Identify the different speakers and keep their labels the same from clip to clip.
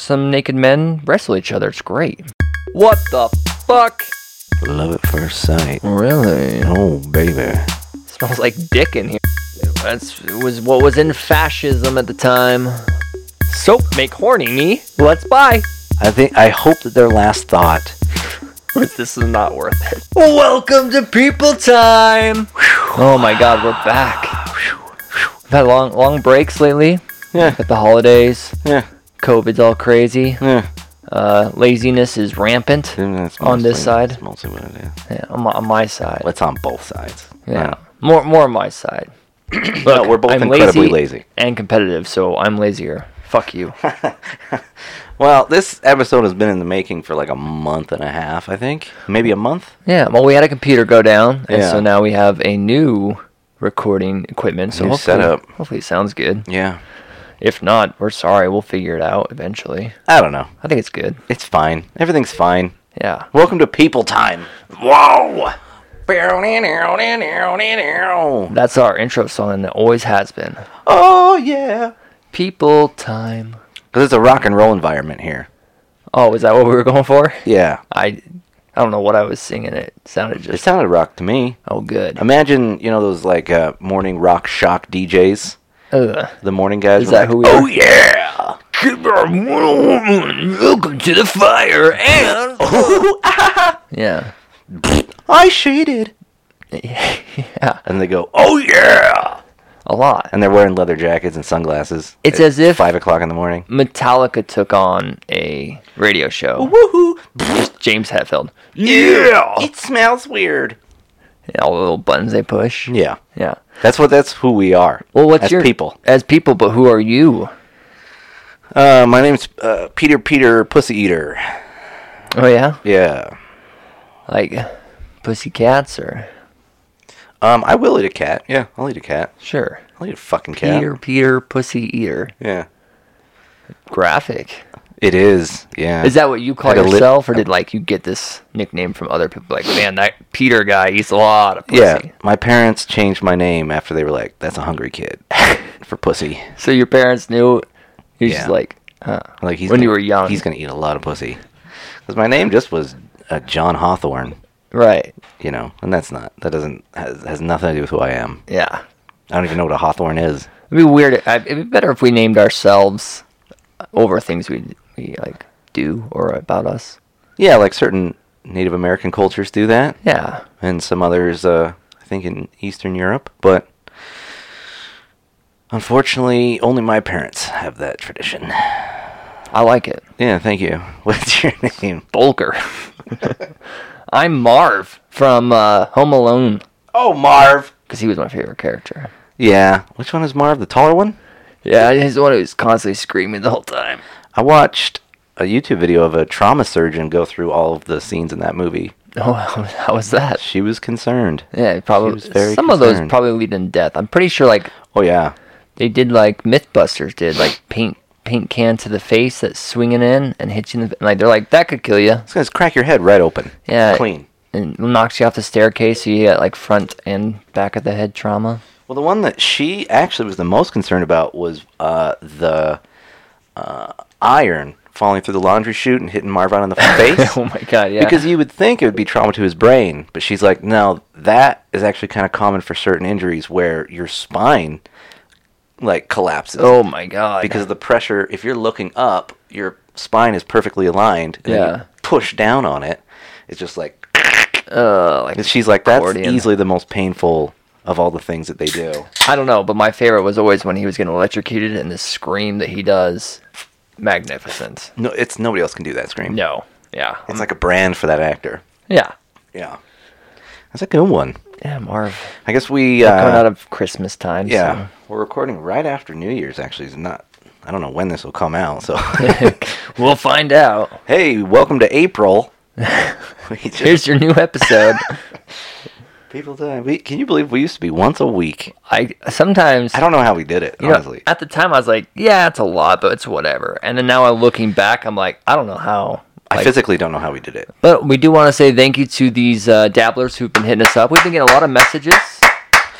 Speaker 1: some naked men wrestle each other. It's great. What the fuck?
Speaker 2: Love at first sight.
Speaker 1: Really?
Speaker 2: Oh, baby.
Speaker 1: Smells like dick in here. That's it was what was in fascism at the time. Soap make horny me. Let's buy.
Speaker 2: I think I hope that their last thought.
Speaker 1: this is not worth it.
Speaker 2: Welcome to people time.
Speaker 1: Oh my god, we're back. I've had long long breaks lately.
Speaker 2: Yeah.
Speaker 1: At the holidays.
Speaker 2: Yeah.
Speaker 1: COVID's all crazy.
Speaker 2: Yeah.
Speaker 1: Uh, laziness is rampant. On this side?
Speaker 2: That's mostly what it is.
Speaker 1: Yeah, on, my, on my side.
Speaker 2: It's on both sides.
Speaker 1: Yeah. More more on my side. Look,
Speaker 2: No, we're both
Speaker 1: I'm
Speaker 2: incredibly
Speaker 1: lazy
Speaker 2: lazy.
Speaker 1: and competitive, so I'm lazier. Fuck you.
Speaker 2: Well, this episode has been in the making for like a month and a half, I think. Maybe a month.
Speaker 1: Yeah, well, we had a computer go down, and
Speaker 2: Yeah.
Speaker 1: so now we have a new recording equipment. So
Speaker 2: New
Speaker 1: hopefully,
Speaker 2: setup.
Speaker 1: hopefully it sounds good.
Speaker 2: Yeah.
Speaker 1: If not, we're sorry. We'll figure it out eventually.
Speaker 2: I don't know.
Speaker 1: I think it's good.
Speaker 2: It's fine. Everything's fine.
Speaker 1: Yeah.
Speaker 2: Welcome to people time. Whoa. Oh
Speaker 1: That's our intro song, and it always has been.
Speaker 2: yeah.
Speaker 1: People time.
Speaker 2: Cuz it's a rock and roll environment here.
Speaker 1: Oh, is that what we were going for?
Speaker 2: Yeah.
Speaker 1: I, I don't know what I was singing. It sounded
Speaker 2: It
Speaker 1: just
Speaker 2: sounded rock to me.
Speaker 1: oh good.
Speaker 2: Imagine, you know, those like uh, morning rock shock DJs,
Speaker 1: Ugh.
Speaker 2: the morning guys.
Speaker 1: Is
Speaker 2: were
Speaker 1: that who
Speaker 2: like,
Speaker 1: we are?
Speaker 2: Oh yeah, keep on rolling.
Speaker 1: Welcome to the fire, and
Speaker 2: Ooh, ah,
Speaker 1: yeah,
Speaker 2: I cheated.
Speaker 1: yeah,
Speaker 2: And they go, oh yeah,
Speaker 1: a lot.
Speaker 2: and they're wearing leather jackets and sunglasses.
Speaker 1: It's
Speaker 2: at
Speaker 1: as if-
Speaker 2: five o'clock in the morning.
Speaker 1: Metallica took on a radio show.
Speaker 2: Woohoo!
Speaker 1: James Hetfield.
Speaker 2: Yeah, it smells weird.
Speaker 1: Yeah, all the little buttons they push.
Speaker 2: Yeah,
Speaker 1: Yeah.
Speaker 2: that's what. That's who we are.
Speaker 1: Well, what's
Speaker 2: as
Speaker 1: your
Speaker 2: people?
Speaker 1: As people, but who are you?
Speaker 2: Uh, my name's uh, Peter Peter Pussy Eater.
Speaker 1: Oh yeah,
Speaker 2: Yeah.
Speaker 1: like pussy cats or
Speaker 2: Um, I will eat a cat. Yeah, I'll eat a cat.
Speaker 1: sure.
Speaker 2: I'll eat a fucking cat.
Speaker 1: Peter, Peter, pussy eater.
Speaker 2: Yeah.
Speaker 1: Graphic.
Speaker 2: It is. Yeah.
Speaker 1: Is that what you call
Speaker 2: Had a lit-
Speaker 1: yourself, or did like you get this nickname from other people? Like, man, that Peter guy eats a lot of pussy.
Speaker 2: Yeah, my parents changed my name after they were like, "That's a hungry kid for pussy."
Speaker 1: So your parents knew. You're
Speaker 2: Yeah.
Speaker 1: just like, huh.
Speaker 2: Like he's
Speaker 1: When
Speaker 2: gonna-
Speaker 1: you were young.
Speaker 2: he's gonna eat a lot of pussy. Because my name just was uh, John Hawthorne,
Speaker 1: right?
Speaker 2: you know, and that's not that doesn't has, has nothing to do with who I am.
Speaker 1: Yeah.
Speaker 2: I don't even know what a Hawthorne is.
Speaker 1: It'd be weird. I- It'd be better if we named ourselves over things we we like do or about us.
Speaker 2: Yeah, like certain Native American cultures do that,
Speaker 1: Yeah.
Speaker 2: and some others, uh, I think, in Eastern Europe. But unfortunately, only my parents have that tradition.
Speaker 1: I like it.
Speaker 2: Yeah, thank you. What's your name?
Speaker 1: Bulker. I'm Marv from uh, Home Alone
Speaker 2: Oh, Marv.
Speaker 1: because he was my favorite character.
Speaker 2: Yeah. Which one is Marv? The taller one?
Speaker 1: Yeah, he's the one who's constantly screaming the whole time.
Speaker 2: I watched a YouTube video of a trauma surgeon go through all of the scenes in that movie.
Speaker 1: Oh, how was that?
Speaker 2: She was concerned.
Speaker 1: Yeah, it probably.
Speaker 2: was very
Speaker 1: some of those
Speaker 2: concerned.
Speaker 1: probably lead in death. I'm pretty sure like
Speaker 2: Oh yeah.
Speaker 1: they did like MythBusters did like paint paint can to the face that's swinging in and hits you in the like they're like that could kill you
Speaker 2: It's gonna crack your head right open.
Speaker 1: Yeah.
Speaker 2: Clean.
Speaker 1: and knocks you off the staircase, so you get like front and back of the head trauma.
Speaker 2: Well, the one that she actually was the most concerned about was uh, the uh, iron falling through the laundry chute and hitting Marvin in the face.
Speaker 1: oh my god, yeah.
Speaker 2: Because you would think it would be trauma to his brain, but she's like, no, that is actually kind of common for certain injuries where your spine like collapses.
Speaker 1: oh my god,
Speaker 2: because of the pressure if you're looking up your spine is perfectly aligned and then
Speaker 1: Yeah.
Speaker 2: you push down on it it's just like
Speaker 1: uh, like
Speaker 2: and she's like that's
Speaker 1: Accordion.
Speaker 2: easily the most painful of all the things that they do
Speaker 1: I don't know, but my favorite was always when he was getting electrocuted and the scream that he does, magnificent.
Speaker 2: no it's nobody else can do that scream
Speaker 1: No, yeah,
Speaker 2: it's like a brand for that actor
Speaker 1: yeah,
Speaker 2: yeah that's a good one
Speaker 1: yeah, Marv.
Speaker 2: i guess we
Speaker 1: Coming out
Speaker 2: uh,
Speaker 1: of Christmas time,
Speaker 2: yeah we're recording right after new year's actually it's not i don't know when this will come out so
Speaker 1: so. we'll find out.
Speaker 2: hey welcome to april we just,
Speaker 1: Here's your new episode.
Speaker 2: people time we, can you believe we used to be once a week
Speaker 1: I sometimes
Speaker 2: i don't know how we did it
Speaker 1: You know,
Speaker 2: honestly
Speaker 1: at the time I was like, yeah, it's a lot, but it's whatever. And then now I'm looking back, I'm like, I don't know how.
Speaker 2: I
Speaker 1: Like,
Speaker 2: physically don't know how we did it.
Speaker 1: but we do want to say thank you to these uh, dabblers who've been hitting us up. We've been getting a lot of messages.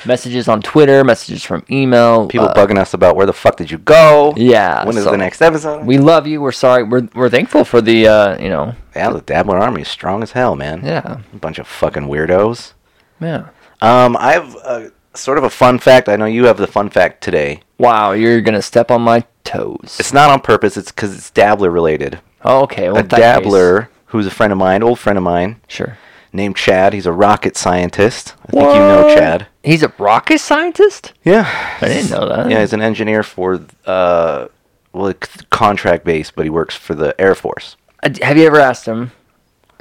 Speaker 1: messages on Twitter, messages from email.
Speaker 2: People
Speaker 1: uh,
Speaker 2: bugging us about where the fuck did you go?
Speaker 1: Yeah.
Speaker 2: When is
Speaker 1: so
Speaker 2: the next episode?
Speaker 1: We love you. We're sorry. We're we're thankful for the uh, you know.
Speaker 2: yeah, the Dabbler Army is strong as hell, man.
Speaker 1: Yeah.
Speaker 2: A bunch of fucking weirdos.
Speaker 1: Yeah.
Speaker 2: Um, I have a, sort of a fun fact. I know you have the fun fact today.
Speaker 1: Wow, you're gonna step on my toes.
Speaker 2: It's not on purpose. It's because it's Dabbler related.
Speaker 1: Okay, well,
Speaker 2: A
Speaker 1: in that case-
Speaker 2: Dabbler, who's a friend of mine, old friend of mine,
Speaker 1: Sure.
Speaker 2: named Chad. He's a rocket scientist. I think you know
Speaker 1: What?
Speaker 2: Chad.
Speaker 1: He's a rocket scientist.
Speaker 2: Yeah.
Speaker 1: I didn't know that.
Speaker 2: Yeah, he's an engineer for uh, well, it's contract based, but he works for the Air Force.
Speaker 1: Uh, Have you ever asked them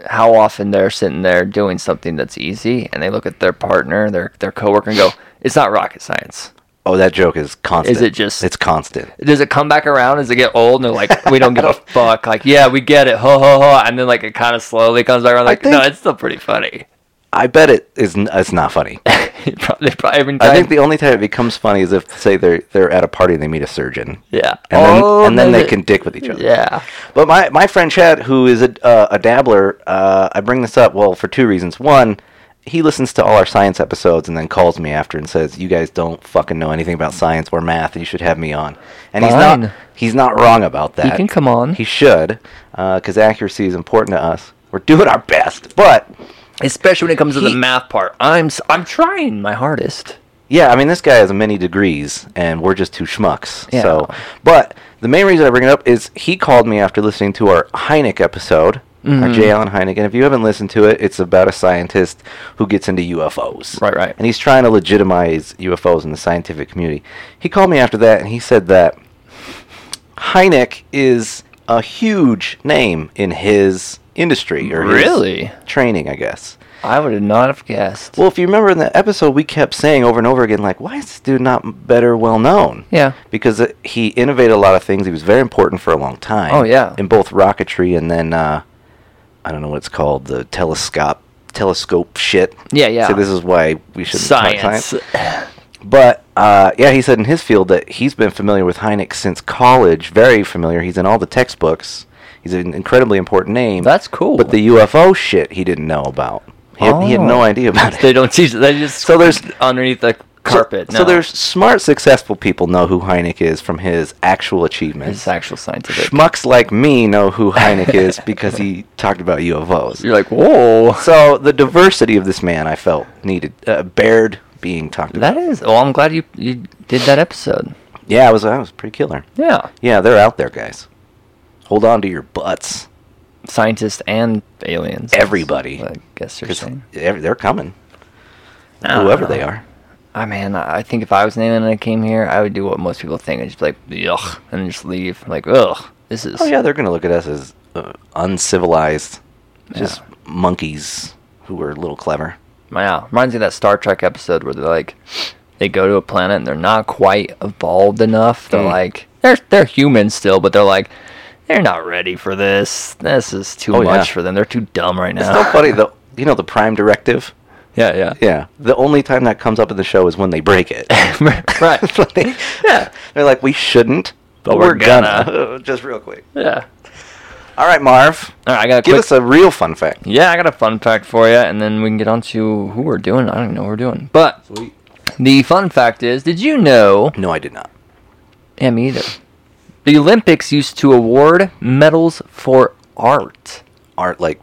Speaker 1: how often they're sitting there doing something that's easy, and they look at their partner, their their coworker, and go, "It's not rocket science."
Speaker 2: Oh, that joke is constant.
Speaker 1: Is it just-
Speaker 2: It's constant.
Speaker 1: Does it come back around? Does it get old? And they're like, "We don't give a fuck." Like, yeah, we get it. Ho ho ho. And then like it kind of slowly comes back around. Like, no,
Speaker 2: think-
Speaker 1: it's still pretty funny.
Speaker 2: I bet it is. n- It's not funny.
Speaker 1: probably, probably every time.
Speaker 2: I think the only time it becomes funny is if, say, they're they're at a party and they meet a surgeon.
Speaker 1: yeah.
Speaker 2: And then,
Speaker 1: Oh,
Speaker 2: and then they
Speaker 1: maybe-
Speaker 2: can dick with each other.
Speaker 1: Yeah.
Speaker 2: But my, my friend Chad, who is a, uh, a dabbler, uh, I bring this up, well, for two reasons. One, he listens to all our science episodes and then calls me after and says, You guys don't fucking know anything about science or math. You should have me on. And he's
Speaker 1: Fine.
Speaker 2: not he's not wrong about that.
Speaker 1: He can come on.
Speaker 2: He should, because accuracy is important to us. We're doing our best. But,
Speaker 1: especially when it comes to the
Speaker 2: He-
Speaker 1: math part. I'm s- I'm trying my hardest.
Speaker 2: yeah, I mean, this guy has many degrees, and we're just two schmucks.
Speaker 1: Yeah.
Speaker 2: So, But the main reason I bring it up is he called me after listening to our Hynek episode,
Speaker 1: Mm-hmm.
Speaker 2: our J. Allen Hynek. And if you haven't listened to it, it's about a scientist who gets into UFOs.
Speaker 1: Right, right.
Speaker 2: And he's trying to legitimize UFOs in the scientific community. He called me after that, and he said that Hynek is a huge name in his industry or his
Speaker 1: Really?
Speaker 2: training, I guess.
Speaker 1: I would not have guessed.
Speaker 2: Well, if you remember in the episode, we kept saying over and over again, like, why is this dude not better well known?
Speaker 1: Yeah.
Speaker 2: Because uh, he innovated a lot of things. He was very important for a long time.
Speaker 1: Oh, yeah.
Speaker 2: In both rocketry and then, uh, I don't know what it's called, the telescope telescope shit.
Speaker 1: Yeah, yeah.
Speaker 2: So this is why we shouldn't talk
Speaker 1: Science.
Speaker 2: science. But uh, yeah, he said in his field that he's been familiar with Hynek since college, very familiar. He's in all the textbooks. He's an incredibly important name.
Speaker 1: That's cool.
Speaker 2: But the UFO shit he didn't know about. He, had, he had no
Speaker 1: Oh.
Speaker 2: idea about it.
Speaker 1: they don't teach. They just
Speaker 2: So there's-
Speaker 1: underneath the
Speaker 2: So-
Speaker 1: carpet.
Speaker 2: So,
Speaker 1: no.
Speaker 2: there's smart, successful people know who Hynek is from his actual
Speaker 1: it's
Speaker 2: achievements.
Speaker 1: actual scientific.
Speaker 2: Schmucks like me know who Hynek is because he talked about UFOs.
Speaker 1: You're like, whoa.
Speaker 2: So the diversity of this man, I felt needed, uh, bared being talked about.
Speaker 1: That is. Well, I'm glad you you did that episode.
Speaker 2: Yeah, I was, I was pretty killer.
Speaker 1: Yeah,
Speaker 2: Yeah, they're out there, guys. Hold on to your butts.
Speaker 1: scientists and aliens.
Speaker 2: Everybody.
Speaker 1: I guess you're
Speaker 2: 'Cause
Speaker 1: saying.
Speaker 2: ev- they're coming,
Speaker 1: I
Speaker 2: whoever
Speaker 1: don't
Speaker 2: they
Speaker 1: know.
Speaker 2: are.
Speaker 1: I mean, Ah, I think if I was an alien and I came here, I would do what most people think. I just be like, ugh, and just leave. Like, ugh, this is.
Speaker 2: Oh, yeah, they're going to look at us as uh, uncivilized, just monkeys who were a little clever.
Speaker 1: Wow. Reminds me of that Star Trek episode where they're like, they go to a planet and they're not quite evolved enough. They're
Speaker 2: Mm.
Speaker 1: like, they're, they're human still, but they're like, they're not ready for this. This is too
Speaker 2: Oh, yeah.
Speaker 1: much for them. They're too dumb right
Speaker 2: It's
Speaker 1: now.
Speaker 2: so funny, though. You know, the prime directive?
Speaker 1: yeah, Uh, yeah.
Speaker 2: Yeah. The only time that comes up in the show is when they break it.
Speaker 1: right.
Speaker 2: yeah. They're like, we shouldn't, but, we're, gonna. Uh, Just real quick.
Speaker 1: Yeah.
Speaker 2: All right, Marv.
Speaker 1: All right, I got a
Speaker 2: Give
Speaker 1: quick.
Speaker 2: us a real fun fact.
Speaker 1: yeah, I got a fun fact for you, and then we can get on to who we're doing. I don't even know what we're doing. But the fun fact is did you know
Speaker 2: No, I did not.
Speaker 1: Yeah, me either. The Olympics used to award medals for art.
Speaker 2: Art like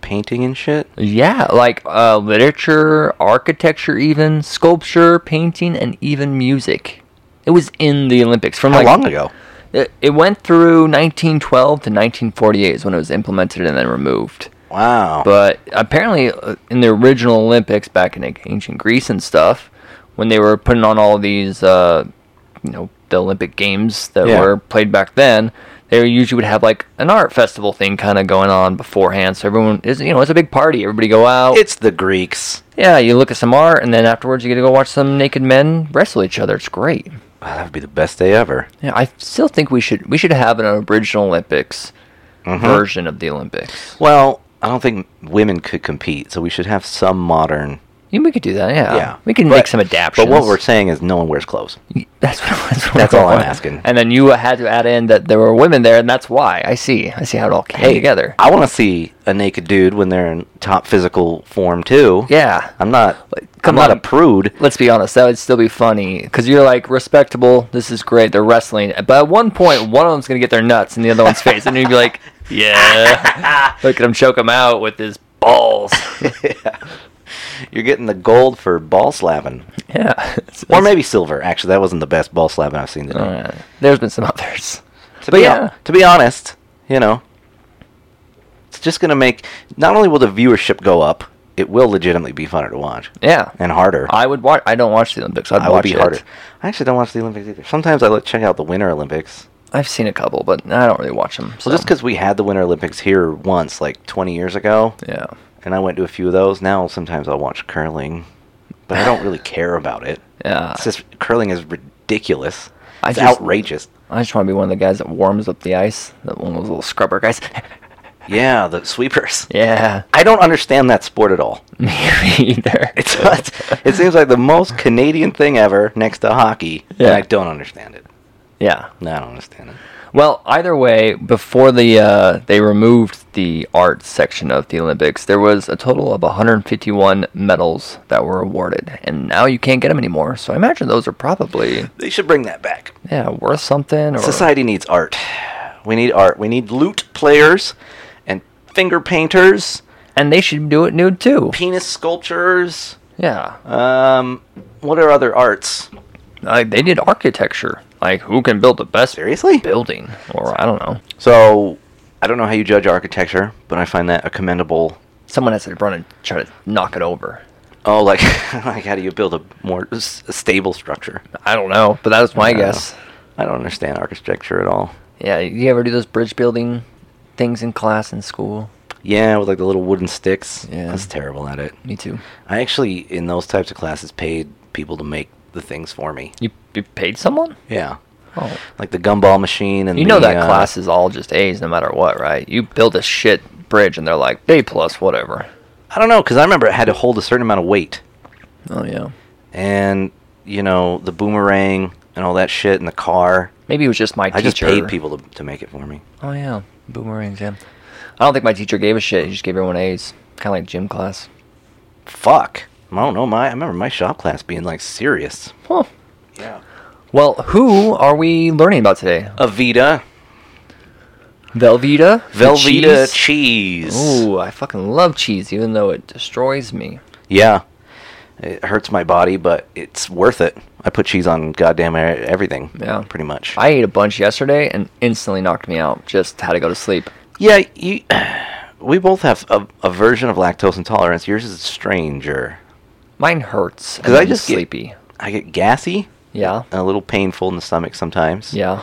Speaker 2: painting and shit?
Speaker 1: Yeah, like uh, literature, architecture, even sculpture, painting, and even music. It was in the Olympics from
Speaker 2: How
Speaker 1: like
Speaker 2: long ago?
Speaker 1: It, it went through 1912 to 1948 is when it was implemented and then removed.
Speaker 2: Wow.
Speaker 1: But apparently, uh, in the original Olympics back in like, ancient Greece and stuff, when they were putting on all these, uh, you know, the Olympic games that
Speaker 2: Yeah.
Speaker 1: were played back then, they usually would have like an art festival thing kind of going on beforehand. So everyone is, you know, it's a big party. Everybody go out.
Speaker 2: it's the Greeks.
Speaker 1: yeah, you look at some art, and then afterwards you get to go watch some naked men wrestle each other. It's great.
Speaker 2: Wow, that would be the best day ever.
Speaker 1: Yeah, I still think we should we should have an original Olympics
Speaker 2: Mm-hmm.
Speaker 1: version of the Olympics.
Speaker 2: Well, I don't think women could compete, so we should have some modern
Speaker 1: Yeah, we could do that. Yeah,
Speaker 2: Yeah.
Speaker 1: we can
Speaker 2: But-
Speaker 1: make some adaptations.
Speaker 2: But what we're saying is no one wears clothes.
Speaker 1: that's what, that's, what
Speaker 2: That's
Speaker 1: we're
Speaker 2: all I'm
Speaker 1: going-
Speaker 2: asking.
Speaker 1: And then you had to add in that there were women there, and that's why. I see. I see how it all came together.
Speaker 2: I want to see a naked dude when they're in top physical form too.
Speaker 1: yeah.
Speaker 2: I'm not.
Speaker 1: come
Speaker 2: I'm not
Speaker 1: on.
Speaker 2: a prude.
Speaker 1: Let's be honest. That would still be funny because you're like respectable. This is great. They're wrestling, but at one point, one of them's gonna get their nuts in the other one's face, and you'd be like, "Yeah, look at him choke him out with his balls."
Speaker 2: You're getting the gold for ball slapping,
Speaker 1: yeah. It's-
Speaker 2: or maybe silver. Actually, that wasn't the best ball slapping I've seen today.
Speaker 1: Uh, there's been some others.
Speaker 2: To
Speaker 1: But
Speaker 2: be
Speaker 1: yeah.
Speaker 2: hon- to be honest, you know, it's just gonna make. Not only will the viewership go up, it will legitimately be funner to watch
Speaker 1: Yeah.
Speaker 2: and harder.
Speaker 1: I would watch. I don't watch the Olympics. I'd
Speaker 2: I would
Speaker 1: watch
Speaker 2: be
Speaker 1: it.
Speaker 2: harder. I actually don't watch the Olympics either. Sometimes I look, check out the Winter Olympics.
Speaker 1: I've seen a couple, but I don't really watch them. So
Speaker 2: Well, just because we had the Winter Olympics here once, like 20 years ago,
Speaker 1: yeah,
Speaker 2: and I went to a few of those. Now sometimes I'll watch curling, but I don't really care about it.
Speaker 1: yeah.
Speaker 2: It's just curling is ridiculous.
Speaker 1: Uh, I
Speaker 2: It's
Speaker 1: just-
Speaker 2: outrageous.
Speaker 1: I just want to be one of the guys that warms up the ice. That one of those little scrubber guys.
Speaker 2: Yeah, the sweepers.
Speaker 1: yeah.
Speaker 2: I don't understand that sport at all.
Speaker 1: Me either.
Speaker 2: It's it seems like the most Canadian thing ever, next to hockey,
Speaker 1: Yeah.
Speaker 2: and I don't understand it.
Speaker 1: yeah.
Speaker 2: No, I don't understand it.
Speaker 1: Well, either way, before the uh, they removed the arts section of the Olympics, there was a total of 151 medals that were awarded, and now you can't get them anymore. So I imagine those are probably
Speaker 2: They should bring that back.
Speaker 1: yeah worth something. Or
Speaker 2: Society needs art. We need art. We need lute players and finger painters,
Speaker 1: and they should do it nude too.
Speaker 2: penis sculptures.
Speaker 1: Yeah,
Speaker 2: Um, what are other arts?
Speaker 1: like they did architecture. Like who can build the best
Speaker 2: Seriously?
Speaker 1: building? Or I don't know.
Speaker 2: So, I don't know how you judge architecture, but I find that a commendable.
Speaker 1: Someone has to run and try to knock it over.
Speaker 2: Oh, like like how do you build a more s- stable structure?
Speaker 1: I don't know, but that was my
Speaker 2: I don't know.
Speaker 1: guess.
Speaker 2: I don't understand architecture at all.
Speaker 1: Yeah, you ever do those bridge building things in class in school?
Speaker 2: Yeah, with like the little wooden sticks.
Speaker 1: Yeah.
Speaker 2: I was terrible at it.
Speaker 1: Me too.
Speaker 2: I actually, in those types of classes, paid people to make the things for me.
Speaker 1: You, you paid someone?
Speaker 2: Yeah,
Speaker 1: Oh.
Speaker 2: like the gumball machine and
Speaker 1: You know
Speaker 2: the,
Speaker 1: that
Speaker 2: uh,
Speaker 1: class is all just A's no matter what, right? You build a shit bridge and they're like, A plus, whatever.
Speaker 2: I don't know because I remember it had to hold a certain amount of weight,
Speaker 1: Oh, yeah.
Speaker 2: and you know the boomerang and all that shit in the car.
Speaker 1: Maybe it was just my
Speaker 2: I just
Speaker 1: teacher.
Speaker 2: paid people to, to make it for me.
Speaker 1: Oh, yeah. Boomerangs, yeah. I don't think my teacher gave a shit. He just gave everyone A's. Kind of like gym class.
Speaker 2: Fuck. I don't know. My I remember my shop class being like serious.
Speaker 1: Huh.
Speaker 2: Yeah.
Speaker 1: Well, who are we learning about today?
Speaker 2: Avita.
Speaker 1: Velveeta?
Speaker 2: Velveeta
Speaker 1: cheese.
Speaker 2: cheese.
Speaker 1: Ooh, I fucking love cheese, even though it destroys me.
Speaker 2: Yeah. It hurts my body, but it's worth it. I put cheese on goddamn e- everything.
Speaker 1: Yeah.
Speaker 2: Pretty much.
Speaker 1: I ate a bunch yesterday and instantly knocked me out. Just had to go to sleep.
Speaker 2: yeah, you. We both have a, a version of lactose intolerance. Yours is stranger.
Speaker 1: Mine hurts.
Speaker 2: 'Cause
Speaker 1: and
Speaker 2: I
Speaker 1: I'm
Speaker 2: just get-
Speaker 1: sleepy.
Speaker 2: I get gassy,
Speaker 1: Yeah.
Speaker 2: a little painful in the stomach sometimes.
Speaker 1: Yeah.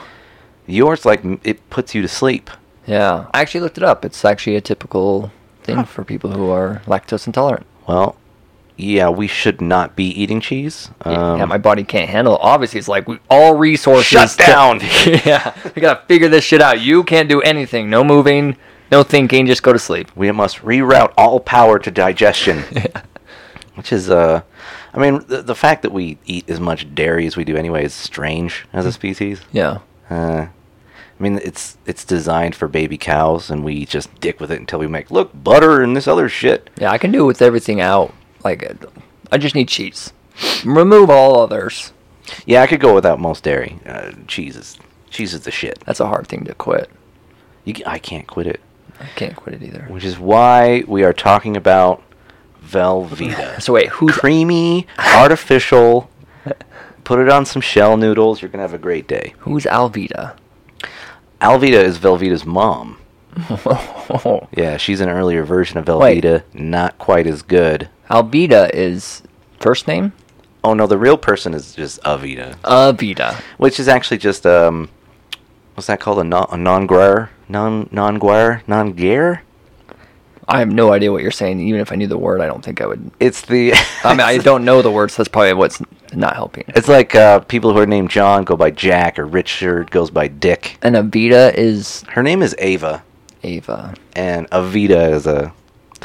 Speaker 2: Yours, like, m- it puts you to sleep.
Speaker 1: Yeah. I actually looked it up. It's actually a typical thing for people who are lactose intolerant.
Speaker 2: Well, yeah, we should not be eating cheese.
Speaker 1: Yeah,
Speaker 2: Um,
Speaker 1: yeah, my body can't handle it. Obviously, it's like we, all resources.
Speaker 2: Shut
Speaker 1: to-
Speaker 2: down.
Speaker 1: yeah. We got to figure this shit out. You can't do anything. No moving, no thinking. Just go to sleep.
Speaker 2: we must reroute all power to digestion. Which is, uh, I mean, the, the fact that we eat as much dairy as we do anyway is strange as a
Speaker 1: Hmm.
Speaker 2: species.
Speaker 1: Yeah.
Speaker 2: Uh, I mean, it's it's designed for baby cows, and we just dick with it until we make look butter and this other shit.
Speaker 1: Yeah, I can do it with everything out. Like, I just need cheese. Remove all others.
Speaker 2: Yeah, I could go without most dairy. Uh, cheese is cheese is the shit.
Speaker 1: That's a hard thing to quit.
Speaker 2: You, ca- I can't quit it,
Speaker 1: I can't quit it either.
Speaker 2: which is why we are talking about Velveeta.
Speaker 1: So wait, who's
Speaker 2: creamy, artificial. Put it on some shell noodles. You're gonna have a great day.
Speaker 1: who's Alvita?
Speaker 2: Alvita is Velveeta's mom.
Speaker 1: Alvita
Speaker 2: Yeah, she's an earlier version of Velveeta, not quite as good.
Speaker 1: is first name?
Speaker 2: Oh no, the real person is just Avita,
Speaker 1: Avita.
Speaker 2: which is actually just um, what's that called? A non a non guer non non guer non guer.
Speaker 1: I have no idea what you're saying. Even if I knew the word, I don't think I would.
Speaker 2: It's the
Speaker 1: I mean, I don't know the word, so that's probably what's not helping.
Speaker 2: It's like uh, people who are named John go by Jack, or Richard goes by Dick.
Speaker 1: And Avita is
Speaker 2: Her name is Ava,
Speaker 1: Ava.
Speaker 2: and Avita is a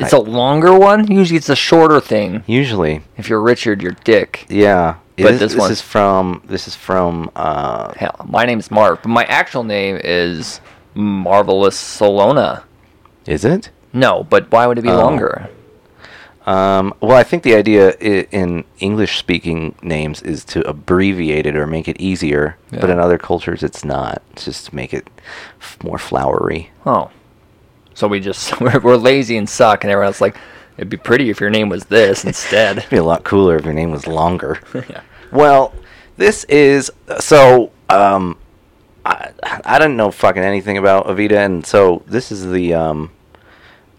Speaker 1: It's a longer one. Usually, it's a shorter thing.
Speaker 2: Usually,
Speaker 1: If you're Richard, you're Dick.
Speaker 2: yeah. It
Speaker 1: But
Speaker 2: is-
Speaker 1: this one-
Speaker 2: is from this is from uh,
Speaker 1: Hell, my name's Mark, but my actual name is Marvelous Solona.
Speaker 2: is it?
Speaker 1: No, but why would it be
Speaker 2: Oh.
Speaker 1: longer?
Speaker 2: Um, well, I think the idea i- in English speaking names is to abbreviate it or make it easier, but
Speaker 1: Yeah.
Speaker 2: in other cultures it's not. It's just to make it f- more flowery.
Speaker 1: Oh, so we just we're, we're lazy and suck, and everyone's like, it'd be pretty if your name was this instead.
Speaker 2: It'd be a lot cooler if your name was longer.
Speaker 1: Yeah.
Speaker 2: Well, this is so. Um, I I don't know fucking anything about Avita, and so this is the um,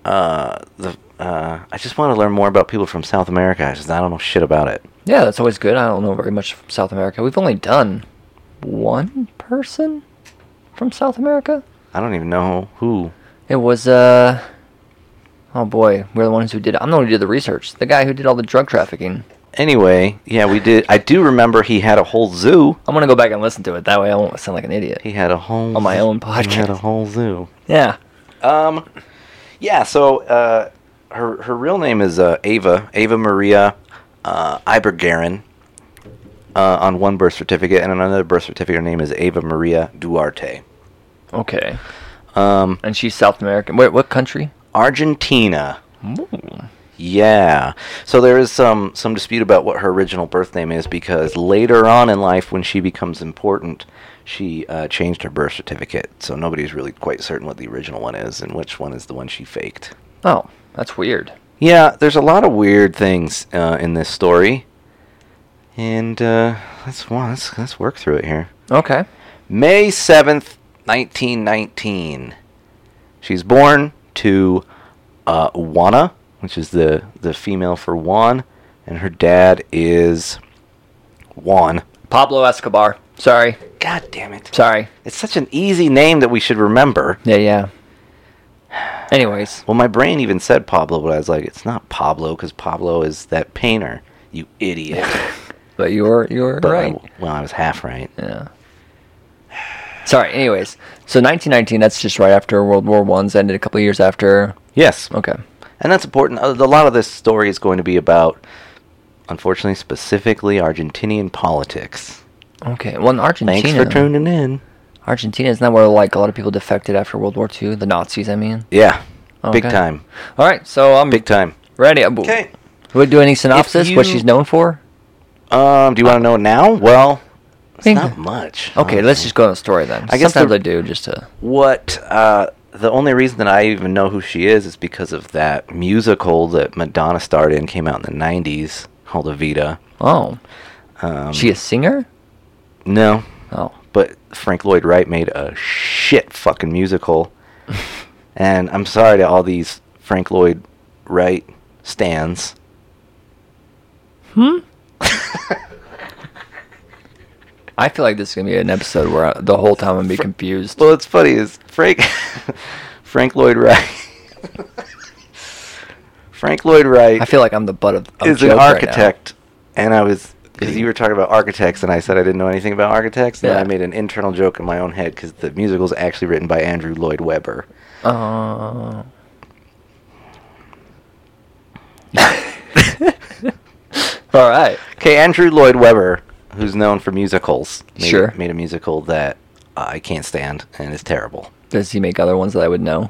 Speaker 2: uh, the uh, I just want to learn more about people from South America. I just I don't know shit about it.
Speaker 1: Yeah, that's always good. I don't know very much from South America. We've only done one person from South America.
Speaker 2: I don't even know who.
Speaker 1: It was uh oh boy, we're the ones who did. I'm the one who did the research. The guy who did all the drug trafficking.
Speaker 2: Anyway, yeah, we did. I do remember he had a whole zoo.
Speaker 1: I'm gonna go back and listen to it. That way, I won't sound like an idiot.
Speaker 2: He had a whole
Speaker 1: On my
Speaker 2: zoo-
Speaker 1: own
Speaker 2: He had a
Speaker 1: podcast.
Speaker 2: whole zoo.
Speaker 1: Yeah.
Speaker 2: Um, yeah. So uh, her her real name is uh, Ava Ava Maria uh, Ibergarin uh, on one birth certificate, and on another birth certificate, her name is Ava Maria Duarte.
Speaker 1: Okay.
Speaker 2: Um,
Speaker 1: And she's South American. Wait, what country?
Speaker 2: Argentina. Yeah. So there is some some dispute about what her original birth name is because later on in life, when she becomes important, she uh, changed her birth certificate. So nobody's really quite certain what the original one is and which one is the one she faked.
Speaker 1: Oh, that's weird.
Speaker 2: Yeah, there's a lot of weird things uh, in this story, and uh, let's, well, let's let's work through it here.
Speaker 1: Okay.
Speaker 2: May seventh, nineteen nineteen. She's born to uh, Juana, which is the the female for Juan, and her dad is Juan.
Speaker 1: Pablo Escobar. Sorry.
Speaker 2: God damn it!
Speaker 1: Sorry.
Speaker 2: It's such an easy name that we should remember.
Speaker 1: Yeah, yeah. Anyways,
Speaker 2: Well, my brain even said Pablo, but I was like, it's not Pablo because Pablo is that painter. You idiot.
Speaker 1: but you were you were
Speaker 2: But I-
Speaker 1: right. Uh,
Speaker 2: well, I was half right.
Speaker 1: Yeah. Sorry. Anyways, so 1919. That's just right after World War One's ended. A couple years after.
Speaker 2: Yes.
Speaker 1: Okay.
Speaker 2: And that's important. Uh, A a lot of this story is going to be about, unfortunately, specifically Argentinian politics.
Speaker 1: Okay. Well, in Argentina.
Speaker 2: Thanks for tuning in.
Speaker 1: Argentina isn't that where like a lot of people defected after World War II? The Nazis, I mean.
Speaker 2: Yeah. Big
Speaker 1: Okay.
Speaker 2: time.
Speaker 1: All right, so I'm
Speaker 2: Big time.
Speaker 1: ready.
Speaker 2: Okay.
Speaker 1: We do any synopsis? What
Speaker 2: you-
Speaker 1: she's known for?
Speaker 2: Um, do you want to know now? Well, it's
Speaker 1: Think-
Speaker 2: not much.
Speaker 1: Okay, let's just go on the story then.
Speaker 2: I guess
Speaker 1: sometimes
Speaker 2: the-
Speaker 1: I do just to.
Speaker 2: What? Uh, the only reason that I even know who she is is because of that musical that Madonna starred in, came out in the '90s called Evita.
Speaker 1: Oh,
Speaker 2: Um,
Speaker 1: she a singer?
Speaker 2: no,
Speaker 1: Oh,
Speaker 2: but Frank Lloyd Wright made a shit fucking musical. and I'm sorry to all these Frank Lloyd Wright stands.
Speaker 1: I feel like this is gonna be an episode where I, the whole time I'm gonna be confused.
Speaker 2: Well, it's funny is Frank Frank Lloyd Wright. Frank Lloyd Wright
Speaker 1: I feel like I'm the butt of. of
Speaker 2: is
Speaker 1: joke
Speaker 2: an
Speaker 1: right now.
Speaker 2: architect, and I was because you were talking about architects, and I said I didn't know anything about architects, and then
Speaker 1: Yeah.
Speaker 2: I made an internal joke in my own head because the musical's actually written by Andrew Lloyd Webber.
Speaker 1: Oh. All right.
Speaker 2: Okay, Andrew Lloyd Webber, who's known for musicals, made,
Speaker 1: Sure.
Speaker 2: made a musical that I can't stand and is terrible.
Speaker 1: Does he make other ones that I would know?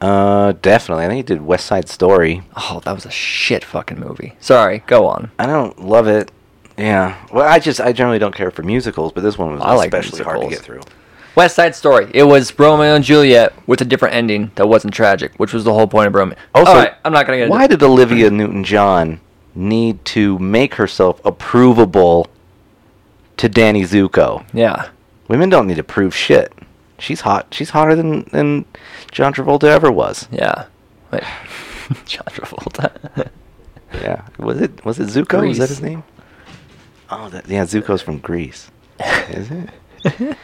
Speaker 2: Uh, definitely. I think he did West Side Story.
Speaker 1: Oh, that was a shit fucking movie. Sorry, go on.
Speaker 2: I don't love it. Yeah. Well, I just I generally don't care for musicals, but this one was
Speaker 1: I like
Speaker 2: especially hard to
Speaker 1: musicals.
Speaker 2: get through.
Speaker 1: West Side Story. It was Romeo and Juliet with a different ending that wasn't tragic, which was the whole point of Romeo.
Speaker 2: Also,
Speaker 1: All right, I'm not gonna get. into-
Speaker 2: Oh, Why did Olivia Newton-John need to make herself approvable to Danny Zuko?
Speaker 1: Yeah.
Speaker 2: Women don't need to prove shit. She's hot. She's hotter than than John Travolta ever was.
Speaker 1: Yeah. Wait. John Travolta.
Speaker 2: Yeah. Was it was it Zuko? Is that
Speaker 1: Grease.
Speaker 2: his name? Oh, that, yeah. Zuko's from Greece. Is it? Whew,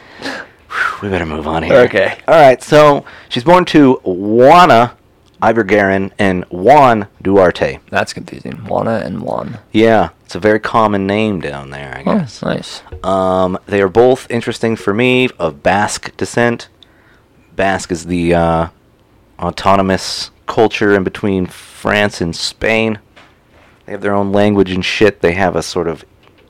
Speaker 2: we better move on here.
Speaker 1: Okay.
Speaker 2: All right. So she's born to Juana Ibergarin and Juan Duarte.
Speaker 1: That's confusing. Juana and Juan.
Speaker 2: Yeah, it's a very common name down there. I guess.
Speaker 1: Yes. Nice.
Speaker 2: Um, they are both interesting for me of Basque descent. Basque is the uh, autonomous culture in between France and Spain. They have their own language and shit. They have a sort of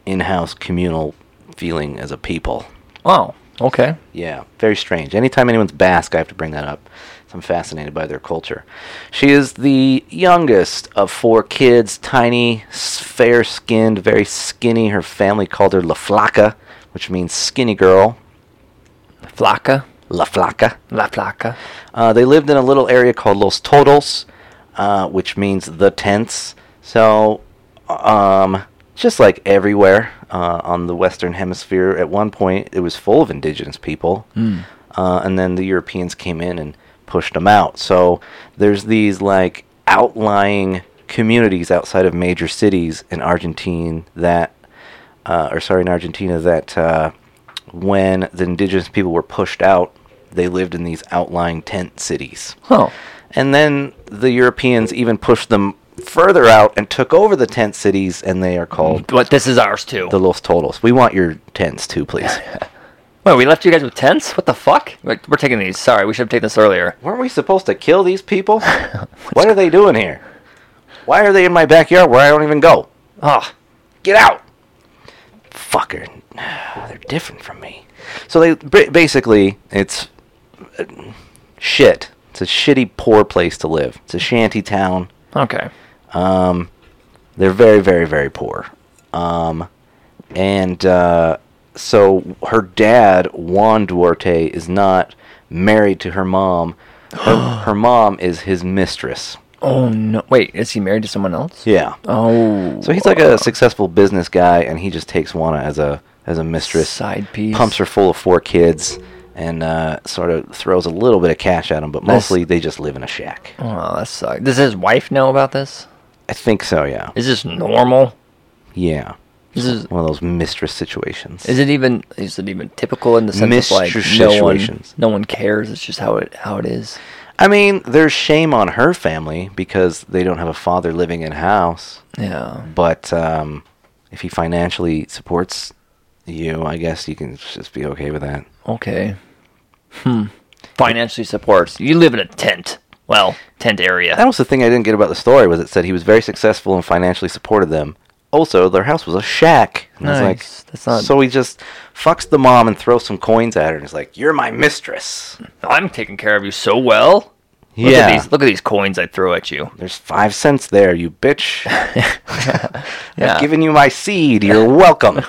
Speaker 2: in-house communal feeling as a people.
Speaker 1: Wow. Okay.
Speaker 2: Yeah, very strange. Anytime anyone's Basque, I have to bring that up. So I'm fascinated by their culture. She is the youngest of four kids, tiny, s- fair-skinned, very skinny. Her family called her La Flaca, which means skinny girl.
Speaker 1: Flaca.
Speaker 2: La Flaca.
Speaker 1: La Flaca.
Speaker 2: Uh, they lived in a little area called Los Todos, uh, which means the tents. So, um, just like everywhere uh, on the Western Hemisphere, at one point it was full of indigenous people, uh, and then the Europeans came in and pushed them out. So there's these like outlying communities outside of major cities in Argentina that uh, or sorry, in Argentina, that uh, when the indigenous people were pushed out, they lived in these outlying tent cities.
Speaker 1: Oh.
Speaker 2: And then the Europeans even pushed them further out and took over the tent cities, and they are called
Speaker 1: But this is ours too.
Speaker 2: the Los Todos. We want your tents too, please.
Speaker 1: Wait, we left you guys with tents? What the fuck? Like, we're taking these. Sorry, we should have taken this earlier.
Speaker 2: Weren't we supposed to kill these people? what are they doing here? Why are they in my backyard where I don't even go?
Speaker 1: Ah.
Speaker 2: Get out! Fucker. They're different from me. So they ba- basically, it's uh, shit. It's a shitty, poor place to live. It's a shanty town.
Speaker 1: Okay.
Speaker 2: Um, they're very, very, very poor. Um, and uh, so her dad, Juan Duarte, is not married to her mom. Her, her mom is his mistress.
Speaker 1: Oh no. Wait, is he married to someone else?
Speaker 2: Yeah.
Speaker 1: Oh.
Speaker 2: So he's like a successful business guy, and he just takes Juana as a as a mistress.
Speaker 1: Side piece.
Speaker 2: Pumps her full of four kids, and uh, sort of throws a little bit of cash at him, but
Speaker 1: That's-
Speaker 2: mostly they just live in a shack.
Speaker 1: Oh, that sucks. Does his wife know about this?
Speaker 2: I think so. Yeah.
Speaker 1: Is this normal?
Speaker 2: Yeah.
Speaker 1: This is.
Speaker 2: One of those mistress situations.
Speaker 1: Is it even? Is it even typical in the sense
Speaker 2: Mistress
Speaker 1: of like no one,
Speaker 2: situations.
Speaker 1: no one cares? It's just how it how it is.
Speaker 2: I mean, there's shame on her family because they don't have a father living in house.
Speaker 1: Yeah.
Speaker 2: But um, if he financially supports you, I guess you can just be okay with that.
Speaker 1: Okay. Hmm. Financially supports. You live in a tent. Well, tent
Speaker 2: That
Speaker 1: area.
Speaker 2: was the thing I didn't get about the story was it said he was very successful and financially supported them. Also, their house was a shack. And I was
Speaker 1: Nice.
Speaker 2: like,
Speaker 1: That's not-
Speaker 2: So he just fucks the mom and throws some coins at her and he's like, "You're my mistress."
Speaker 1: I'm taking care of you so well. Look
Speaker 2: yeah.
Speaker 1: At these, look at these coins I throw at you.
Speaker 2: There's five cents there, you bitch.
Speaker 1: Yeah.
Speaker 2: I've given you my seed. You're welcome.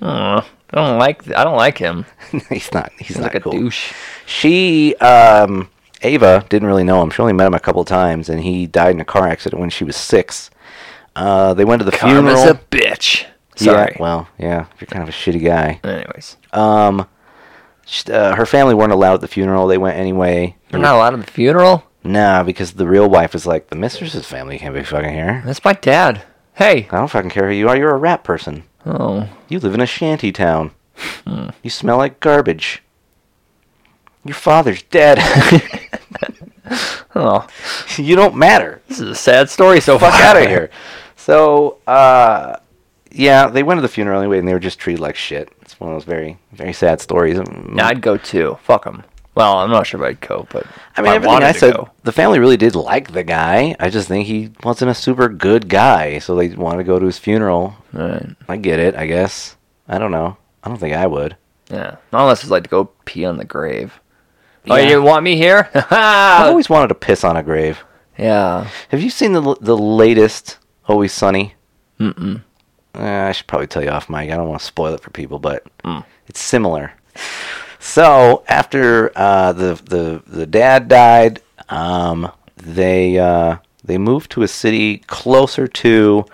Speaker 1: Aw, I don't like. I don't like him.
Speaker 2: he's not. He's,
Speaker 1: He's
Speaker 2: not
Speaker 1: like a
Speaker 2: cool.
Speaker 1: douche.
Speaker 2: She, um, Ava, didn't really know him. She only met him a couple times, and he died in a car accident when she was six. Uh, they went to the
Speaker 1: Karma's
Speaker 2: funeral.
Speaker 1: a bitch. Sorry.
Speaker 2: Yeah, well, yeah, you're kind of a shitty guy.
Speaker 1: Anyways,
Speaker 2: Um, sh uh, her family weren't allowed at the funeral. They went anyway.
Speaker 1: they're not allowed at the funeral.
Speaker 2: Nah, because the real wife is like, the mistress's family can't be fucking here.
Speaker 1: That's my dad. Hey.
Speaker 2: I don't fucking care who you are. You're a rat person.
Speaker 1: Oh.
Speaker 2: You live in a shanty town. You smell like garbage. Your father's dead.
Speaker 1: Oh.
Speaker 2: you don't matter.
Speaker 1: This is a sad story. So
Speaker 2: fuck
Speaker 1: far.
Speaker 2: out of here. So, uh, yeah, they went to the funeral anyway, and they were just treated like shit. It's one of those very, very sad stories. Mm.
Speaker 1: Yeah, I'd go too. Fuck him. Well, I'm not sure if I'd go, but
Speaker 2: I mean, everything
Speaker 1: wanted
Speaker 2: I
Speaker 1: to
Speaker 2: said,
Speaker 1: go.
Speaker 2: the family really did like the guy. I just think he wasn't a super good guy, so they wanted to go to his funeral.
Speaker 1: Right.
Speaker 2: I get it, I guess. I don't know. I don't think I would.
Speaker 1: Yeah. Unless it's like to go pee on the grave. Oh,
Speaker 2: Yeah.
Speaker 1: you didn't want me here? Uh,
Speaker 2: I've always wanted to piss on a grave.
Speaker 1: Oh, yeah.
Speaker 2: Have you seen the the latest Always Sunny? Mm-mm. Uh, I should probably tell you off mic. I don't want to spoil it for people, but it's similar. So after uh, the the the dad died, um, they uh, they moved to a city closer to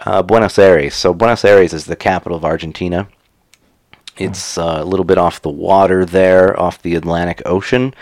Speaker 2: uh, Buenos Aires. So Buenos Aires is the capital of Argentina. It's uh, a little bit off the water there, off the Atlantic Ocean.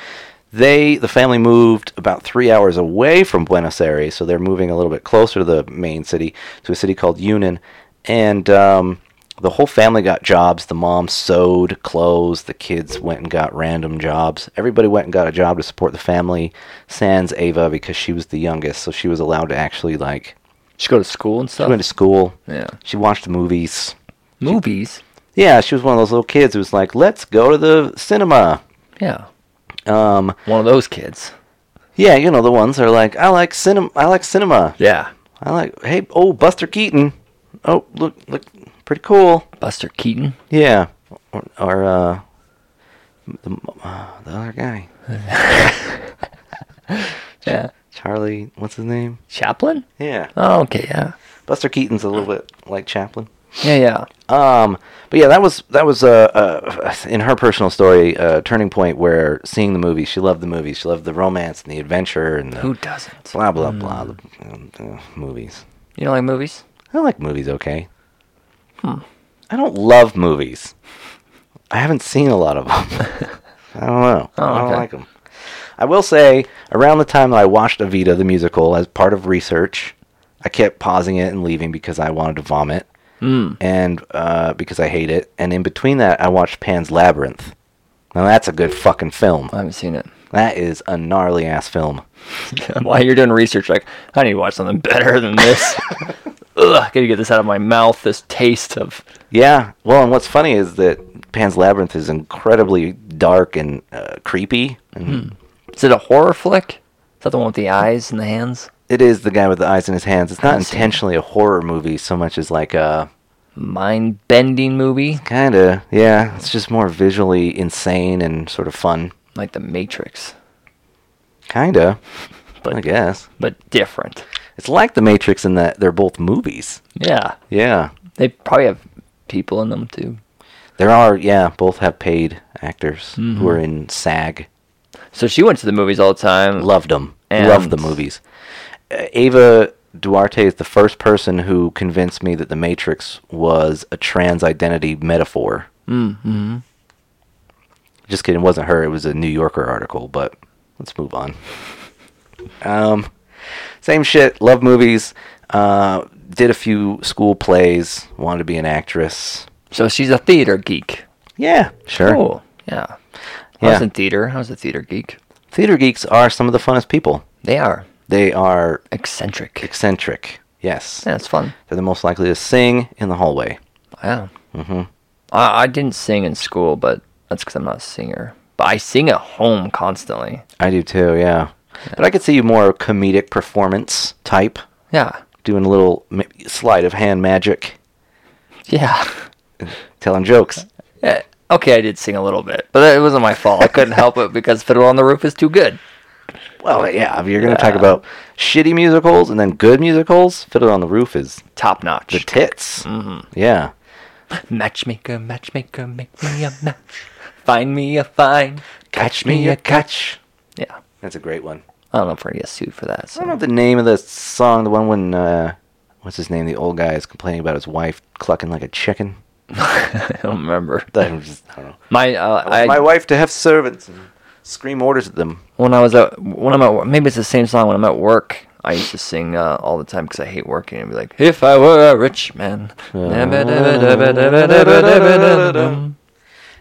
Speaker 2: They, the family moved about three hours away from Buenos Aires, so they're moving a little bit closer to the main city, to a city called Union. And um, the whole family got jobs. The mom sewed clothes. The kids went and got random jobs. Everybody went and got a job to support the family, sans Ava because she was the youngest, so she was allowed to actually like
Speaker 1: Just go to school and
Speaker 2: she
Speaker 1: stuff.
Speaker 2: went to school.
Speaker 1: Yeah.
Speaker 2: She watched the movies.
Speaker 1: Movies.
Speaker 2: Yeah, she was one of those little kids who was like, "Let's go to the cinema."
Speaker 1: Yeah.
Speaker 2: Um,
Speaker 1: One of those kids.
Speaker 2: Yeah, you know the ones that are like, I like cinema. I like cinema.
Speaker 1: Yeah.
Speaker 2: I like. Hey, oh, Buster Keaton. Oh, look, look, pretty cool.
Speaker 1: Buster Keaton.
Speaker 2: Yeah, or, or uh, the, uh, the other guy,
Speaker 1: Yeah.
Speaker 2: Charlie. What's his name?
Speaker 1: Chaplin?
Speaker 2: Yeah,
Speaker 1: Oh, okay, yeah.
Speaker 2: Buster Keaton's a little bit like Chaplin.
Speaker 1: Yeah, yeah.
Speaker 2: Um, but yeah, that was that was uh, uh in her personal story a turning point where seeing the movie, she loved the movie, she loved the romance and the adventure and the
Speaker 1: Who doesn't?
Speaker 2: blah blah blah the, um, uh, movies.
Speaker 1: You don't like movies?
Speaker 2: I like movies, okay. I don't love movies. I haven't seen a lot of them. I don't know. I don't
Speaker 1: okay.
Speaker 2: like them. I will say, around the time that I watched Evita the musical as part of research, I kept pausing it and leaving because I wanted to vomit
Speaker 1: Mm.
Speaker 2: and uh, because I hate it. And in between that, I watched Pan's Labyrinth. Now that's a good fucking film.
Speaker 1: I haven't seen it.
Speaker 2: That is a gnarly ass film.
Speaker 1: While you're doing research, like, I need to watch something better than this. Ugh, gotta get this out of my mouth, this taste of.
Speaker 2: Yeah. Well, and what's funny is that Pan's Labyrinth is incredibly dark and uh, creepy. And
Speaker 1: Is it a horror flick? Is that the one with the eyes and the hands?
Speaker 2: It is the guy with the eyes in his hands. It's not
Speaker 1: haven't seen it.
Speaker 2: intentionally a horror movie so much as like uh, a
Speaker 1: Mind bending movie?
Speaker 2: kind of yeah. It's just more visually insane and sort of fun.
Speaker 1: Like The Matrix,
Speaker 2: Kind of.
Speaker 1: But-
Speaker 2: I guess
Speaker 1: but different.
Speaker 2: it's like The Matrix in that they're both movies.
Speaker 1: Yeah.
Speaker 2: Yeah.
Speaker 1: They probably have people in them too.
Speaker 2: There are, yeah, both have paid actors who are in SAG.
Speaker 1: So she went to the movies all the time.
Speaker 2: Loved them.
Speaker 1: And-
Speaker 2: Loved the movies. Uh, Ava Duarte is the first person who convinced me that The Matrix was a trans identity metaphor. Mm-hmm. Just kidding. It wasn't her. It was a New Yorker article, but let's move on. Um, same shit. Love movies. Uh, did a few school plays. Wanted to be an actress.
Speaker 1: So she's a theater geek.
Speaker 2: Yeah, sure.
Speaker 1: Cool. Yeah. I
Speaker 2: Yeah.
Speaker 1: was in theater. I was a theater geek.
Speaker 2: Theater geeks are some of the funnest people.
Speaker 1: They are
Speaker 2: They are
Speaker 1: eccentric.
Speaker 2: eccentric. Yes.
Speaker 1: Yeah, it's fun.
Speaker 2: They're the most likely to sing in the hallway.
Speaker 1: Yeah. Mm-hmm. I, I didn't sing in school, but that's because I'm not a singer. But I sing at home constantly.
Speaker 2: I do too, yeah. But I could see you more comedic performance type,
Speaker 1: Yeah.
Speaker 2: doing a little ma- sleight of hand magic,
Speaker 1: Yeah.
Speaker 2: telling jokes.
Speaker 1: Yeah. Eh, Okay, I did sing a little bit, but that- it wasn't my fault. I couldn't help it because Fiddle on the Roof is too good.
Speaker 2: Well, yeah, if you're going to talk about shitty musicals and then good musicals, Fiddle on the Roof is
Speaker 1: Top notch.
Speaker 2: the tits. Mm-hmm. Yeah.
Speaker 1: matchmaker, matchmaker, make me a match. Find me a fine.
Speaker 2: Catch me a catch.
Speaker 1: Yeah.
Speaker 2: That's a great one.
Speaker 1: I don't know if we're gonna get sued for that.
Speaker 2: I don't
Speaker 1: So.
Speaker 2: know the name of the song, the one when, uh, what's his name, the old guy is complaining about his wife clucking like a chicken.
Speaker 1: I don't remember.
Speaker 2: I don't just- I don't know.
Speaker 1: My, uh,
Speaker 2: I
Speaker 1: I,
Speaker 2: want my wife to have servants and scream orders at them.
Speaker 1: when I was at when I'm at wo- maybe it's the same song when I'm at work. I used to sing uh, all the time because I hate working and be like, "If I were a rich man." oh
Speaker 2: And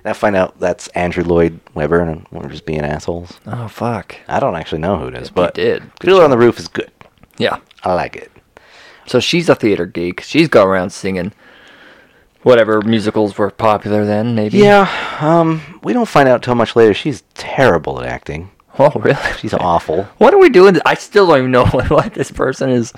Speaker 2: I find out that's Andrew Lloyd Webber, and we're just being assholes.
Speaker 1: Oh, fuck!
Speaker 2: I don't actually know who it is, but
Speaker 1: did. Good
Speaker 2: Fiddler on the Roof is good.
Speaker 1: Yeah.
Speaker 2: I like it.
Speaker 1: So she's a theater geek. She's go around singing whatever musicals were popular then. Maybe.
Speaker 2: Yeah, um, we don't find out till much later. She's terrible at acting.
Speaker 1: Oh really?
Speaker 2: She's awful.
Speaker 1: What are we doing? I still don't even know what this person is.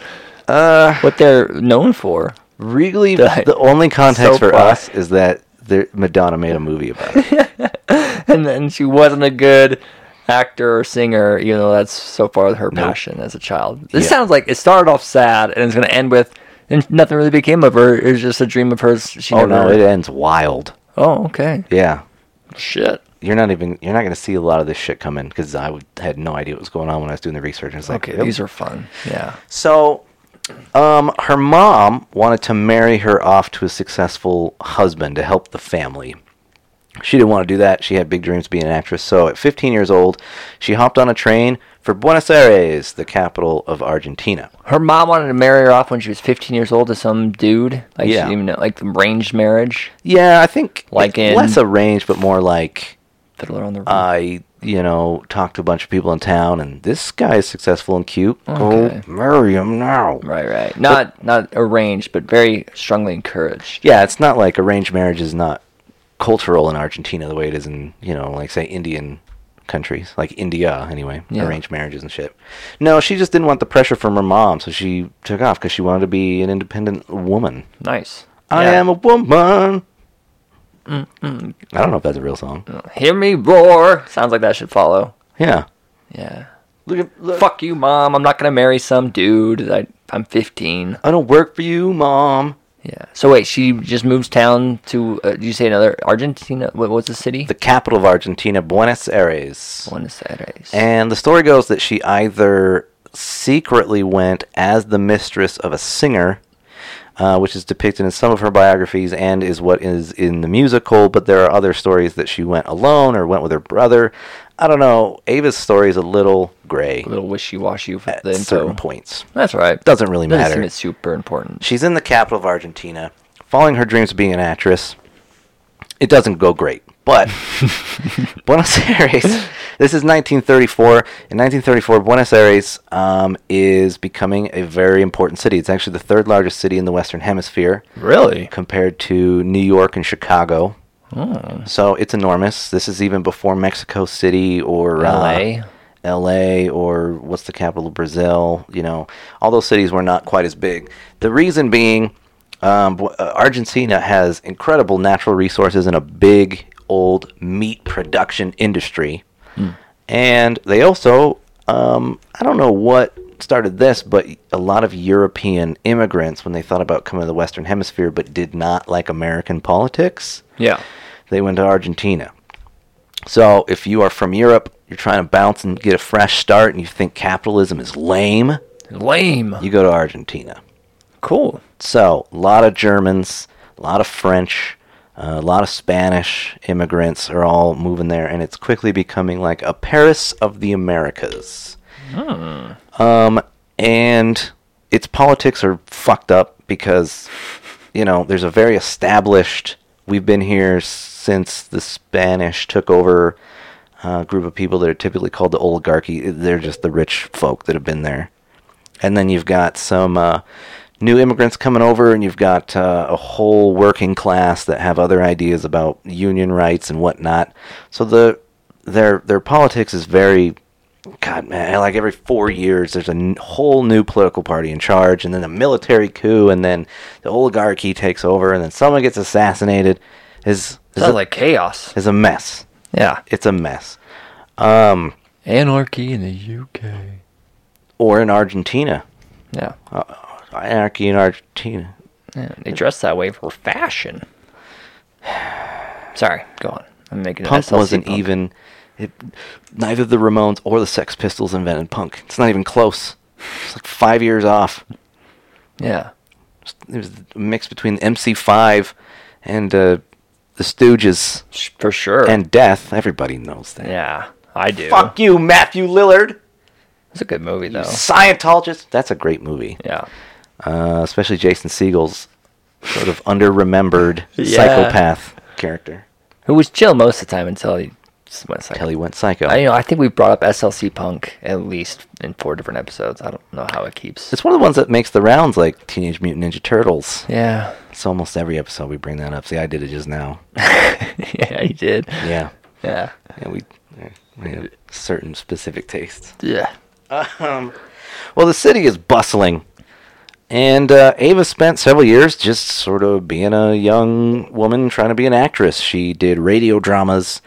Speaker 2: Uh,
Speaker 1: What they're known for.
Speaker 2: really,
Speaker 1: That-
Speaker 2: the only context
Speaker 1: so
Speaker 2: for
Speaker 1: far.
Speaker 2: us is that there, Madonna made a movie about it.
Speaker 1: and then she wasn't a good actor or singer, even though that's so far her passion as a child. This
Speaker 2: Yeah.
Speaker 1: sounds like it started off sad and it's going to end with, and nothing really became of her. It was just a dream of hers. She
Speaker 2: oh
Speaker 1: never,
Speaker 2: no, it ends wild.
Speaker 1: Oh, okay.
Speaker 2: Yeah,
Speaker 1: Shit.
Speaker 2: you're not even you're not going to see a lot of this shit coming because I would, had no idea what was going on when I was doing the research. It's like,
Speaker 1: Okay,
Speaker 2: yep.
Speaker 1: these are fun. Yeah.
Speaker 2: So, um, her mom wanted to marry her off to a successful husband to help the family. She didn't want to do that. She had big dreams of being an actress. So, at 15 years old, she hopped on a train for Buenos Aires, the capital of Argentina.
Speaker 1: Her mom wanted to marry her off when she was 15 years old to some dude. Like, she
Speaker 2: Yeah.
Speaker 1: didn't even know, like, arranged marriage.
Speaker 2: Yeah, I think
Speaker 1: Like
Speaker 2: it's
Speaker 1: in-
Speaker 2: less arranged, but more like
Speaker 1: Fiddler on the Roof.
Speaker 2: I, you know, talked to a bunch of people in town, and this guy is successful and cute.
Speaker 1: Okay.
Speaker 2: Oh, marry him now.
Speaker 1: right, right. Not not arranged, but very strongly encouraged.
Speaker 2: Yeah, it's not like arranged marriage is not cultural in Argentina the way it is in, you know, like say Indian countries, like India anyway,
Speaker 1: Yeah.
Speaker 2: arranged marriages and shit. No, she just didn't want the pressure from her mom, so she took off because she wanted to be an independent woman.
Speaker 1: Nice.
Speaker 2: I
Speaker 1: Yeah. Mm-hmm.
Speaker 2: am a woman. I don't know if that's a real song.
Speaker 1: Hear me roar. Sounds like that should follow.
Speaker 2: Yeah.
Speaker 1: Yeah.
Speaker 2: Look at look.
Speaker 1: Fuck you, mom. I'm not gonna marry some dude. I, I'm 15.
Speaker 2: I don't work for you, mom.
Speaker 1: Yeah. So wait, she just moves town to. Uh, did you say another Argentina? What was the city?
Speaker 2: The capital of Argentina, Buenos Aires.
Speaker 1: Buenos Aires.
Speaker 2: And the story goes that she either secretly went as the mistress of a singer, uh, which is depicted in some of her biographies and is what is in the musical, but there are other stories that she went alone or went with her brother. I don't know. Ava's story is a little gray
Speaker 1: a little wishy-washy for
Speaker 2: at
Speaker 1: the info.
Speaker 2: certain points.
Speaker 1: That's all right.
Speaker 2: Doesn't really
Speaker 1: Doesn't
Speaker 2: matter.
Speaker 1: Seem it's super important.
Speaker 2: She's in the capital of Argentina, following her dreams of being an actress. It doesn't go great, but Buenos Aires. This is 1934. In 1934, Buenos Aires um, is becoming a very important city. It's actually the third largest city in the Western Hemisphere,
Speaker 1: Really?
Speaker 2: compared to New York and Chicago. So it's enormous. This is even before Mexico City or uh,
Speaker 1: LA.
Speaker 2: LA or what's the capital of Brazil? You know, all those cities were not quite as big. The reason being, um, Bu- uh, Argentina has incredible natural resources and a big old meat production industry. And they also, um, I don't know what started this, but a lot of European immigrants, when they thought about coming to the Western Hemisphere but did not like American politics,
Speaker 1: Yeah.
Speaker 2: they went to Argentina. So if you are from Europe, you're trying to bounce and get a fresh start, and you think capitalism is lame,
Speaker 1: Lame.
Speaker 2: you go to Argentina.
Speaker 1: cool.
Speaker 2: So a lot of Germans, a lot of French, uh, a lot of Spanish immigrants are all moving there, and it's quickly becoming like a Paris of the Americas. Um, and its politics are fucked up because, you know, there's a very established, we've been here since the Spanish took over uh, group of people that are typically called the oligarchy. They're just the rich folk that have been there. And then you've got some uh, new immigrants coming over, and you've got uh, a whole working class that have other ideas about union rights and whatnot. So the their their politics is very God, man, like every four years, there's a n- whole new political party in charge, and then a military coup, and then the oligarchy takes over, and then someone gets assassinated. Is is
Speaker 1: Sounds
Speaker 2: a,
Speaker 1: like chaos.
Speaker 2: is a mess.
Speaker 1: Yeah.
Speaker 2: It's a mess.
Speaker 1: Anarchy in the UK.
Speaker 2: Or in Argentina,
Speaker 1: Yeah.
Speaker 2: anarchy in Argentina.
Speaker 1: yeah. They dress that way for fashion. Sorry. Go on. I'm making
Speaker 2: punk
Speaker 1: an SLC
Speaker 2: wasn't
Speaker 1: punk.
Speaker 2: even it, neither the ramones or the sex pistols invented punk it's not even close it's like five years off
Speaker 1: Yeah.
Speaker 2: it was a mix between mc5 and uh, the stooges
Speaker 1: Sh- For sure.
Speaker 2: and death everybody knows that
Speaker 1: yeah, I do.
Speaker 2: fuck you matthew lillard
Speaker 1: It's a good movie though.
Speaker 2: scientologist that's a great movie
Speaker 1: Yeah.
Speaker 2: uh, especially jason siegel's sort of under-remembered
Speaker 1: Yeah.
Speaker 2: psychopath character
Speaker 1: Who was chill most of the time until he s- went psycho.
Speaker 2: kelly went psycho
Speaker 1: I, you know, I think we brought up SLC Punk at least in four different episodes. I don't know how it keeps.
Speaker 2: it's one of the ones that makes the rounds like teenage mutant ninja turtles
Speaker 1: yeah,
Speaker 2: It's almost every episode we bring that up. See, I did it just now.
Speaker 1: yeah, he did.
Speaker 2: Yeah.
Speaker 1: Yeah,
Speaker 2: Yeah, we, we have certain specific tastes.
Speaker 1: yeah.
Speaker 2: Well, the city is bustling. And uh, Ava spent several years just sort of being a young woman trying to be an actress. She did radio dramas,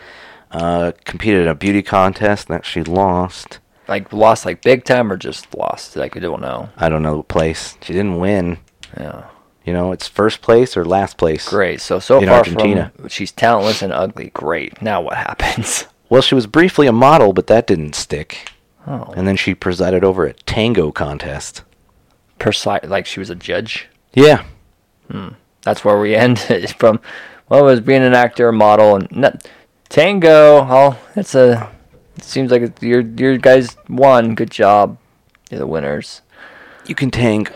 Speaker 2: uh, competed in a beauty contest that she lost.
Speaker 1: Like lost, like big time, or just lost. Like we don't know.
Speaker 2: I don't know the place. She didn't win.
Speaker 1: Yeah.
Speaker 2: You know, it's first place or last place.
Speaker 1: Great. So so
Speaker 2: In
Speaker 1: far
Speaker 2: Argentina.
Speaker 1: from she's talentless and ugly. Great. Now what happens?
Speaker 2: Well, she was briefly a model, but that didn't stick.
Speaker 1: Oh,
Speaker 2: And then she presided over a tango contest.
Speaker 1: Persi- like she was a judge.
Speaker 2: Yeah,
Speaker 1: That's where we end is from. Well, it was being an actor, a model, and not, tango. Oh, it's a. It seems like it's, your your guys won. Good job. You're the winners.
Speaker 2: you can tank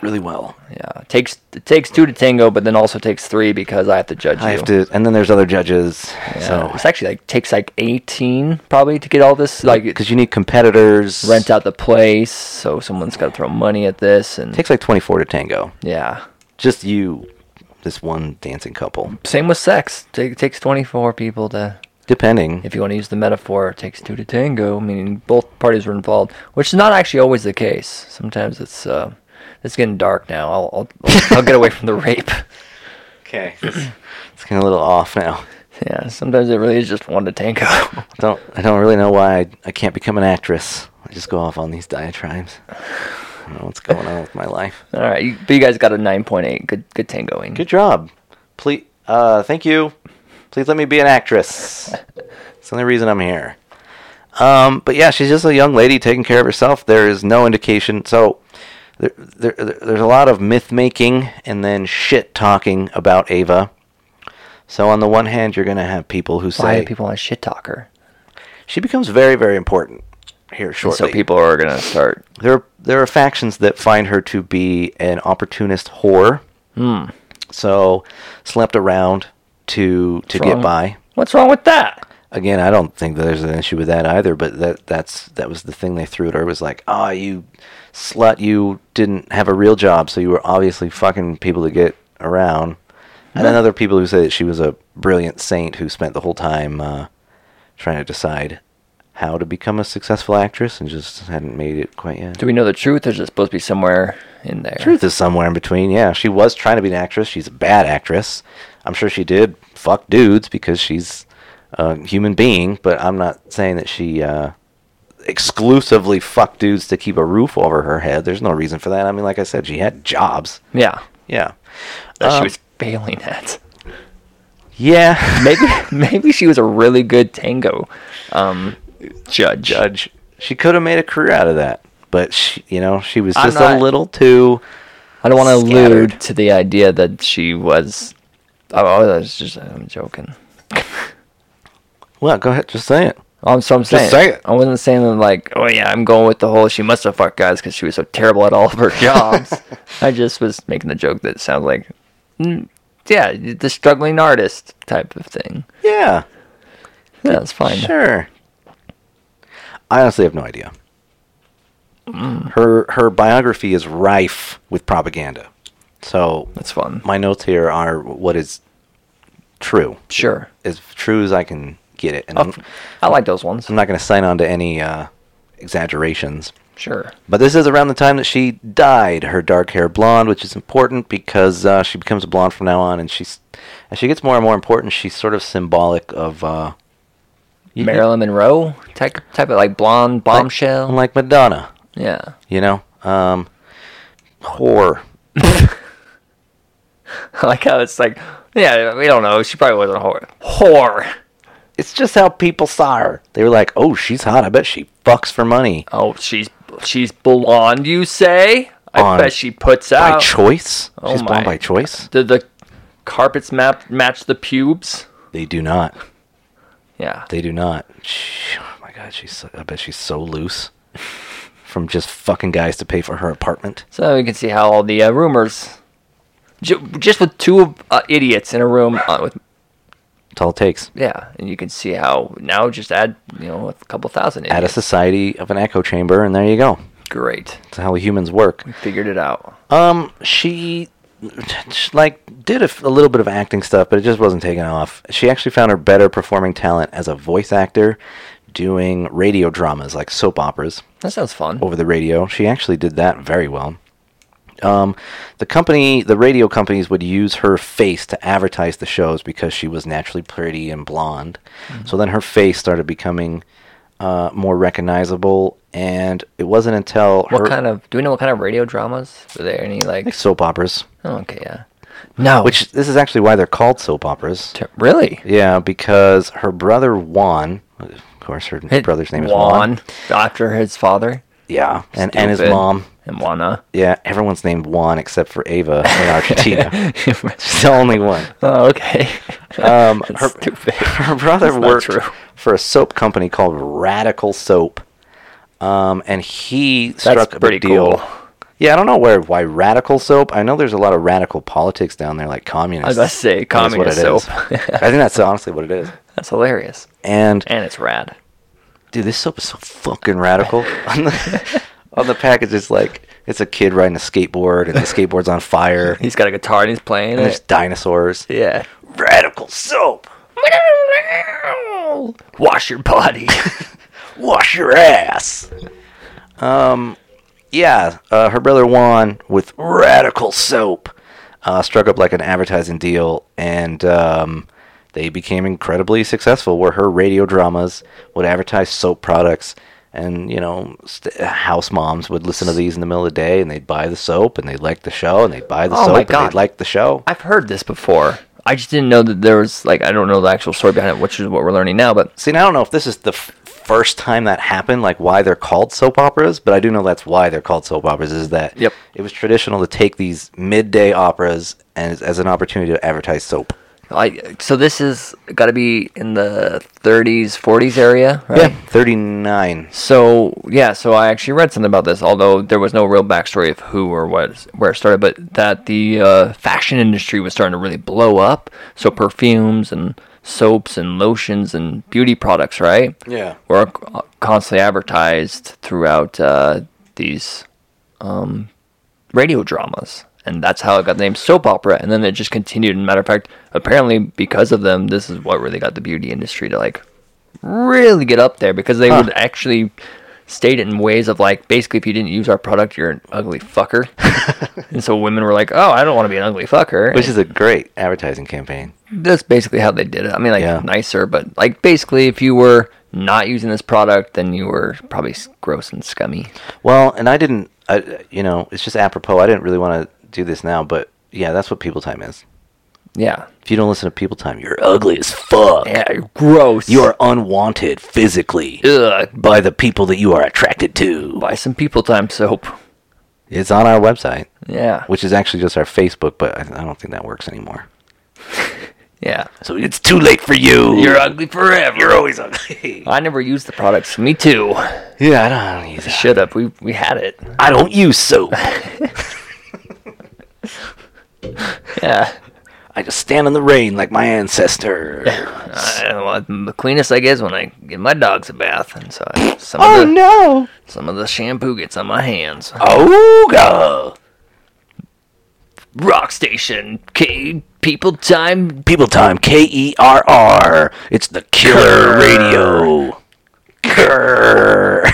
Speaker 2: really well.
Speaker 1: Yeah, it takes it takes two to tango, but then also takes three because I have to judge
Speaker 2: I
Speaker 1: you.
Speaker 2: have to, and then there's other judges.
Speaker 1: Yeah,
Speaker 2: So
Speaker 1: it's actually like takes like eighteen probably to get all this like
Speaker 2: because you need competitors,
Speaker 1: rent out the place, so someone's got to throw money at this and
Speaker 2: takes like 24 to tango.
Speaker 1: yeah.
Speaker 2: Just you, this one dancing couple.
Speaker 1: Same with sex. Take, it takes twenty four people to.
Speaker 2: Depending.
Speaker 1: If you want to use the metaphor, it takes two to tango, meaning both parties were involved, which is not actually always the case. Sometimes it's uh, it's getting dark now. I'll I'll, I'll get away from the rape.
Speaker 2: Okay. it's getting a little off now.
Speaker 1: Yeah, sometimes it really is just one to tango.
Speaker 2: Don't I don't really know why I, I can't become an actress. I just go off on these diatribes. I don't know what's going on with my life.
Speaker 1: All right, you, but you guys got a nine point eight. Good good tangoing.
Speaker 2: Good job. Please, uh, thank you. Please let me be an actress. It's the only reason I'm here. Um, but yeah, she's just a young lady taking care of herself. There is no indication. So there, there, there- there's a lot of myth making and then shit talking about Ava. So on the one hand, you're going to have people who
Speaker 1: Why
Speaker 2: say
Speaker 1: do people want to shit talk her?
Speaker 2: she becomes very, very important here
Speaker 1: And
Speaker 2: shortly.
Speaker 1: So people are gonna start.
Speaker 2: there are, there are factions that find her to be an opportunist whore. So slept around to to
Speaker 1: Wrong.
Speaker 2: get by.
Speaker 1: What's wrong with that?
Speaker 2: Again, I don't think that there's an issue with that either. But that that's that was the thing they threw at her was like, ah, you slut, you didn't have a real job, so you were obviously fucking people to get around. And then other people who say that she was a brilliant saint who spent the whole time uh, trying to decide how to become a successful actress and just hadn't made it quite yet.
Speaker 1: Do we know the truth? Or is it supposed to be somewhere in there?
Speaker 2: Truth is somewhere in between. Yeah, she was trying to be an actress. She's a bad actress. I'm sure she did fuck dudes because she's a human being. But I'm not saying that she uh, exclusively fucked dudes to keep a roof over her head. There's no reason for that. I mean, like I said, she had jobs.
Speaker 1: Yeah,
Speaker 2: Yeah,
Speaker 1: that
Speaker 2: Um,
Speaker 1: she was failing at.
Speaker 2: yeah.
Speaker 1: Maybe maybe she was a really good tango um, judge.
Speaker 2: Judge. She could have made a career out of that, but she, you know, she was
Speaker 1: I'm
Speaker 2: just
Speaker 1: not-
Speaker 2: a little too.
Speaker 1: I don't want to allude
Speaker 2: Scattered.
Speaker 1: to the idea that she was. Oh, oh, that's just I'm joking.
Speaker 2: Well, go ahead, just say it.
Speaker 1: Um, so I'm saying,
Speaker 2: say it.
Speaker 1: I wasn't saying that like, oh yeah, I'm going with the whole she must have fucked guys because she was so terrible at all of her jobs. I just was making a joke that sounds like, mm, yeah, the struggling artist type of thing.
Speaker 2: Yeah.
Speaker 1: Yeah, that's fine.
Speaker 2: Sure. I honestly have no idea. Her her biography is rife with propaganda. So
Speaker 1: That's fun.
Speaker 2: my notes here are what is true,
Speaker 1: Sure, Oh,
Speaker 2: as true as I can get it, and I'm,
Speaker 1: I like those ones.
Speaker 2: I'm not going to sign on to any uh, exaggerations.
Speaker 1: Sure.
Speaker 2: But this is around the time that she dyed her dark hair blonde, which is important because uh, she becomes a blonde from now on, and she's as she gets more and more important, she's sort of symbolic of uh, you-
Speaker 1: Marilyn Monroe type type of like blonde bombshell.
Speaker 2: like Madonna.
Speaker 1: yeah.
Speaker 2: you know um whore
Speaker 1: like how it's like, yeah, we don't know. She probably wasn't a whore. Whore.
Speaker 2: it's just how people saw her they were like oh she's hot i bet she fucks for money
Speaker 1: Oh, she's she's blonde. You say? I
Speaker 2: On-
Speaker 1: bet she puts
Speaker 2: by
Speaker 1: out.
Speaker 2: choice she's blonde
Speaker 1: Oh. my.
Speaker 2: by choice
Speaker 1: Did the carpets map match the pubes?
Speaker 2: they do not
Speaker 1: Yeah.
Speaker 2: they do not Sh oh my god she's so, i bet she's so loose from just fucking guys to pay for her apartment
Speaker 1: So we can see how all the uh, rumors, ju- just with two uh, idiots in a room, uh, with
Speaker 2: it's all it takes
Speaker 1: yeah, and you can see how now just add you know a couple thousand
Speaker 2: add a
Speaker 1: idiots.
Speaker 2: society of an echo chamber and there you go
Speaker 1: Great,
Speaker 2: that's how humans work
Speaker 1: figured it out.
Speaker 2: Um, she like did a, f- a little bit of acting stuff, but it just wasn't taking off. She actually found her better performing talent as a voice actor, doing radio dramas like soap operas
Speaker 1: That sounds fun.
Speaker 2: over the radio. She actually did that very well. Um, the company, the radio companies would use her face to advertise the shows because she was naturally pretty and blonde.
Speaker 1: Mm-hmm.
Speaker 2: So then her face started becoming uh, more recognizable, and it wasn't until
Speaker 1: What
Speaker 2: her
Speaker 1: kind of do we know what kind of radio dramas? Were there any
Speaker 2: like
Speaker 1: like?
Speaker 2: soap operas.
Speaker 1: Oh, okay, yeah. No,
Speaker 2: Which this is actually why they're called soap operas.
Speaker 1: Ter- really?
Speaker 2: Yeah, because her brother Juan, of course, her brother's name is Juan.
Speaker 1: Juan, after his father
Speaker 2: Yeah, and and his
Speaker 1: Stupid.
Speaker 2: mom.
Speaker 1: and Juana.
Speaker 2: Yeah, everyone's named Juan except for Ava in Argentina. She's the only one.
Speaker 1: oh, okay.
Speaker 2: Um,
Speaker 1: That's
Speaker 2: her,
Speaker 1: stupid.
Speaker 2: her brother
Speaker 1: That's not
Speaker 2: worked
Speaker 1: true.
Speaker 2: for a soap company called Radical Soap, um, and he struck a
Speaker 1: pretty
Speaker 2: big deal.
Speaker 1: cool.
Speaker 2: Yeah, I don't know where why Radical Soap. I know there's a lot of radical politics down there, like
Speaker 1: I
Speaker 2: communists.
Speaker 1: was about to say
Speaker 2: That is
Speaker 1: communist
Speaker 2: what it is.
Speaker 1: soap.
Speaker 2: I think that's honestly what it is.
Speaker 1: That's hilarious,
Speaker 2: And
Speaker 1: and it's rad.
Speaker 2: dude, this soap is so fucking radical. on the on the package, it's like it's a kid riding a skateboard, and the skateboard's on fire. And
Speaker 1: He's got a guitar and he's playing
Speaker 2: there's
Speaker 1: it.
Speaker 2: dinosaurs.
Speaker 1: Yeah.
Speaker 2: Radical soap. old?
Speaker 1: Wash your body.
Speaker 2: Wash your ass. Um, yeah, uh, her brother Juan with radical soap uh, struck up like an advertising deal, and um, they became incredibly successful. Where her radio dramas would advertise soap products, and you know, st- house moms would listen to these in the middle of the day, and they'd buy the soap, and they'd like the show, and they'd buy the
Speaker 1: Oh
Speaker 2: soap,
Speaker 1: my
Speaker 2: and
Speaker 1: God.
Speaker 2: they'd like the show.
Speaker 1: I've heard this before. I just didn't know that there was like I don't know the actual story behind it, which is what we're learning now. But
Speaker 2: See, and I don't know if this is the f- first time that happened, like why they're called soap operas, but I do know that's why they're called soap operas. Is that
Speaker 1: Yep.
Speaker 2: it was traditional to take these midday operas as, as an opportunity to advertise soap.
Speaker 1: I so this is got to be in the 30s, 40s area, right?
Speaker 2: thirty nine.
Speaker 1: So yeah, so I actually read something about this, although there was no real backstory of who or what where it started, but that the uh, fashion industry was starting to really blow up. So perfumes and soaps and lotions and beauty products, right?
Speaker 2: Yeah.
Speaker 1: were c- constantly advertised throughout uh, these um, radio dramas, and that's how it got the name soap opera. And then it just continued. And matter of fact, apparently because of them, this is what really got the beauty industry to like really get up there because they
Speaker 2: Huh.
Speaker 1: would actually state it in ways of like basically if you didn't use our product, you're an ugly fucker. and so women were like, "Oh, I don't want to be an ugly fucker."
Speaker 2: Which is a great advertising campaign.
Speaker 1: that's basically how they did it. I mean, like
Speaker 2: Yeah.
Speaker 1: nicer, but like basically, if you were not using this product, then you were probably s- gross and scummy.
Speaker 2: Well, and I didn't, I, you know, it's just apropos. I didn't really want to do this now, but yeah, that's what people time is.
Speaker 1: Yeah,
Speaker 2: If you don't listen to people time, you're ugly as fuck.
Speaker 1: yeah, you're gross.
Speaker 2: You are unwanted physically
Speaker 1: Ugh.
Speaker 2: by the people that you are attracted to.
Speaker 1: buy some people time soap.
Speaker 2: It's on our website,
Speaker 1: Yeah,
Speaker 2: which is actually just our Facebook, but I, I don't think that works anymore.
Speaker 1: yeah,
Speaker 2: So it's too late for you.
Speaker 1: you're ugly forever.
Speaker 2: You're always ugly.
Speaker 1: I never used the products. Me too.
Speaker 2: yeah, I don't use
Speaker 1: Shut up. We we had it.
Speaker 2: I don't use soap.
Speaker 1: Yeah.
Speaker 2: I just stand in the rain like my ancestor.
Speaker 1: I, well, I'm the cleanest I get is when I give my dogs a bath, and so I, some
Speaker 2: oh
Speaker 1: of the
Speaker 2: no!
Speaker 1: some of the shampoo gets on my hands.
Speaker 2: Oh god!
Speaker 1: Rock station, K people time.
Speaker 2: People time K E R R. It's the killer
Speaker 1: Kerr.
Speaker 2: radio. Kerr.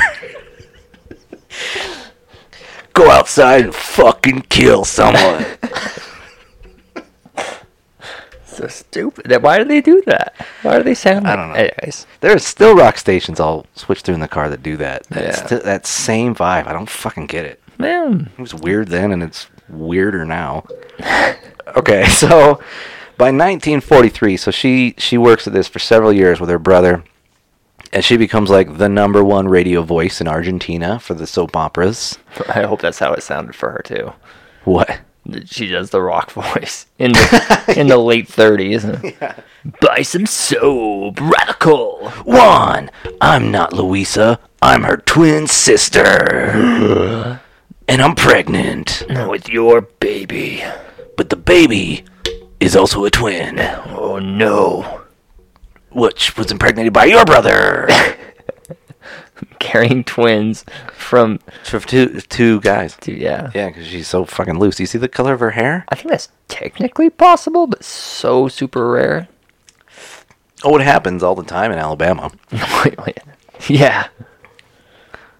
Speaker 2: Go outside and fucking kill someone.
Speaker 1: So stupid. Then Why do they do that? Why do they sound? Like, I
Speaker 2: don't know.
Speaker 1: Anyways,
Speaker 2: There's still rock stations I'll switch through in the car that do that. That,
Speaker 1: Yeah.
Speaker 2: sti- that same vibe. I don't fucking get it.
Speaker 1: man,
Speaker 2: It was weird then and it's weirder now. okay, so by 1943, so she she works at this for several years with her brother and she becomes like the number one radio voice in Argentina for the soap operas.
Speaker 1: I hope that's how it sounded for her too.
Speaker 2: What?
Speaker 1: That She does the rock voice in the in the late thirties. Buy some soap, radical.
Speaker 2: Juan, I'm not Luisa. I'm her twin sister. and I'm pregnant.
Speaker 1: With your baby.
Speaker 2: But the baby is also a twin.
Speaker 1: Oh no,
Speaker 2: which was impregnated by your brother.
Speaker 1: carrying twins from
Speaker 2: so two two guys.
Speaker 1: to yeah.
Speaker 2: Yeah, because she's so fucking loose. Do you see the color of her hair?
Speaker 1: I think that's technically possible, but so super rare.
Speaker 2: Oh, it happens all the time in Alabama.
Speaker 1: yeah.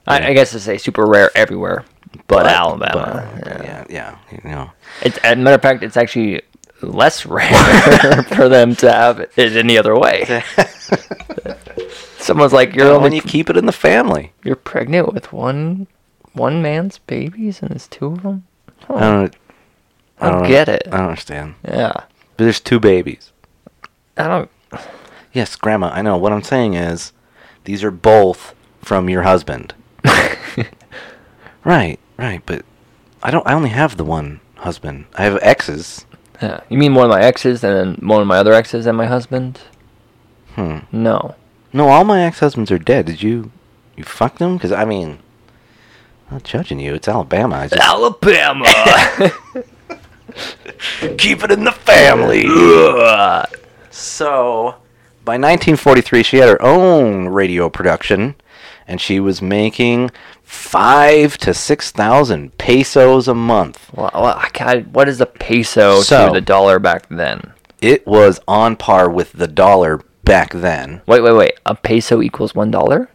Speaker 1: I, I guess to say super rare everywhere, but, Alabama.
Speaker 2: but, yeah. yeah, you know.
Speaker 1: It's, as a matter of fact, it's actually less rare for them to have it any other way. Someone's like, "You're
Speaker 2: When
Speaker 1: only
Speaker 2: you keep it in the family,
Speaker 1: you're pregnant with one one man's babies, and it's two of them."
Speaker 2: I don't.
Speaker 1: I don't get it.
Speaker 2: I don't understand.
Speaker 1: Yeah,
Speaker 2: But there's two babies.
Speaker 1: I don't.
Speaker 2: Yes, Grandma. I know. What I'm saying is, these are both from your husband. right, right. But I don't. I only have the one husband. I have exes.
Speaker 1: Yeah. You mean one of my exes, and then one of my other exes, and my husband?
Speaker 2: Hmm.
Speaker 1: No.
Speaker 2: No, all my ex-husbands are dead. Did you, you fuck them? Because I mean, I'm not judging you. It's Alabama. I just
Speaker 1: Alabama.
Speaker 2: keep it in the family. So, by 1943, she had her own radio production, and she was making five to six thousand pesos a month.
Speaker 1: well, well, I ca- what is a peso
Speaker 2: So-
Speaker 1: to the dollar back then?
Speaker 2: It was on par with the dollar back then.
Speaker 1: Wait, wait, wait. A peso equals one dollar?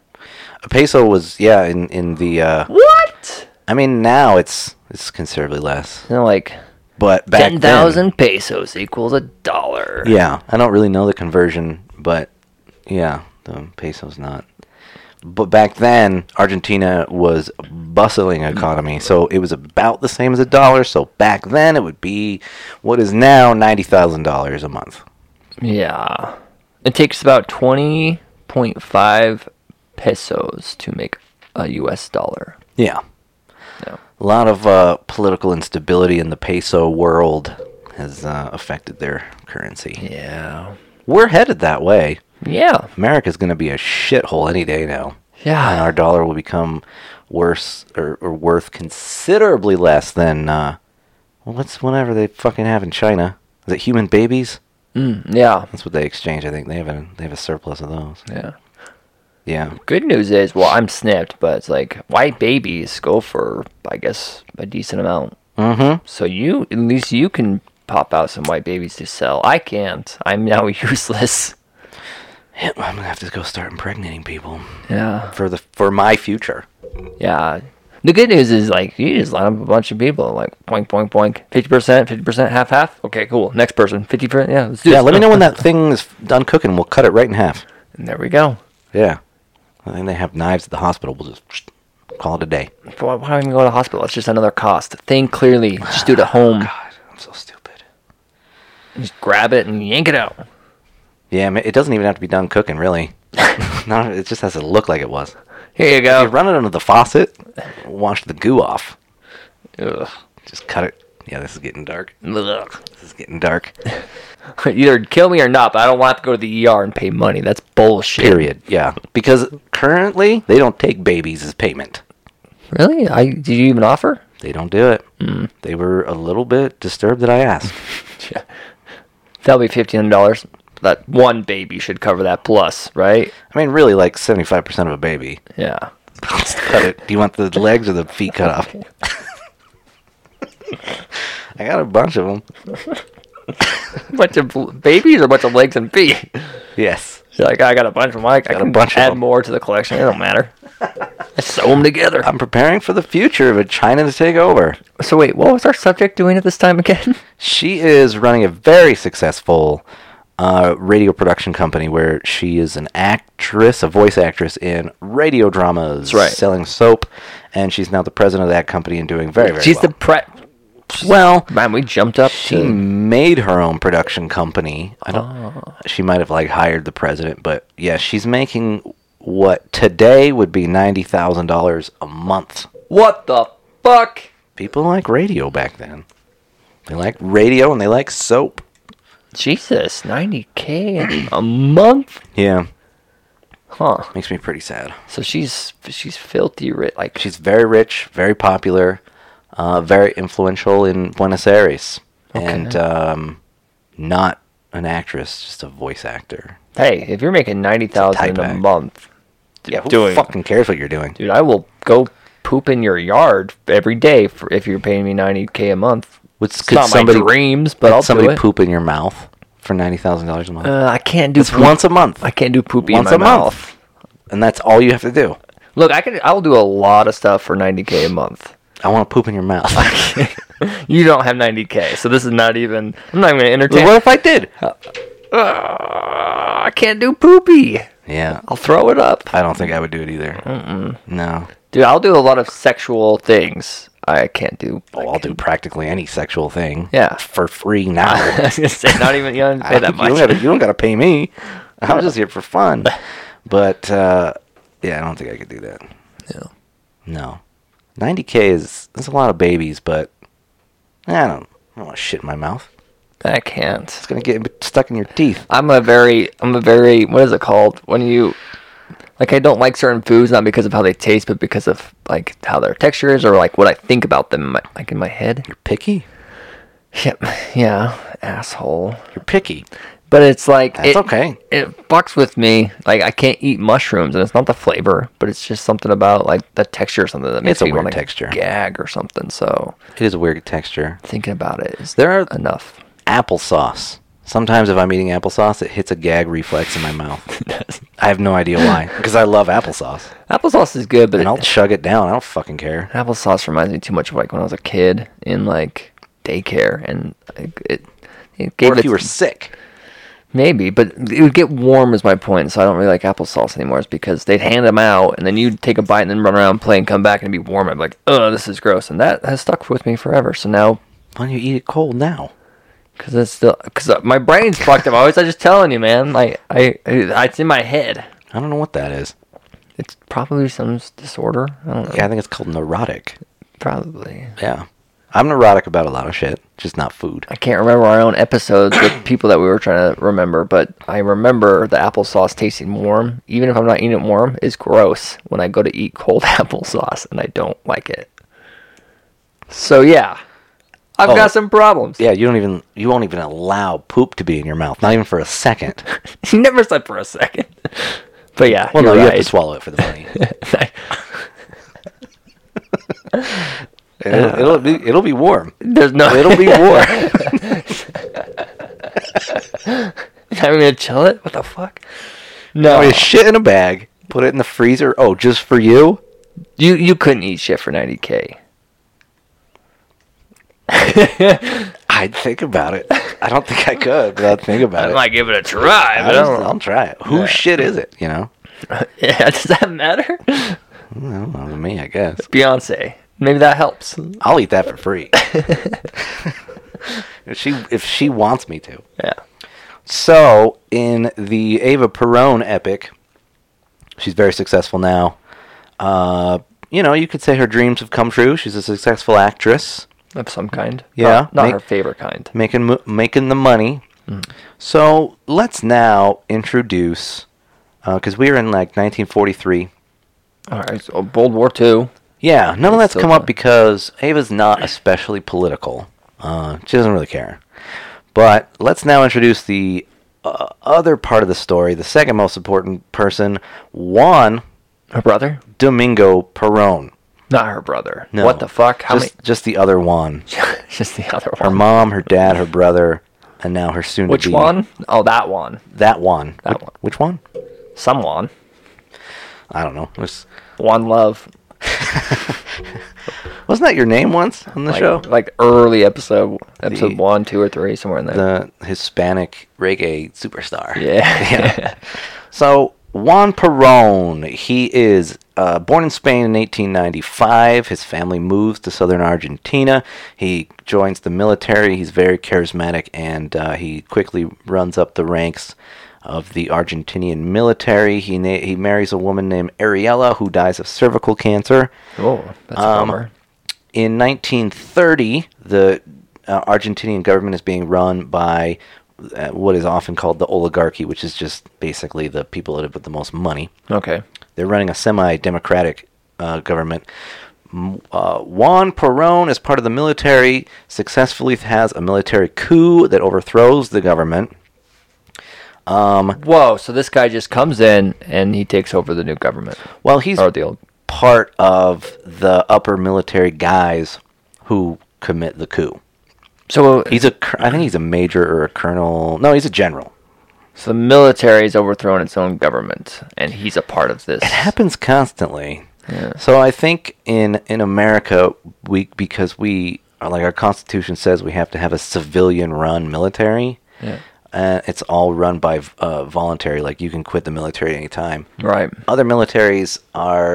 Speaker 2: A peso was yeah in in the. Uh,
Speaker 1: What?
Speaker 2: I mean now it's it's considerably less,
Speaker 1: You know, like
Speaker 2: but back
Speaker 1: ten
Speaker 2: then-
Speaker 1: thousand pesos equals a dollar.
Speaker 2: Yeah, I don't really know the conversion, but yeah, the peso's not. But back then, Argentina was a bustling economy, so it was about the same as a dollar. So back then, it would be what is now ninety thousand dollars a month.
Speaker 1: Yeah. It takes about 20.5 pesos to make a US dollar.
Speaker 2: Yeah,
Speaker 1: No.
Speaker 2: a lot of uh, political instability in the peso world has uh, affected their currency.
Speaker 1: Yeah.
Speaker 2: We're headed that way.
Speaker 1: Yeah.
Speaker 2: America's going to be a shithole any day now. and
Speaker 1: Yeah.
Speaker 2: our dollar will become worse or, or worth considerably less than uh, well, what's whatever they fucking have in China. Is it human babies?
Speaker 1: Mm, yeah.
Speaker 2: That's what they exchange. I think they have a they have a surplus of those.
Speaker 1: Yeah.
Speaker 2: Yeah,
Speaker 1: Good news is, well, I'm snipped, but it's like white babies go for, I guess, a decent amount.
Speaker 2: mm-hmm.
Speaker 1: So you, at least you can pop out some white babies to sell. I can't. I'm now useless.
Speaker 2: I'm gonna have to go start impregnating people
Speaker 1: Yeah.
Speaker 2: for the for my future.
Speaker 1: Yeah. The good news is, like, you just line up a bunch of people, like, boink, boink, boink. 50%, 50%, half, half. Okay, cool. Next person, 50%. Yeah, let's do
Speaker 2: Yeah,
Speaker 1: this.
Speaker 2: let me know when that thing is done cooking. We'll cut it right in half.
Speaker 1: And there we go.
Speaker 2: Yeah, I think they have knives at the hospital. We'll just call it a day.
Speaker 1: Why, why don't we go to the hospital? It's just another cost. Think clearly. Just do it at home.
Speaker 2: God, I'm so stupid.
Speaker 1: Just grab it and yank it out.
Speaker 2: Yeah, ma- it doesn't even have to be done cooking, really. no, it just has to look like it was.
Speaker 1: Here you
Speaker 2: You
Speaker 1: go.
Speaker 2: run it under the faucet, Oh. wash the goo off.
Speaker 1: Ugh.
Speaker 2: Just cut it. Yeah, this is getting dark.
Speaker 1: Ugh.
Speaker 2: This is getting dark.
Speaker 1: Either kill me or not, but I don't want to go to the ER and pay money. That's bullshit.
Speaker 2: Period. Yeah, because currently they don't take babies as payment.
Speaker 1: Really? I Did you even offer?
Speaker 2: They don't do it. Mm. They were a little bit disturbed that I asked.
Speaker 1: That'll be $1,500. That one baby should cover that plus, right?
Speaker 2: I mean, really, like seventy-five percent of a baby.
Speaker 1: Yeah.
Speaker 2: Just cut it. Do you want the legs or the feet cut off? I got a bunch of them.
Speaker 1: bunch of bl- babies or a bunch of legs and feet?
Speaker 2: Yes.
Speaker 1: You're like, I got a bunch of them. I, I
Speaker 2: a
Speaker 1: can
Speaker 2: bunch of
Speaker 1: add
Speaker 2: them.
Speaker 1: more to the collection. It don't matter. I sew them together.
Speaker 2: I'm preparing for the future of a China to take over.
Speaker 1: Uh, So wait, what was our subject doing at this time again?
Speaker 2: She is running a very successful uh, radio production company where she is an actress, a voice actress in radio dramas,
Speaker 1: right.
Speaker 2: selling soap, and she's now the president of that company and doing very, very
Speaker 1: She's
Speaker 2: well.
Speaker 1: the prep.
Speaker 2: well,
Speaker 1: Man, we jumped up.
Speaker 2: she
Speaker 1: to-
Speaker 2: made her own production company. I don't.
Speaker 1: Oh.
Speaker 2: She might have like hired the president, but yeah, she's making what today would be ninety thousand dollars a month.
Speaker 1: what the fuck?
Speaker 2: People like radio back then. They like radio and they like soap.
Speaker 1: Jesus, ninety k a month,
Speaker 2: Yeah,
Speaker 1: huh?
Speaker 2: makes me pretty sad.
Speaker 1: So she's she's filthy rich. Like
Speaker 2: She's very rich, very popular, uh, very influential in Buenos Aires, and um, not an actress, just a voice actor.
Speaker 1: hey, if you're making ninety thousand a
Speaker 2: act.
Speaker 1: month,
Speaker 2: Yeah, who
Speaker 1: doing-
Speaker 2: fucking cares what you're doing?
Speaker 1: dude, I will go poop in your yard every day for if you're paying me ninety k a month.
Speaker 2: What's
Speaker 1: It's not my dreams, but
Speaker 2: could
Speaker 1: I'll
Speaker 2: somebody
Speaker 1: do it.
Speaker 2: poop in your mouth for ninety thousand dollars a month?
Speaker 1: Uh, I can't do
Speaker 2: it's once a month,
Speaker 1: I can't do poopy
Speaker 2: Once
Speaker 1: in
Speaker 2: a
Speaker 1: my
Speaker 2: month.
Speaker 1: mouth.
Speaker 2: and that's all you have to do.
Speaker 1: Look, I could I'll do a lot of stuff for ninety k a month.
Speaker 2: I want to poop in your mouth.
Speaker 1: you don't have 90k, so this is not even. I'm not even gonna entertain.
Speaker 2: what if I did?
Speaker 1: Ah, I can't do poopy.
Speaker 2: Yeah,
Speaker 1: I'll throw it up,
Speaker 2: I don't think I would do it either. No.
Speaker 1: dude. I'll do a lot of sexual things. I can't do.
Speaker 2: Oh, I'll do practically any sexual thing.
Speaker 1: Yeah.
Speaker 2: for free now.
Speaker 1: I was gonna say, not even you don't pay
Speaker 2: I-
Speaker 1: that
Speaker 2: You
Speaker 1: much.
Speaker 2: don't, gotta, you don't gotta pay me. I'm just here for fun. But uh, yeah, I don't think I could do that.
Speaker 1: No.
Speaker 2: No, 90k is that's a lot of babies, but I don't. I don't want shit in my mouth.
Speaker 1: I can't.
Speaker 2: It's gonna get stuck in your teeth.
Speaker 1: I'm a very, I'm a very. What is it called when you? Like I don't like certain foods not because of how they taste, but because of like how their texture is, or like what I think about them, in my, like in my head.
Speaker 2: You're picky.
Speaker 1: Yep. Yeah. Asshole.
Speaker 2: You're picky.
Speaker 1: But it's like
Speaker 2: That's
Speaker 1: it-
Speaker 2: okay.
Speaker 1: It fucks with me. Like I can't eat mushrooms, and it's not the flavor, but it's just something about like the texture or something that makes
Speaker 2: It's a
Speaker 1: me
Speaker 2: weird
Speaker 1: want to
Speaker 2: texture.
Speaker 1: gag or something. So
Speaker 2: It is a weird texture.
Speaker 1: thinking about it is
Speaker 2: There are
Speaker 1: enough.
Speaker 2: applesauce Sometimes if I'm eating applesauce, it hits a gag reflex in my mouth. I have no idea why, because I love applesauce,
Speaker 1: applesauce is good, but
Speaker 2: and I'll
Speaker 1: it,
Speaker 2: chug it down. I don't fucking care.
Speaker 1: applesauce reminds me too much of like when I was a kid in like daycare, and like, it it gave
Speaker 2: Or if
Speaker 1: it
Speaker 2: you were sick,
Speaker 1: maybe, but it would get warm is my point. So I don't really like applesauce anymore. It's because they'd hand them out, and then you'd take a bite, and then run around, and play, and come back, and it'd be warm. I'd be like, oh, this is gross, and that has stuck with me forever. So now
Speaker 2: why don't you eat it cold now?
Speaker 1: Cause it's still, cause uh, my brain's fucked up. I was just telling you, man. Like I, I, it's in my head.
Speaker 2: I don't know what that is.
Speaker 1: It's probably some s- disorder. I don't know.
Speaker 2: Yeah, I think it's called neurotic.
Speaker 1: Probably.
Speaker 2: Yeah, I'm neurotic about a lot of shit, just not food.
Speaker 1: I can't remember our own episodes with people that we were trying to remember, but I remember the applesauce tasting warm, even if I'm not eating it warm, is gross when I go to eat cold applesauce and I don't like it. So yeah, I've
Speaker 2: Oh.
Speaker 1: got some problems.
Speaker 2: Yeah, you don't even you won't even allow poop to be in your mouth, not even for a second.
Speaker 1: You Never slept for a second. But yeah,
Speaker 2: Well, no,
Speaker 1: you're
Speaker 2: you have
Speaker 1: right.
Speaker 2: to swallow it for the money. it'll, it'll be it'll be warm.
Speaker 1: There's no.
Speaker 2: It'll be warm.
Speaker 1: I'm gonna chill it. What the fuck? No,
Speaker 2: Put your shit in a bag, put it in the freezer. Oh, just for you?
Speaker 1: you you couldn't eat shit for 90k.
Speaker 2: I'd think about it. I don't think I could, but I'd think about it.
Speaker 1: might give it a try.
Speaker 2: I don't, I'll try it. Whose shit is it? You know,
Speaker 1: yeah, does that matter?
Speaker 2: well, not to me, I guess.
Speaker 1: Beyonce. Maybe that helps.
Speaker 2: I'll eat that for free. if she if she wants me to.
Speaker 1: Yeah.
Speaker 2: So in the Ava Perone epic, she's very successful now. Uh, you know, you could say her dreams have come true. She's a successful actress.
Speaker 1: Of some kind.
Speaker 2: Yeah,
Speaker 1: Not, not
Speaker 2: make-
Speaker 1: her favorite kind.
Speaker 2: making mo- making the money. So let's now introduce because we were in like 1943.
Speaker 1: All right. So Oh, uh, World War II.
Speaker 2: Yeah, none of that's
Speaker 1: still
Speaker 2: come up
Speaker 1: fun.
Speaker 2: because Ava's not especially political. Uh, she doesn't really care. But let's now introduce the uh, other part of the story, the second most important person, Juan
Speaker 1: Her brother?
Speaker 2: Domingo Perón.
Speaker 1: Not her brother.
Speaker 2: No,
Speaker 1: What the fuck? How
Speaker 2: just, just the other Juan.
Speaker 1: many? just the other
Speaker 2: Her
Speaker 1: one.
Speaker 2: mom, her dad, her brother, and now her soon-to-be.
Speaker 1: Which one? Oh, that one.
Speaker 2: That one.
Speaker 1: That
Speaker 2: which,
Speaker 1: one.
Speaker 2: Which one?
Speaker 1: Someone.
Speaker 2: I don't know. It was-
Speaker 1: One Love.
Speaker 2: Wasn't that your name once on the
Speaker 1: Like,
Speaker 2: show?
Speaker 1: like early episode, episode
Speaker 2: The-
Speaker 1: one, two, or three, somewhere in there.
Speaker 2: The Hispanic reggae superstar.
Speaker 1: Yeah.
Speaker 2: So Juan Perón, he is uh, born in Spain in 1895. His family moves to southern Argentina. He joins the military. He's very charismatic, and uh, he quickly runs up the ranks of the Argentinian military. He na- he marries a woman named Ariela, who dies of cervical cancer.
Speaker 1: oh, that's a
Speaker 2: Um,
Speaker 1: bummer.
Speaker 2: In 1930, the uh, Argentinian government is being run by uh, what is often called the oligarchy, which is just basically the people that have the most money.
Speaker 1: Okay.
Speaker 2: They're running a semi-democratic uh, government. M- Uh, Juan Perón, as part of the military, successfully has a military coup that overthrows the government.
Speaker 1: Whoa, so this guy just comes in and he takes over the new government.
Speaker 2: Well, he's
Speaker 1: Or the old.
Speaker 2: part of the upper military guys who commit the coup.
Speaker 1: So, uh,
Speaker 2: He's a, cur- I think he's a major or a colonel. No, he's a general.
Speaker 1: so the military is overthrowing its own government and he's a part of this.
Speaker 2: happens constantly.
Speaker 1: Yeah.
Speaker 2: So I think in in America we because we are like our constitution says we have to have a civilian run military.
Speaker 1: Yeah.
Speaker 2: Uh, it's all run by uh, voluntary like you can quit the military anytime.
Speaker 1: Right.
Speaker 2: Other militaries are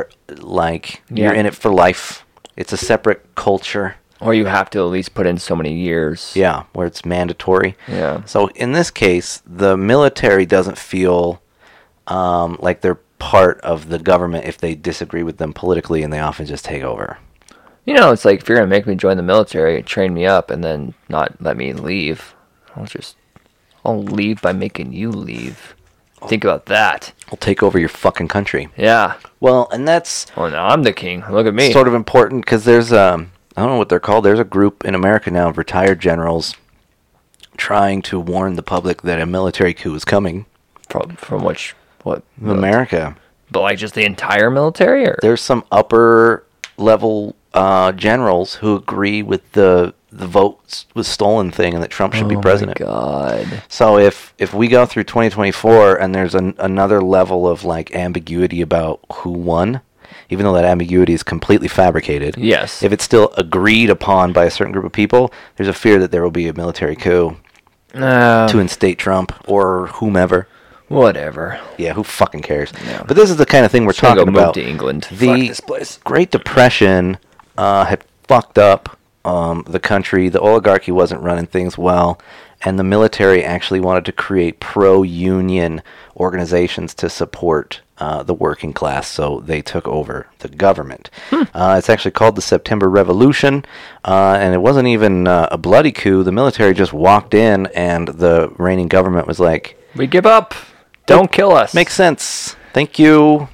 Speaker 2: like you're
Speaker 1: Yeah.
Speaker 2: in it for life. It's a separate culture.
Speaker 1: Or you have to at least put in so many years.
Speaker 2: Yeah, where it's mandatory.
Speaker 1: Yeah.
Speaker 2: So in this case, the military doesn't feel um, like they're part of the government if they disagree with them politically, and they often just take over.
Speaker 1: You know, it's like if you're going to make me join the military, train me up, and then not let me leave, I'll just. I'll leave by making you leave.
Speaker 2: Oh.
Speaker 1: Think about that.
Speaker 2: Will take over your fucking country.
Speaker 1: Yeah.
Speaker 2: Well, and that's
Speaker 1: Well, now I'm the king. Look at me.
Speaker 2: sort of important because there's um I don't know what they're called. There's a group in America now of retired generals trying to warn the public that a military coup is coming.
Speaker 1: From, from which. What?
Speaker 2: America.
Speaker 1: But like just the entire military? Or?
Speaker 2: there's some upper level uh, generals who agree with the the vote was stolen thing and that Trump should be
Speaker 1: Oh my
Speaker 2: president.
Speaker 1: God.
Speaker 2: So if if we go through 2024 and there's an, another level of like ambiguity about who won, even though that ambiguity is completely fabricated,
Speaker 1: Yes.
Speaker 2: if it's still agreed upon by a certain group of people, there's a fear that there will be a military coup
Speaker 1: Uh,
Speaker 2: to instate Trump or whomever.
Speaker 1: whatever.
Speaker 2: Yeah, who fucking cares?
Speaker 1: Yeah.
Speaker 2: But this is the kind of thing we're
Speaker 1: Should I
Speaker 2: talking
Speaker 1: go move
Speaker 2: about.
Speaker 1: to England.
Speaker 2: The
Speaker 1: Fuck this place.
Speaker 2: Great Depression uh, had fucked up um, the country. The oligarchy wasn't running things well, and the military actually wanted to create pro-union organizations to support uh, the working class. So they took over the government.
Speaker 1: Hmm.
Speaker 2: Uh, it's actually called the September Revolution, uh, and it wasn't even uh, a bloody coup. The military just walked in, and the reigning government was like.
Speaker 1: We give up. Don't kill us.
Speaker 2: Makes sense. Thank you.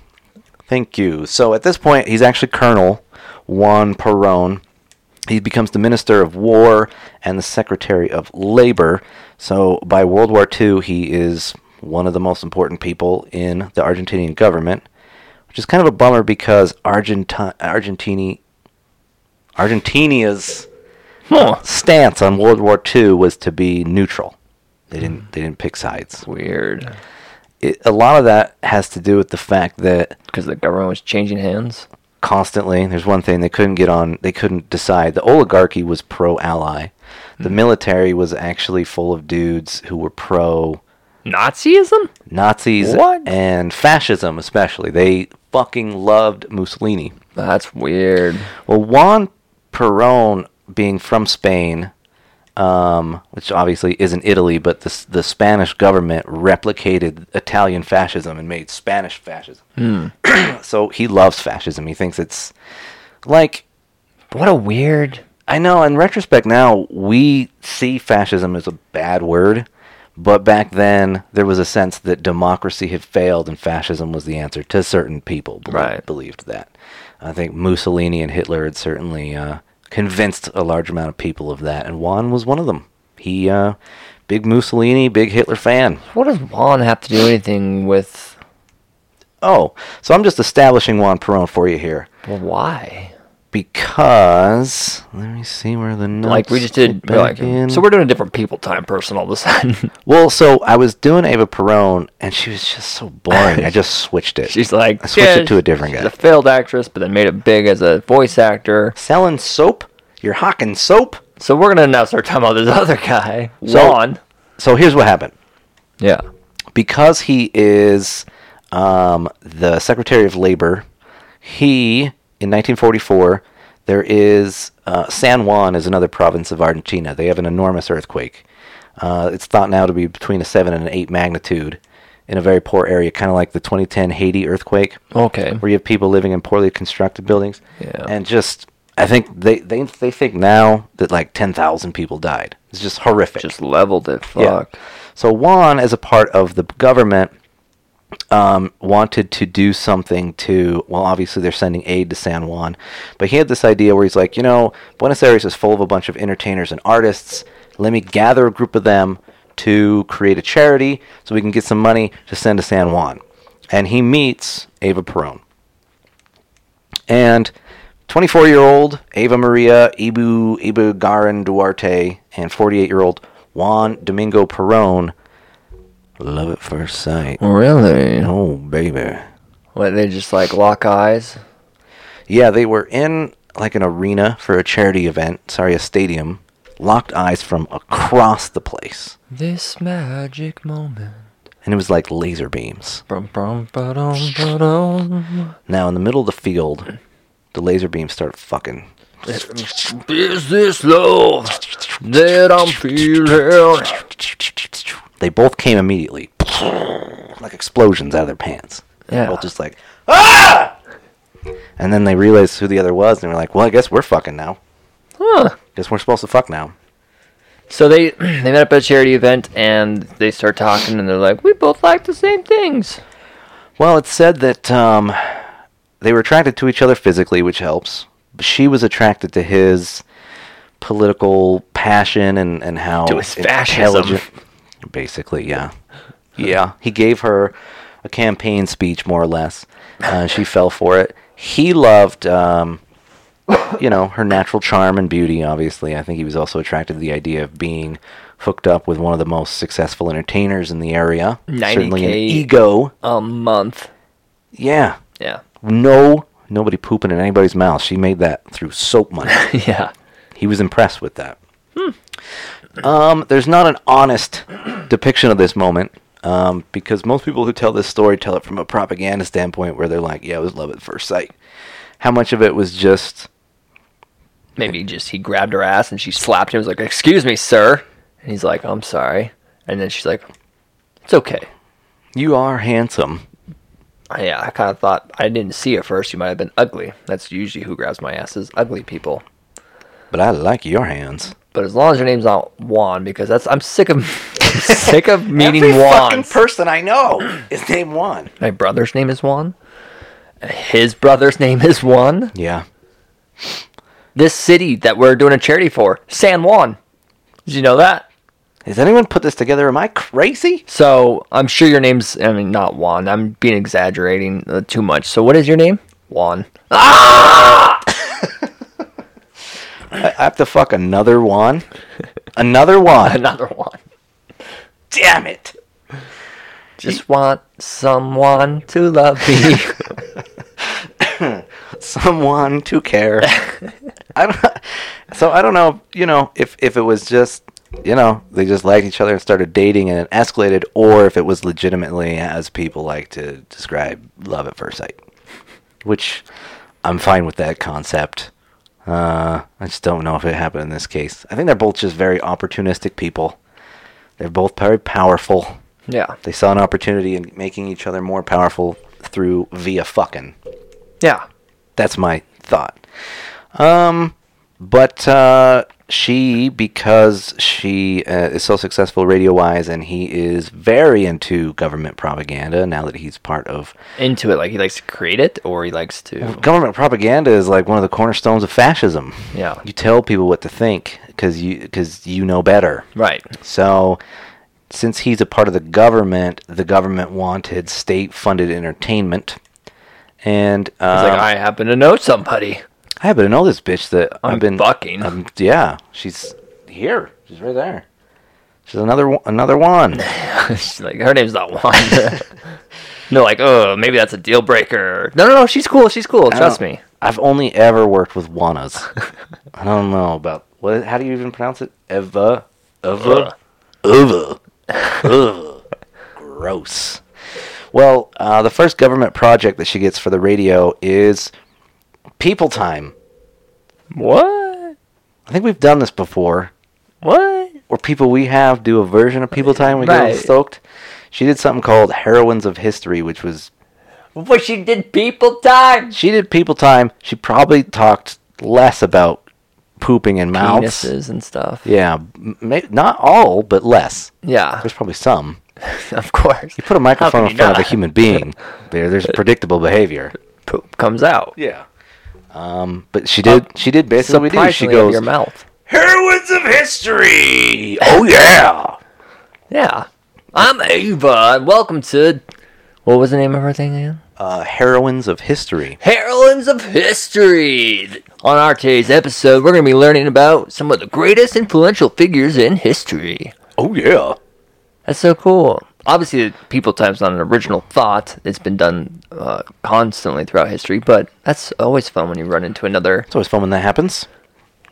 Speaker 2: Thank you. So at this point, he's actually Colonel Juan Perón. He becomes the Minister of War and the Secretary of Labor. So by World War II, he is one of the most important people in the Argentinian government, which is kind of a bummer because Argenti- Argentini- Argentinia's
Speaker 1: Huh.
Speaker 2: stance on World War II was to be neutral. They didn't. They didn't pick sides
Speaker 1: Weird.
Speaker 2: it, a lot of that has to do with the fact that
Speaker 1: Because the government was changing hands.
Speaker 2: constantly there's one thing they couldn't get on they couldn't decide the oligarchy was pro ally the military was actually full of dudes who were pro
Speaker 1: Nazism?
Speaker 2: nazis
Speaker 1: What?
Speaker 2: and fascism especially they fucking loved mussolini
Speaker 1: That's weird.
Speaker 2: Well, Juan Perón, being from Spain, um, which obviously isn't Italy, but the, s- the Spanish government replicated Italian fascism and made Spanish fascism. so he loves fascism. He thinks it's like,
Speaker 1: What a weird.
Speaker 2: I know in retrospect now, we see fascism as a bad word. But back then, there was a sense that democracy had failed and fascism was the answer to certain people. Believed,
Speaker 1: Right.
Speaker 2: believed that. I think Mussolini and Hitler had certainly uh, convinced a large amount of people of that, and Juan was one of them. He, uh, big Mussolini, big Hitler fan.
Speaker 1: What does Juan have to do anything with.
Speaker 2: Oh, so I'm just establishing Juan Perón for you here
Speaker 1: Well, why?
Speaker 2: because let me see where the notes
Speaker 1: Like, we just did.
Speaker 2: fit
Speaker 1: we're Like,
Speaker 2: back in.
Speaker 1: so we're doing a different people time person all of a sudden.
Speaker 2: Well, so I was doing Ava Perone, and she was just so boring. I just switched it.
Speaker 1: She's like.
Speaker 2: I switched
Speaker 1: "Yeah,
Speaker 2: it to a different
Speaker 1: She's
Speaker 2: guy.
Speaker 1: a failed actress, but then made it big as a voice actor.
Speaker 2: Selling soap? You're hawking soap?
Speaker 1: So we're gonna now start talking about this other guy,
Speaker 2: So-
Speaker 1: Juan.
Speaker 2: So here's what happened.
Speaker 1: Yeah.
Speaker 2: Because he is um, the Secretary of Labor, he, in 1944, there is uh, San Juan is another province of Argentina. They have an enormous earthquake. Uh, it's thought now to be between a 7 and an 8 magnitude in a very poor area, kind of like the 2010 Haiti earthquake.
Speaker 1: Okay.
Speaker 2: where you have people living in poorly constructed buildings.
Speaker 1: Yeah.
Speaker 2: And just, I think they, they, they think now that like 10,000 people died. It's just horrific.
Speaker 1: Just leveled it.
Speaker 2: Yeah.
Speaker 1: Fuck.
Speaker 2: So Juan, as a part of the government, um, wanted to do something to. Well, obviously they're sending aid to San Juan, but he had this idea where he's like, you know, Buenos Aires is full of a bunch of entertainers and artists. Let me gather a group of them to create a charity so we can get some money to send to San Juan. And he meets Ava Perón. And 24 year old Ava Maria Ibu Ibugaran Duarte and 48 year old Juan Domingo Perón. Love at first sight.
Speaker 1: Really?
Speaker 2: Oh, baby.
Speaker 1: What they just like lock eyes?
Speaker 2: Yeah, they were in like an arena for a charity event. Sorry, a stadium. Locked eyes from across the place.
Speaker 1: This magic moment.
Speaker 2: And it was like laser beams.
Speaker 1: Brum, brum, ba-dum, ba-dum.
Speaker 2: Now, in the middle of the field, the laser beams start fucking.
Speaker 1: Is this love that I'm feeling?
Speaker 2: They both came immediately. Like explosions out of their pants.
Speaker 1: Yeah.
Speaker 2: Both just like, ah! And then they realized who the other was and they were like, well, I guess we're fucking now.
Speaker 1: Huh.
Speaker 2: Guess we're supposed to fuck now.
Speaker 1: So they they met up at a charity event and they start talking and they're like, we both like the same things.
Speaker 2: Well, it's said that um, they were attracted to each other physically, which helps. She was attracted to his political passion and, and how
Speaker 1: To his fascism.
Speaker 2: Basically, yeah. Yeah. He gave her a campaign speech, more or less. Uh, she fell for it. He loved um, you know, her natural charm and beauty, obviously. I think he was also attracted to the idea of being hooked up with one of the most successful entertainers in the area.
Speaker 1: 90K.
Speaker 2: Certainly an ego.
Speaker 1: A month.
Speaker 2: Yeah.
Speaker 1: Yeah.
Speaker 2: No, nobody pooping in anybody's mouth. She made that through soap money.
Speaker 1: Yeah.
Speaker 2: he was impressed with that. Um, there's not an honest depiction of this moment um, because most people who tell this story tell it from a propaganda standpoint where they're like, yeah, it was love at first sight. How much of it was just
Speaker 1: Maybe he just he grabbed her ass and she slapped him. Was like, "Excuse me, sir," and he's like, "I'm sorry." And then she's like, "It's okay."
Speaker 2: You are handsome.
Speaker 1: Yeah, I kind of thought I didn't see at first. You might have been ugly. That's usually who grabs my ass is ugly people.
Speaker 2: But I like your hands.
Speaker 1: But as long as your name's not Juan, because that's I'm sick of sick of meeting
Speaker 2: Every
Speaker 1: Juan.
Speaker 2: fucking person I know is named Juan.
Speaker 1: my brother's name is Juan. His brother's name is Juan.
Speaker 2: Yeah.
Speaker 1: This city that we're doing a charity for, San Juan. Did you know that?
Speaker 2: Has anyone put this together? Am I crazy?
Speaker 1: So I'm sure your name's I mean not Juan. I'm being exaggerating uh, too much. So what is your name? Juan.
Speaker 2: I I have to fuck another Juan. Another Juan.
Speaker 1: Another Juan.
Speaker 2: Damn it.
Speaker 1: Just want someone to love me.
Speaker 2: Someone to care. I don't. So I don't know. You know, if if it was just you know they just liked each other and started dating and it escalated, or if it was legitimately as people like to describe love at first sight, which I'm fine with that concept. Uh, I just don't know if it happened in this case. I think they're both just very opportunistic people. They're both very powerful.
Speaker 1: yeah.
Speaker 2: They saw an opportunity in making each other more powerful through via fucking.
Speaker 1: Yeah.
Speaker 2: That's my thought. Um, but uh, she, because she uh, is so successful radio wise, and he is very into government propaganda now that he's part of.
Speaker 1: Into it. Like he likes to create it or he likes to
Speaker 2: Government propaganda is like one of the cornerstones of fascism.
Speaker 1: Yeah.
Speaker 2: you tell people what to think because you because you know better.
Speaker 1: Right.
Speaker 2: So, since he's a part of the government, the government wanted state-funded entertainment, and
Speaker 1: It's
Speaker 2: uh,
Speaker 1: like I happen to know somebody.
Speaker 2: I happen to know this bitch that i
Speaker 1: I'm
Speaker 2: have been
Speaker 1: fucking.
Speaker 2: Um, yeah, she's here. She's right there. She's another one- another one.
Speaker 1: She's like her name's not Juan. no, like, oh, maybe that's a deal breaker. No, no, no, she's cool, she's
Speaker 2: Oh.
Speaker 1: cool, trust me.
Speaker 2: I've only ever worked with Juanas. I don't know about what. How do you even pronounce it? Eva, Eva, Eva, Eva. Gross. Well, uh, the first government project that she gets for the radio is People Time.
Speaker 1: What?
Speaker 2: I think we've done this before.
Speaker 1: What?
Speaker 2: or people we have do a version of People Time we get
Speaker 1: Right.
Speaker 2: all stoked. She did something called Heroines of History, which was
Speaker 1: Before she did people time.
Speaker 2: she did People Time. She probably talked less about pooping and mouths.
Speaker 1: Penises and stuff.
Speaker 2: Yeah, m- may, not all, but less.
Speaker 1: Yeah,
Speaker 2: There's probably some.
Speaker 1: of course.
Speaker 2: Put a microphone
Speaker 1: could you
Speaker 2: in front of a
Speaker 1: not?
Speaker 2: human being. There, there's predictable behavior.
Speaker 1: Poop comes out.
Speaker 2: Yeah. Um, but she did. she did basically. what we do. She
Speaker 1: Surprisingly, out of
Speaker 2: goes
Speaker 1: your mouth.
Speaker 2: Heroines of History. Oh yeah.
Speaker 1: Yeah. I'm Ava, and welcome to. What was the name of her thing again?
Speaker 2: Uh, Heroines of History.
Speaker 1: Heroines of History! On our today's episode, we're going to be learning about some of the greatest influential figures in history.
Speaker 2: Oh yeah.
Speaker 1: That's so cool. Obviously, the people time's not an original thought. It's been done uh, constantly throughout history, but that's always fun when you run into another.
Speaker 2: It's always fun when that happens.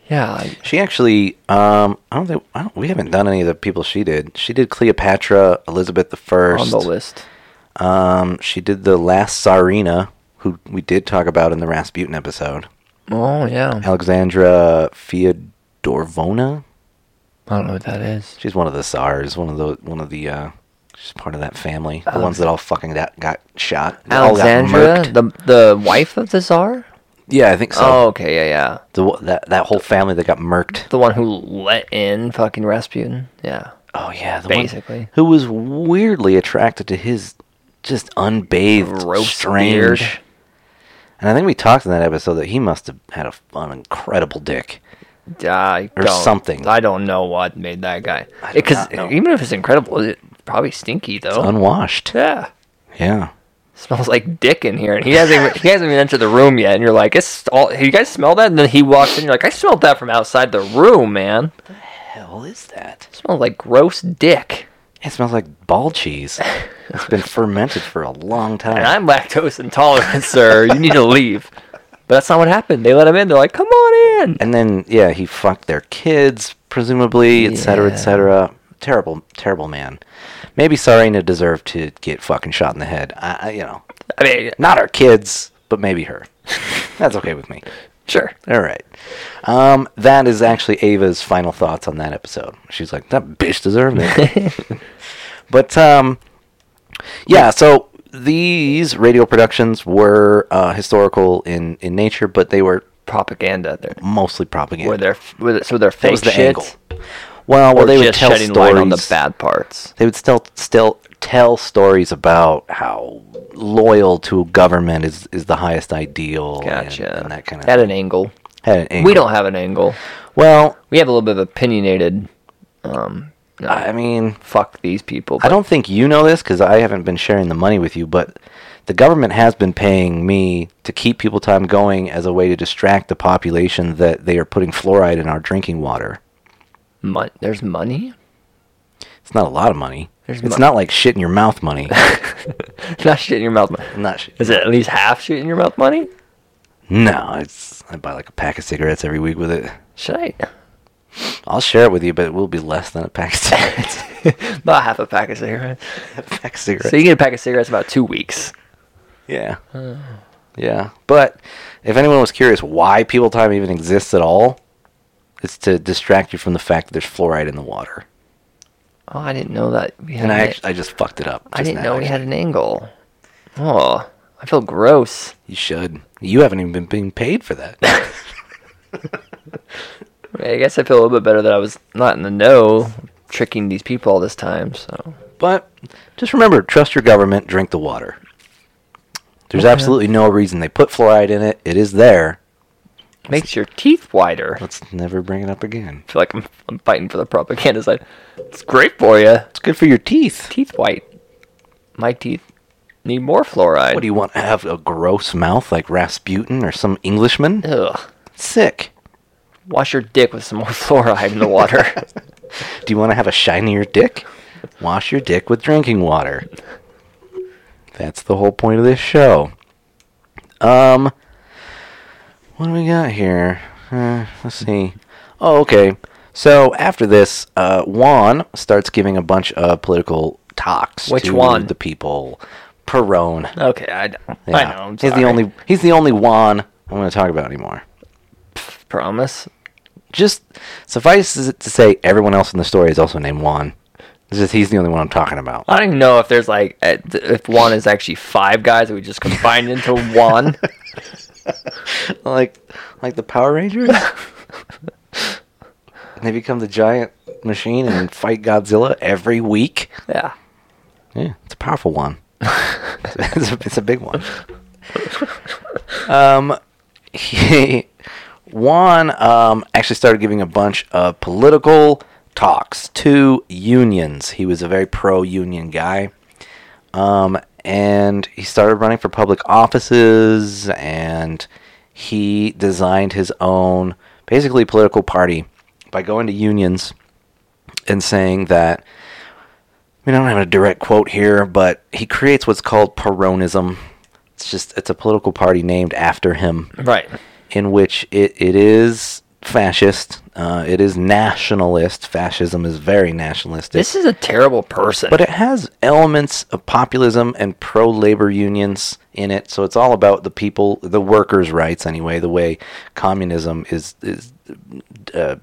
Speaker 1: Yeah, I-
Speaker 2: She actually, um, I don't think I don't, we haven't done any of the people she did. She did Cleopatra, Elizabeth the
Speaker 1: on
Speaker 2: First.
Speaker 1: the list.
Speaker 2: Um, she did the last Tsarina, who we did talk about in the Rasputin episode.
Speaker 1: Oh, yeah.
Speaker 2: Alexandra Fyodorovna.
Speaker 1: I don't know what that is.
Speaker 2: She's one of the Tsars. One of the one of the. Uh, she's part of that family. The ones that all fucking got, got shot. all got
Speaker 1: Alexandra,
Speaker 2: murked.
Speaker 1: the the wife of the czar.
Speaker 2: yeah, I think so.
Speaker 1: Oh, okay, yeah, yeah.
Speaker 2: The, one- that that whole family that got murked.
Speaker 1: The one who let in fucking Rasputin. Yeah.
Speaker 2: Oh yeah, the
Speaker 1: Basically.
Speaker 2: one who was weirdly attracted to his just unbathed,
Speaker 1: Gross
Speaker 2: strange.
Speaker 1: beard.
Speaker 2: And I think we talked in that episode that he must have had a, an incredible dick.
Speaker 1: I
Speaker 2: Or
Speaker 1: don't-
Speaker 2: something.
Speaker 1: I don't know what made that guy.
Speaker 2: do
Speaker 1: Because
Speaker 2: not know.
Speaker 1: Oh. even if it's incredible, it's probably stinky though.
Speaker 2: Unwashed.
Speaker 1: yeah.
Speaker 2: Yeah.
Speaker 1: smells like dick in here, and he hasn't even, he hasn't even entered the room yet, and you're like, it's all. You guys smell that? And then he walks in, you're like, I smelled that from outside the room, man.
Speaker 2: hell is that?
Speaker 1: It smells like gross dick,
Speaker 2: It smells like ball cheese. It's been fermented for a long
Speaker 1: and
Speaker 2: time.
Speaker 1: I'm lactose intolerant, sir. You need to leave. But that's not what happened. They let him in. They're like, come on in.
Speaker 2: And then, yeah, he fucked their kids, presumably, et cetera, et
Speaker 1: Yeah.
Speaker 2: cetera. Terrible, terrible man. Maybe Sarina deserved to get fucking shot in the head. I, I, you know,
Speaker 1: I mean,
Speaker 2: not our kids, but maybe her. That's okay with me.
Speaker 1: sure.
Speaker 2: All right. Um, that is actually Ava's final thoughts on that episode. She's like, that bitch deserved it. but um, yeah, so these radio productions were uh, historical in, in nature, but they were
Speaker 1: Propaganda. There.
Speaker 2: mostly propaganda.
Speaker 1: Were there? Were there, so they're
Speaker 2: That
Speaker 1: fake
Speaker 2: was the
Speaker 1: shit.
Speaker 2: angle. Well, well,
Speaker 1: Or
Speaker 2: they would
Speaker 1: just
Speaker 2: tell
Speaker 1: shedding
Speaker 2: stories.
Speaker 1: light on the bad parts.
Speaker 2: They would still still tell stories about how loyal to government is, is the highest ideal and-
Speaker 1: Gotcha.
Speaker 2: and, that kind of
Speaker 1: At an angle.
Speaker 2: had an angle.
Speaker 1: We don't have an angle.
Speaker 2: well
Speaker 1: We have a little bit of opinionated. Um, no,
Speaker 2: I mean
Speaker 1: fuck these people.
Speaker 2: I don't think you know this because I haven't been sharing the money with you, but the government has been paying me to keep people time going as a way to distract the population that they are putting fluoride in our drinking water.
Speaker 1: Mon- there's money.
Speaker 2: It's not a lot of money.
Speaker 1: There's
Speaker 2: it's
Speaker 1: mo-
Speaker 2: not like shit in your mouth money.
Speaker 1: Not shit in your mouth. money.
Speaker 2: not shit.
Speaker 1: Is it at least half shit in your mouth money?
Speaker 2: No, it's I buy like a pack of cigarettes every week with it.
Speaker 1: Should I?
Speaker 2: I'll share it with you, but it will be less than a pack of cigarettes.
Speaker 1: About half a pack of cigarettes.
Speaker 2: a pack of cigarettes.
Speaker 1: So you get a pack of cigarettes in about two weeks.
Speaker 2: Yeah.
Speaker 1: Uh.
Speaker 2: Yeah. But if anyone was curious why people time even exists at all, it's to distract you from the fact that there's fluoride in the water.
Speaker 1: Oh, I didn't know that. We had
Speaker 2: And I
Speaker 1: an-
Speaker 2: actually, I just fucked it up.
Speaker 1: I
Speaker 2: just
Speaker 1: didn't
Speaker 2: now,
Speaker 1: know we
Speaker 2: actually.
Speaker 1: had an angle. Oh, I feel gross.
Speaker 2: You should. You haven't even been being paid for that.
Speaker 1: I guess I feel a little bit better that I was not in the know, tricking these people all this time. So
Speaker 2: but just remember, trust your government, drink the water. There's absolutely no reason they put fluoride in it. It is there.
Speaker 1: makes your teeth wider. I
Speaker 2: Let's never bring it up again.
Speaker 1: feel like I'm, I'm fighting for the propaganda side. It's great for you.
Speaker 2: It's good for your teeth.
Speaker 1: Teeth white. My teeth need more fluoride.
Speaker 2: What do you want? Have a gross mouth like Rasputin or some Englishman?
Speaker 1: Ugh.
Speaker 2: Sick.
Speaker 1: Wash your dick with some more fluoride in the water.
Speaker 2: Do you want to have a shinier dick? Wash your dick with drinking water. That's the whole point of this show. Um, what do we got here? Uh, let's see. Oh, okay. So after this, uh, Juan starts giving a bunch of political talks
Speaker 1: Which
Speaker 2: to
Speaker 1: Juan?
Speaker 2: the people. Perone.
Speaker 1: okay, I, know. I know.
Speaker 2: Yeah.
Speaker 1: I'm
Speaker 2: he's the
Speaker 1: sorry.
Speaker 2: only. He's the only Juan I'm going to talk about anymore.
Speaker 1: promise.
Speaker 2: Just suffice it to say, everyone else in the story is also named Juan. It's just he's the only one I'm talking about.
Speaker 1: I don't even know if there's like uh, th- if one is actually five guys that we just combined into one.
Speaker 2: like like the Power Rangers. they become the giant machine and fight Godzilla every week.
Speaker 1: Yeah.
Speaker 2: Yeah, it's a powerful one. it's, a, it's a big one. Um, he, Juan um, actually started giving a bunch of political talks to unions. He was a very pro-union guy. Um, and he started running for public offices and he designed his own basically political party by going to unions and saying that I mean, I don't have a direct quote here, but he creates what's called Peronism. It's just it's a political party named after him,
Speaker 1: Right.
Speaker 2: in which it, it is fascist, uh, it is nationalist. Fascism is very nationalistic,
Speaker 1: This is a terrible person.
Speaker 2: but it has elements of populism and pro labor unions in it. So it's all about the people, the workers' rights, anyway. The way communism is is uh,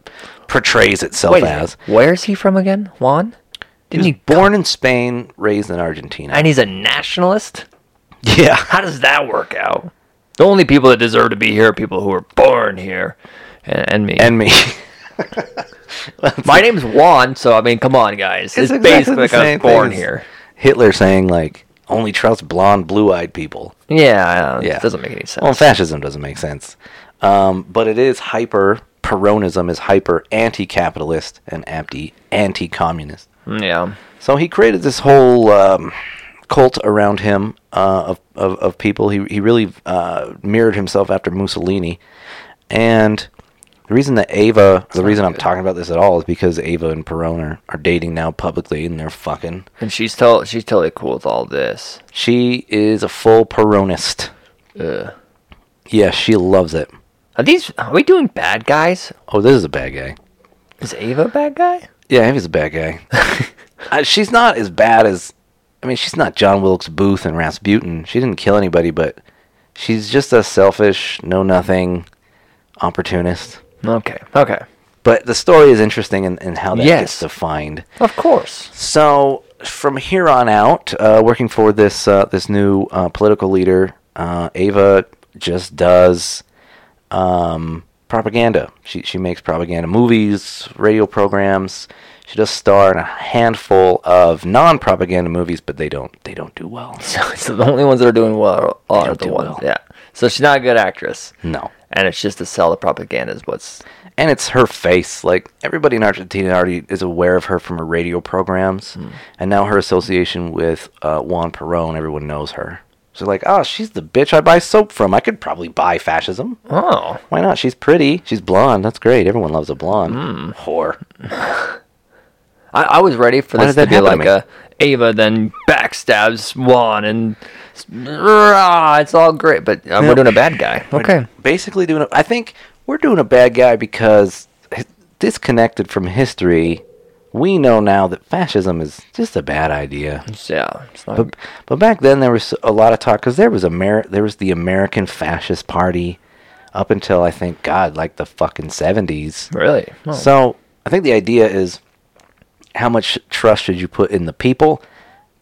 Speaker 2: portrays itself
Speaker 1: Wait, a
Speaker 2: as.
Speaker 1: minute. where is he from again? Juan?
Speaker 2: He
Speaker 1: Didn't
Speaker 2: was
Speaker 1: he,
Speaker 2: born in Spain, raised in Argentina.
Speaker 1: and he's a nationalist?
Speaker 2: yeah.
Speaker 1: How does that work out? The only people that deserve to be here are people who are born here, and, and me.
Speaker 2: and me.
Speaker 1: my name's Juan, so I mean, come on, guys. It's, basically like I was born here.
Speaker 2: Hitler saying like only trust blonde, blue-eyed people.
Speaker 1: Yeah, yeah,
Speaker 2: Yeah,
Speaker 1: it doesn't make any sense.
Speaker 2: Well, fascism doesn't make sense, um, but it is hyper. Peronism is hyper anti-capitalist and anti anti-communist.
Speaker 1: yeah,
Speaker 2: So he created this whole um, cult around him uh, of, of of people. He he really uh, mirrored himself after Mussolini, and the reason that Ava, the reason I'm talking about this at all, is because Ava and Perone are, are dating now publicly, and they're fucking.
Speaker 1: And she's tell she's totally cool with all this.
Speaker 2: She is a full Peronist.
Speaker 1: Ugh.
Speaker 2: Yeah, she loves it.
Speaker 1: Uh, Are these are we doing bad guys?
Speaker 2: Oh, this is a bad guy.
Speaker 1: Is Ava a bad guy?
Speaker 2: Yeah, Ava's a bad guy. Uh, she's not as bad as. I mean, she's not John Wilkes Booth and Rasputin. She didn't kill anybody, but she's just a selfish, know nothing, opportunist.
Speaker 1: Okay. Okay.
Speaker 2: But the story is interesting in, in how that
Speaker 1: Yes.
Speaker 2: gets defined.
Speaker 1: Of course.
Speaker 2: So from here on out, uh, working for this uh, this new uh, political leader, uh, Ava just does um, propaganda. She she makes propaganda movies, radio programs. She does star in a handful of non-propaganda movies, but they don't they don't do well.
Speaker 1: So, so the only ones that are doing well are, are
Speaker 2: don't
Speaker 1: the
Speaker 2: do
Speaker 1: ones.
Speaker 2: well.
Speaker 1: Yeah. So she's not a good actress.
Speaker 2: No,
Speaker 1: And it's just to sell the propaganda is what's
Speaker 2: and it's her face. Like everybody in Argentina already is aware of her from her radio programs, and now her association with uh, Juan Perón, everyone knows her. So like, oh, she's the bitch I buy soap from. I could probably buy fascism.
Speaker 1: Oh.
Speaker 2: Why not? She's pretty. She's blonde. That's great. Everyone loves a blonde whore.
Speaker 1: I, I was ready for
Speaker 2: Why
Speaker 1: this to
Speaker 2: did that
Speaker 1: be
Speaker 2: happen
Speaker 1: like a
Speaker 2: to
Speaker 1: Ava then backstabs Juan and s- rah, it's all great, but uh, we're doing a bad guy. Okay.
Speaker 2: Basically, doing. A, I think we're doing a bad guy because h- disconnected from history, we know now that fascism is just a bad idea.
Speaker 1: So, yeah. It's not,
Speaker 2: But but back then there was a lot of talk because there was Amer- there was the American Fascist Party up until I think God like the fucking seventies.
Speaker 1: really. Oh.
Speaker 2: So I think the idea is how much trust should you put in the people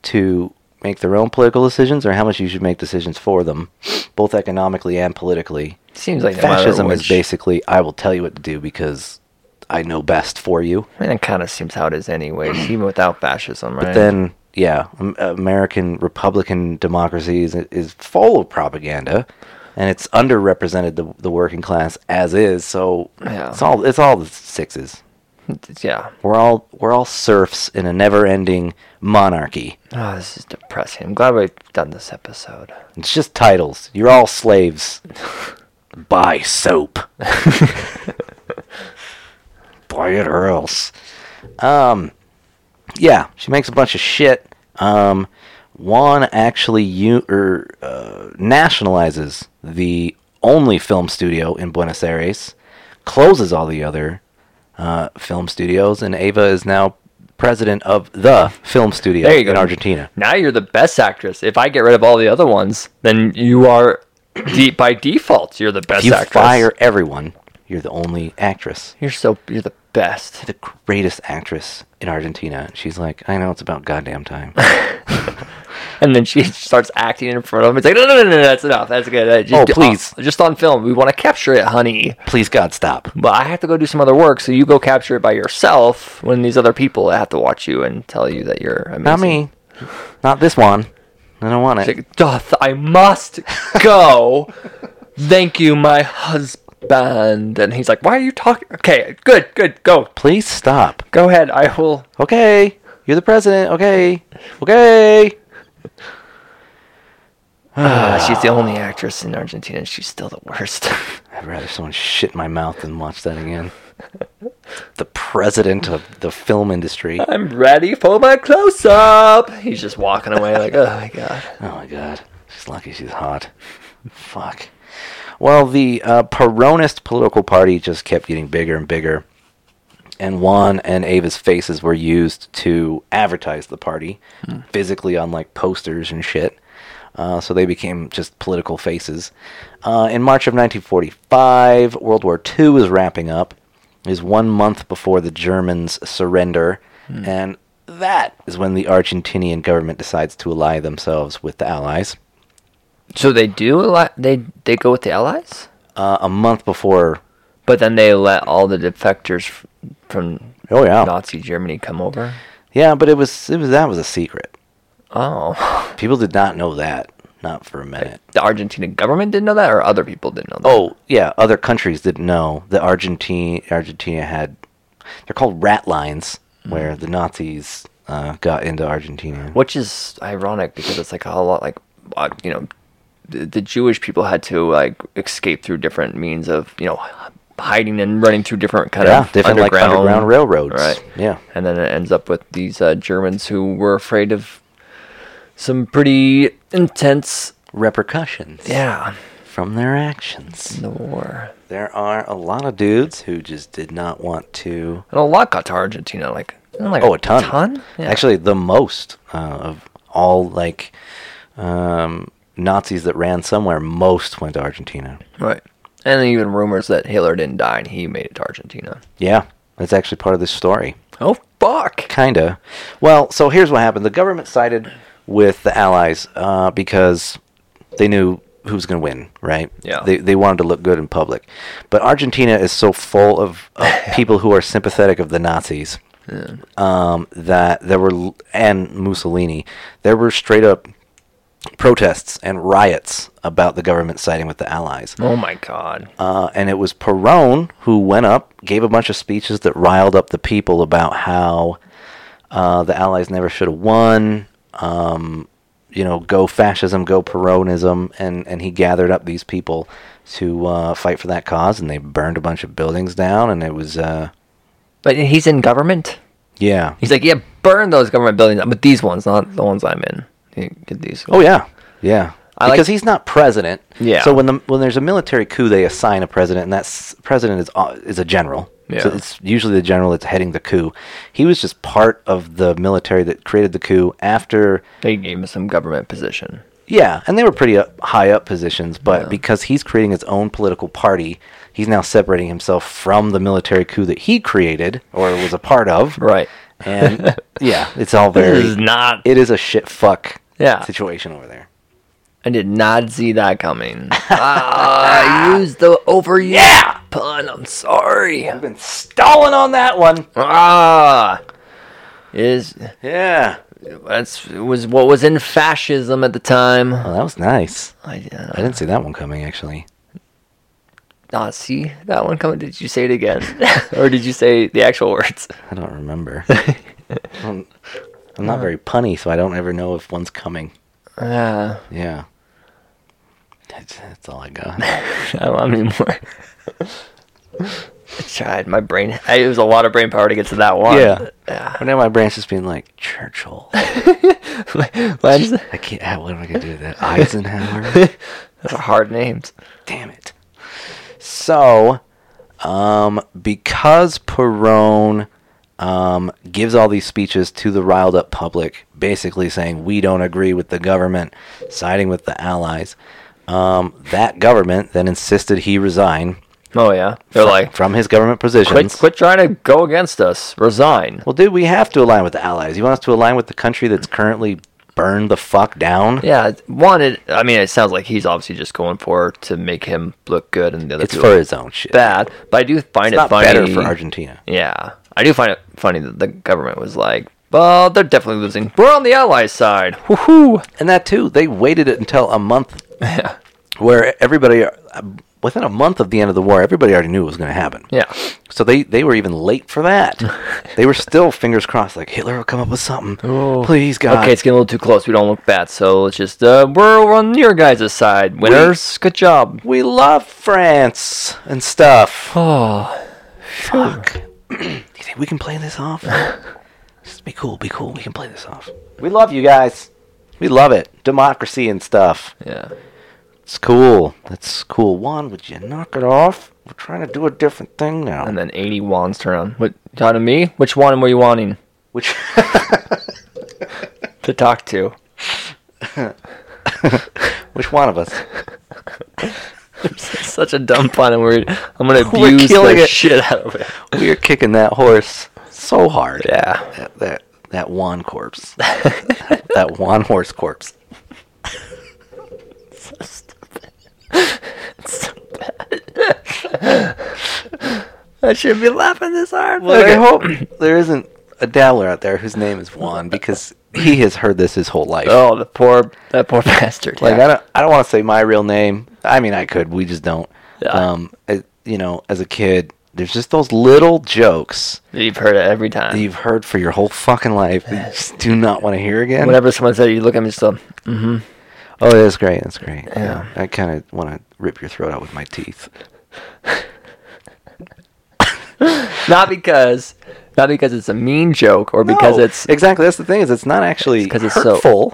Speaker 2: to make their own political decisions, or how much you should make decisions for them, both economically and politically.
Speaker 1: Seems like no matter
Speaker 2: Fascism is
Speaker 1: which-
Speaker 2: basically I will tell you what to do because I know best for you.
Speaker 1: I mean, it kind of seems how it is, anyways, even without fascism, right?
Speaker 2: then yeah, um, American Republican democracy is, is full of propaganda, and it's underrepresented the, the working class as is. So
Speaker 1: Yeah.
Speaker 2: it's all it's all the sixes.
Speaker 1: yeah.
Speaker 2: We're all we're all serfs in a never-ending monarchy.
Speaker 1: Oh, this is depressing. I'm glad we've done this episode.
Speaker 2: It's just titles. You're all slaves. Buy soap. Buy it or else. Um, yeah, she makes a bunch of shit. Um, Juan actually u- er, uh, nationalizes the only film studio in Buenos Aires, closes all the other uh, film studios, and Ava is now president of the film studio
Speaker 1: There you go.
Speaker 2: in Argentina.
Speaker 1: Now you're the best actress. If I get rid of all the other ones, then you are de- by default. You're the best
Speaker 2: you
Speaker 1: actress.
Speaker 2: fire everyone, you're the only actress,
Speaker 1: You're so you're the best.
Speaker 2: the greatest actress in Argentina. She's like, I know it's about goddamn time.
Speaker 1: And then she starts acting in front of him. It's like no, no, no, no, no, that's enough. That's good. Uh, Just,
Speaker 2: Oh, please.
Speaker 1: uh, just on film. We want to capture it, honey.
Speaker 2: Please, God, stop.
Speaker 1: But I have to go do some other work, so you go capture it by yourself. When these other people have to watch you and tell you that you're amazing.
Speaker 2: Not me. Not this one. I don't want it.
Speaker 1: Like, Doth I must go? Thank you, my husband. And he's like, Why are you talking? Okay, good, good, go,
Speaker 2: Please stop.
Speaker 1: go ahead. I will.
Speaker 2: Okay. You're the president. Okay. Okay.
Speaker 1: Uh, she's the only actress in Argentina, and she's still the worst.
Speaker 2: I'd rather someone shit in my mouth than watch that again. the president of the film industry. Oh
Speaker 1: I'm ready for my close up. He's just walking away, like, Oh my god.
Speaker 2: my God. She's lucky she's hot. Fuck. Well, the uh, Peronist political party just kept getting bigger and bigger. and Juan and Ava's faces were used to advertise the party physically on like posters and shit. Uh, so they became just political faces. Uh, in March of 1945, World War II is wrapping up. It is one month before the Germans surrender, and that is when the Argentinian government decides to ally themselves with the Allies.
Speaker 1: So they do a lot. They they go with the allies,
Speaker 2: Uh, a month before,
Speaker 1: but then they let all the defectors f- from
Speaker 2: oh yeah,
Speaker 1: Nazi Germany come over.
Speaker 2: yeah, but it was it was that was a secret.
Speaker 1: Oh,
Speaker 2: People did not know that, not for a minute.
Speaker 1: the Argentine government didn't know that, or other people didn't know that.
Speaker 2: Oh yeah, other countries didn't know that
Speaker 1: Mm-hmm.
Speaker 2: Argentina Argentina had. They're called rat lines, where the Nazis uh, got into Argentina.
Speaker 1: which is ironic because it's like a lot like uh, you know the, the Jewish people had to like escape through different means of you know hiding and running through different kind
Speaker 2: Yeah,
Speaker 1: of
Speaker 2: different like
Speaker 1: underground,
Speaker 2: underground railroads.
Speaker 1: right?
Speaker 2: Yeah.
Speaker 1: and then it ends up with these uh, Germans who were afraid of some pretty intense
Speaker 2: Repercussions
Speaker 1: yeah
Speaker 2: from their actions.
Speaker 1: the war.
Speaker 2: There are a lot of dudes who just did not want to.
Speaker 1: And a lot got to Argentina, like, like
Speaker 2: Oh, a ton.
Speaker 1: ton? Yeah.
Speaker 2: Actually, the most uh, of all like um, Nazis that ran somewhere, most went to Argentina.
Speaker 1: right. And then even rumors that Hitler didn't die and he made it to Argentina.
Speaker 2: Yeah, that's actually part of this story.
Speaker 1: Oh fuck!
Speaker 2: Kinda. Well, so here's what happened: the government sided with the Allies uh, because they knew who was going to win, right?
Speaker 1: Yeah.
Speaker 2: They they wanted to look good in public, but Argentina is so full of, of people who are sympathetic of the Nazis um, that there were l- and Mussolini, there were straight up protests and riots about the government siding with the Allies.
Speaker 1: Oh my god!
Speaker 2: Uh, and it was Perón who went up, gave a bunch of speeches that riled up the people about how uh, the Allies never should have won. Um, you know, go fascism, go Peronism, and and he gathered up these people to uh, fight for that cause, and they burned a bunch of buildings down, and it was uh,
Speaker 1: But he's in government.
Speaker 2: yeah,
Speaker 1: He's like, yeah, burn those government buildings, but these ones, not the ones I'm in. You Get these.
Speaker 2: oh yeah, yeah.
Speaker 1: I like-
Speaker 2: because he's not president.
Speaker 1: Yeah.
Speaker 2: So when the when there's a military coup, they assign a president, and that s- president is uh, is a general.
Speaker 1: Yeah.
Speaker 2: So it's usually the general that's heading the coup. He was just part of the military that created the coup after.
Speaker 1: They gave him some government position.
Speaker 2: Yeah, and they were pretty up, high up positions, but because he's creating his own political party, he's now separating himself from the military coup that he created or was a part of.
Speaker 1: Right.
Speaker 2: And yeah, it's all
Speaker 1: This is
Speaker 2: very.
Speaker 1: not.
Speaker 2: It is a shit fuck
Speaker 1: Yeah.
Speaker 2: situation over there.
Speaker 1: I did not see that coming. Ah, I used the overused
Speaker 2: Yeah!
Speaker 1: pun. I'm sorry.
Speaker 2: I've been stalling on that one.
Speaker 1: Ah, is
Speaker 2: Yeah.
Speaker 1: that's was what was in fascism at the time.
Speaker 2: Well, Oh, that was nice.
Speaker 1: I,
Speaker 2: I
Speaker 1: uh,
Speaker 2: didn't see that one coming, actually.
Speaker 1: ah, see that one coming. Did you say it again, or did you say the actual words?
Speaker 2: I don't remember. I don't- I'm not very punny, so I don't ever know if one's coming.
Speaker 1: Yeah,
Speaker 2: Yeah. That's, that's all I got.
Speaker 1: I don't have any more. I tried. My brain. I used a lot of brain power to get to that one.
Speaker 2: Yeah.
Speaker 1: Yeah.
Speaker 2: But now my brain's just being like, Churchill.
Speaker 1: Mine's-
Speaker 2: I can't, ah, what am I going to do with that? Eisenhower?
Speaker 1: Those are hard names.
Speaker 2: Damn it. So, um, because Perone um, gives all these speeches to the riled up public, basically saying, we don't agree with the government, siding with the allies, um, that government then insisted he resign
Speaker 1: Oh yeah. They're like,
Speaker 2: from his government positions.
Speaker 1: quit, quit trying to go against us. Resign.
Speaker 2: Well, dude, we have to align with the allies. You want us to align with the country that's currently burned the fuck down?
Speaker 1: Yeah, one. It, I mean, it sounds like he's obviously just going for to make him look good, and the other
Speaker 2: It's
Speaker 1: people
Speaker 2: for his own shit.
Speaker 1: bad. But I do find
Speaker 2: It's
Speaker 1: it
Speaker 2: not
Speaker 1: funny.
Speaker 2: better for Argentina.
Speaker 1: Yeah, I do find it funny that the government was like, "Well, they're definitely losing. We're on the Allies' side." Woohoo!
Speaker 2: And that too, they waited until a month
Speaker 1: Yeah,
Speaker 2: where everybody uh, within a month of the end of the war everybody already knew it was going to happen
Speaker 1: yeah.
Speaker 2: so they they were even late for that they were still fingers crossed like hitler will come up with something please god
Speaker 1: Okay, it's getting a little too close. We don't look bad, so it's just uh, we're on your guys' side. Winners, good job.
Speaker 2: we love france and stuff
Speaker 1: Oh,
Speaker 2: fuck do you think we can play this off just be cool be cool we can play this off we love you guys we love it democracy and stuff
Speaker 1: yeah.
Speaker 2: it's cool that's cool juan would you knock it off we're trying to do a different thing now
Speaker 1: And then eighty wands turn on. What? Talking to me? Which one were you wanting
Speaker 2: which
Speaker 1: to talk to?
Speaker 2: which one of us
Speaker 1: such a dumb pun, and we're I'm gonna
Speaker 2: We're
Speaker 1: abuse
Speaker 2: killing
Speaker 1: the
Speaker 2: it.
Speaker 1: shit out of it.
Speaker 2: We are kicking that horse so hard.
Speaker 1: Yeah.
Speaker 2: That that, that one corpse. that one horse corpse.
Speaker 1: I should be laughing this hard.
Speaker 2: Well, I hope there isn't a dabbler out there whose name is Juan because he has heard this his whole life.
Speaker 1: Oh, the poor that poor bastard.
Speaker 2: Like
Speaker 1: yeah.
Speaker 2: I don't I don't want to say my real name. I mean I could. We just don't.
Speaker 1: Yeah.
Speaker 2: Um, I- you know, as a kid, there's just those little jokes
Speaker 1: You've heard it every time.
Speaker 2: that you've heard for your whole fucking life that you just do not want to hear again.
Speaker 1: Whenever someone says you look at me, just mm-hmm.
Speaker 2: Oh, that's great. That's great.
Speaker 1: Yeah.
Speaker 2: Yeah. I kind of want to rip your throat out with my teeth.
Speaker 1: Not because, not because it's a mean joke or because
Speaker 2: No,
Speaker 1: it's
Speaker 2: exactly that's the thing is it's not actually
Speaker 1: because it's
Speaker 2: hurtful,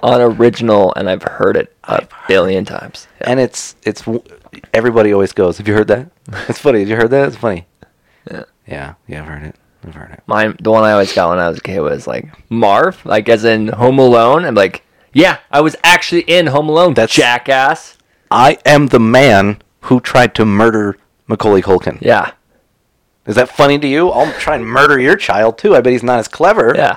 Speaker 1: so unoriginal, and I've heard it a billion times. Yeah.
Speaker 2: and it's it's w- everybody always goes. Have you heard that? It's funny. Have you heard that? It's funny.
Speaker 1: Yeah.
Speaker 2: Yeah. Yeah. I've heard it. I've heard it.
Speaker 1: Mine, the one I always got when I was a kid was like Marv, like as in Home Alone. I'm like, yeah, I was actually in Home Alone.
Speaker 2: That's-
Speaker 1: jackass.
Speaker 2: I am the man who tried to murder Macaulay Culkin.
Speaker 1: Yeah,
Speaker 2: Is that funny to you? I'll try and murder your child too. I bet he's not as clever.
Speaker 1: yeah.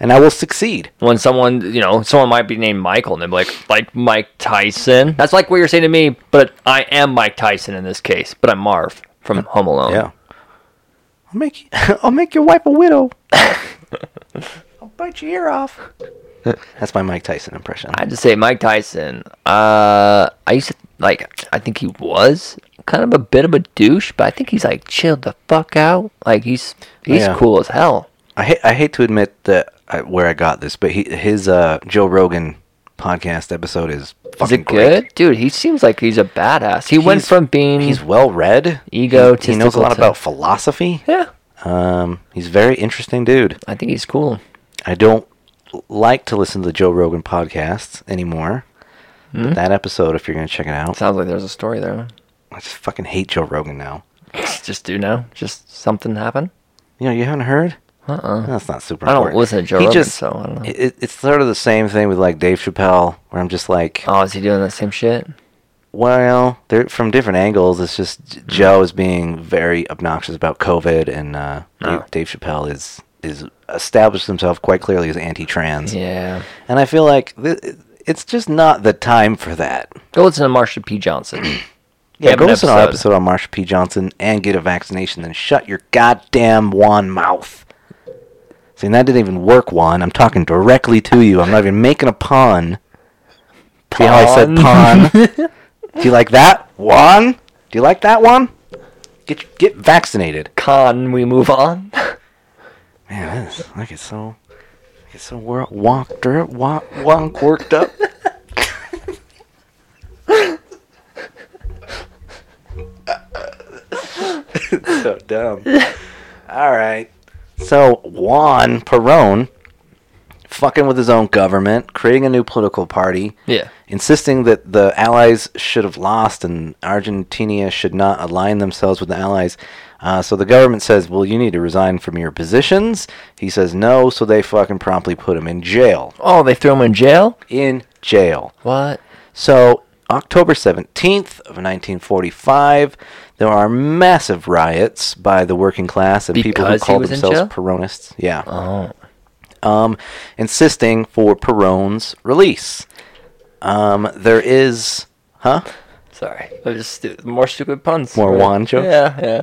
Speaker 2: And I will succeed.
Speaker 1: When someone, you know, someone might be named Michael, and they're like, like Mike Tyson. That's like what you're saying to me, but I am Mike Tyson in this case, but I'm Marv from Home Alone.
Speaker 2: Yeah. I'll make you, I'll make your wife a widow. I'll bite your ear off. That's my Mike Tyson impression.
Speaker 1: I had to say Mike Tyson. Uh, I used to like. I think he was kind of a bit of a douche, but I think he's like chilled the fuck out. Like he's he's
Speaker 2: Yeah.
Speaker 1: cool as hell.
Speaker 2: I hate, I hate to admit that I, where I got this, but he, his uh, Joe Rogan podcast episode is fucking
Speaker 1: Is it
Speaker 2: great.
Speaker 1: good, dude? He seems like he's a badass. He went
Speaker 2: He's-
Speaker 1: from being
Speaker 2: He's well read. He, he knows a
Speaker 1: egotistical
Speaker 2: lot
Speaker 1: to-
Speaker 2: about philosophy.
Speaker 1: yeah.
Speaker 2: Um, he's a very interesting dude.
Speaker 1: I think he's cool.
Speaker 2: I don't like to listen to the Joe Rogan podcasts anymore.
Speaker 1: Hmm?
Speaker 2: But that episode, if you're gonna check it out,
Speaker 1: Sounds like there's a story there.
Speaker 2: I just fucking hate Joe Rogan now.
Speaker 1: Just do now. Just something happened.
Speaker 2: You know, you haven't heard?
Speaker 1: Uh uh
Speaker 2: That's not super.
Speaker 1: I don't
Speaker 2: important.
Speaker 1: listen to Joe
Speaker 2: He
Speaker 1: Rogan,
Speaker 2: just-
Speaker 1: so I don't know.
Speaker 2: It, it's sort of the same thing with like Dave Chappelle, where I'm just like,
Speaker 1: Oh, is he doing the same shit?
Speaker 2: well, they're from different angles. It's just J-
Speaker 1: Mm-hmm.
Speaker 2: Joe is being very obnoxious about COVID, and uh,
Speaker 1: Oh.
Speaker 2: Dave Chappelle is is established himself quite clearly as anti-trans.
Speaker 1: Yeah.
Speaker 2: And I feel like th- it's just not the time for that.
Speaker 1: Go listen to Marsha P. Johnson.
Speaker 2: Yeah,
Speaker 1: have
Speaker 2: go
Speaker 1: an
Speaker 2: listen to our
Speaker 1: episode.
Speaker 2: episode on Marsha P. Johnson and get a vaccination, then shut your goddamn Juan mouth. See, and that didn't even work, Juan. I'm talking directly to you. I'm not even making a pun. See how I said
Speaker 1: Pun.
Speaker 2: pun? Do you like that, Juan? Do you like that, Juan? Get get vaccinated.
Speaker 1: Con, we move on.
Speaker 2: Man, that is, I get so, I get so wor- walked up, walk, walk, worked up. so dumb. All right. So Juan Perón, fucking with his own government, creating a new political party,
Speaker 1: yeah.
Speaker 2: insisting that the Allies should have lost and Argentina should not align themselves with the Allies. Uh, so the government says, well, you need to resign from your positions. He says no, so they fucking promptly put him in jail.
Speaker 1: Oh, they threw him in jail?
Speaker 2: In jail.
Speaker 1: What?
Speaker 2: So, October 17th of 1945, there are massive riots by the working class and people who
Speaker 1: Because he
Speaker 2: call
Speaker 1: was in
Speaker 2: themselves
Speaker 1: jail?
Speaker 2: Peronists. Yeah.
Speaker 1: Oh.
Speaker 2: Um, insisting for Peron's release. Um, there is, huh?
Speaker 1: Sorry. I was just stu- more stupid puns.
Speaker 2: More Juan jokes?
Speaker 1: Yeah, yeah.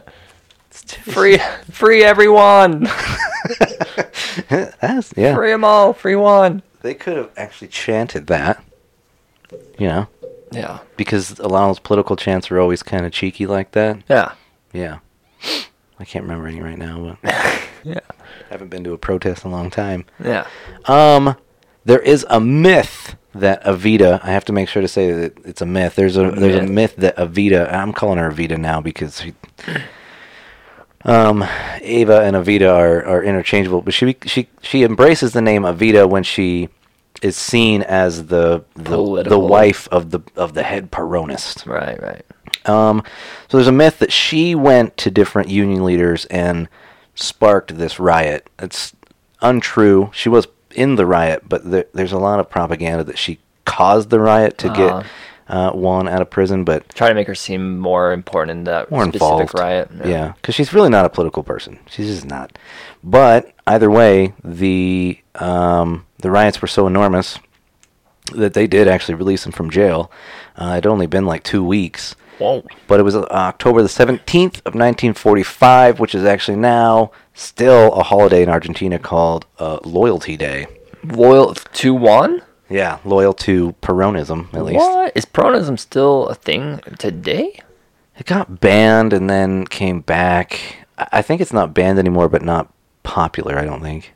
Speaker 1: Free free everyone.
Speaker 2: That's, yeah.
Speaker 1: free them all. Free Juan.
Speaker 2: They could have actually chanted that, you know,
Speaker 1: Yeah.
Speaker 2: because a lot of those political chants are always kind of cheeky like that.
Speaker 1: Yeah.
Speaker 2: Yeah. I can't remember any right now, but
Speaker 1: Yeah.
Speaker 2: haven't been to a protest in a long time.
Speaker 1: Yeah.
Speaker 2: Um, there is a myth that Avita. I have to make sure to say that it's a myth. There's a there's
Speaker 1: myth.
Speaker 2: a myth that Avita. I'm calling her Avita now because, she, um, Ava and Avita are are interchangeable. But she she she embraces the name Avita when she is seen as the the, the
Speaker 1: Political.
Speaker 2: wife of the of the head Peronist.
Speaker 1: Right, right.
Speaker 2: Um, so there's a myth that she went to different union leaders and sparked this riot. It's untrue. She was in the riot, but there, there's a lot of propaganda that she caused the riot to
Speaker 1: Ah.
Speaker 2: get uh, Juan out of prison, but
Speaker 1: Try to make her seem more important in that
Speaker 2: more
Speaker 1: specific
Speaker 2: involved.
Speaker 1: riot.
Speaker 2: Yeah, because she's really not a political person. She's just not. But either way, the um, the riots were so enormous that they did actually release him from jail. Uh, it'd only been like two weeks
Speaker 1: Whoa.
Speaker 2: but it was uh, October the 17th of 1945, which is actually now still a holiday in Argentina called uh, Loyalty Day.
Speaker 1: Loyal to Juan?
Speaker 2: Yeah, loyal to Peronism, at least.
Speaker 1: What? Is Pronism still a thing today?
Speaker 2: It got banned and then came back. I I think it's not banned anymore, but not popular. I don't think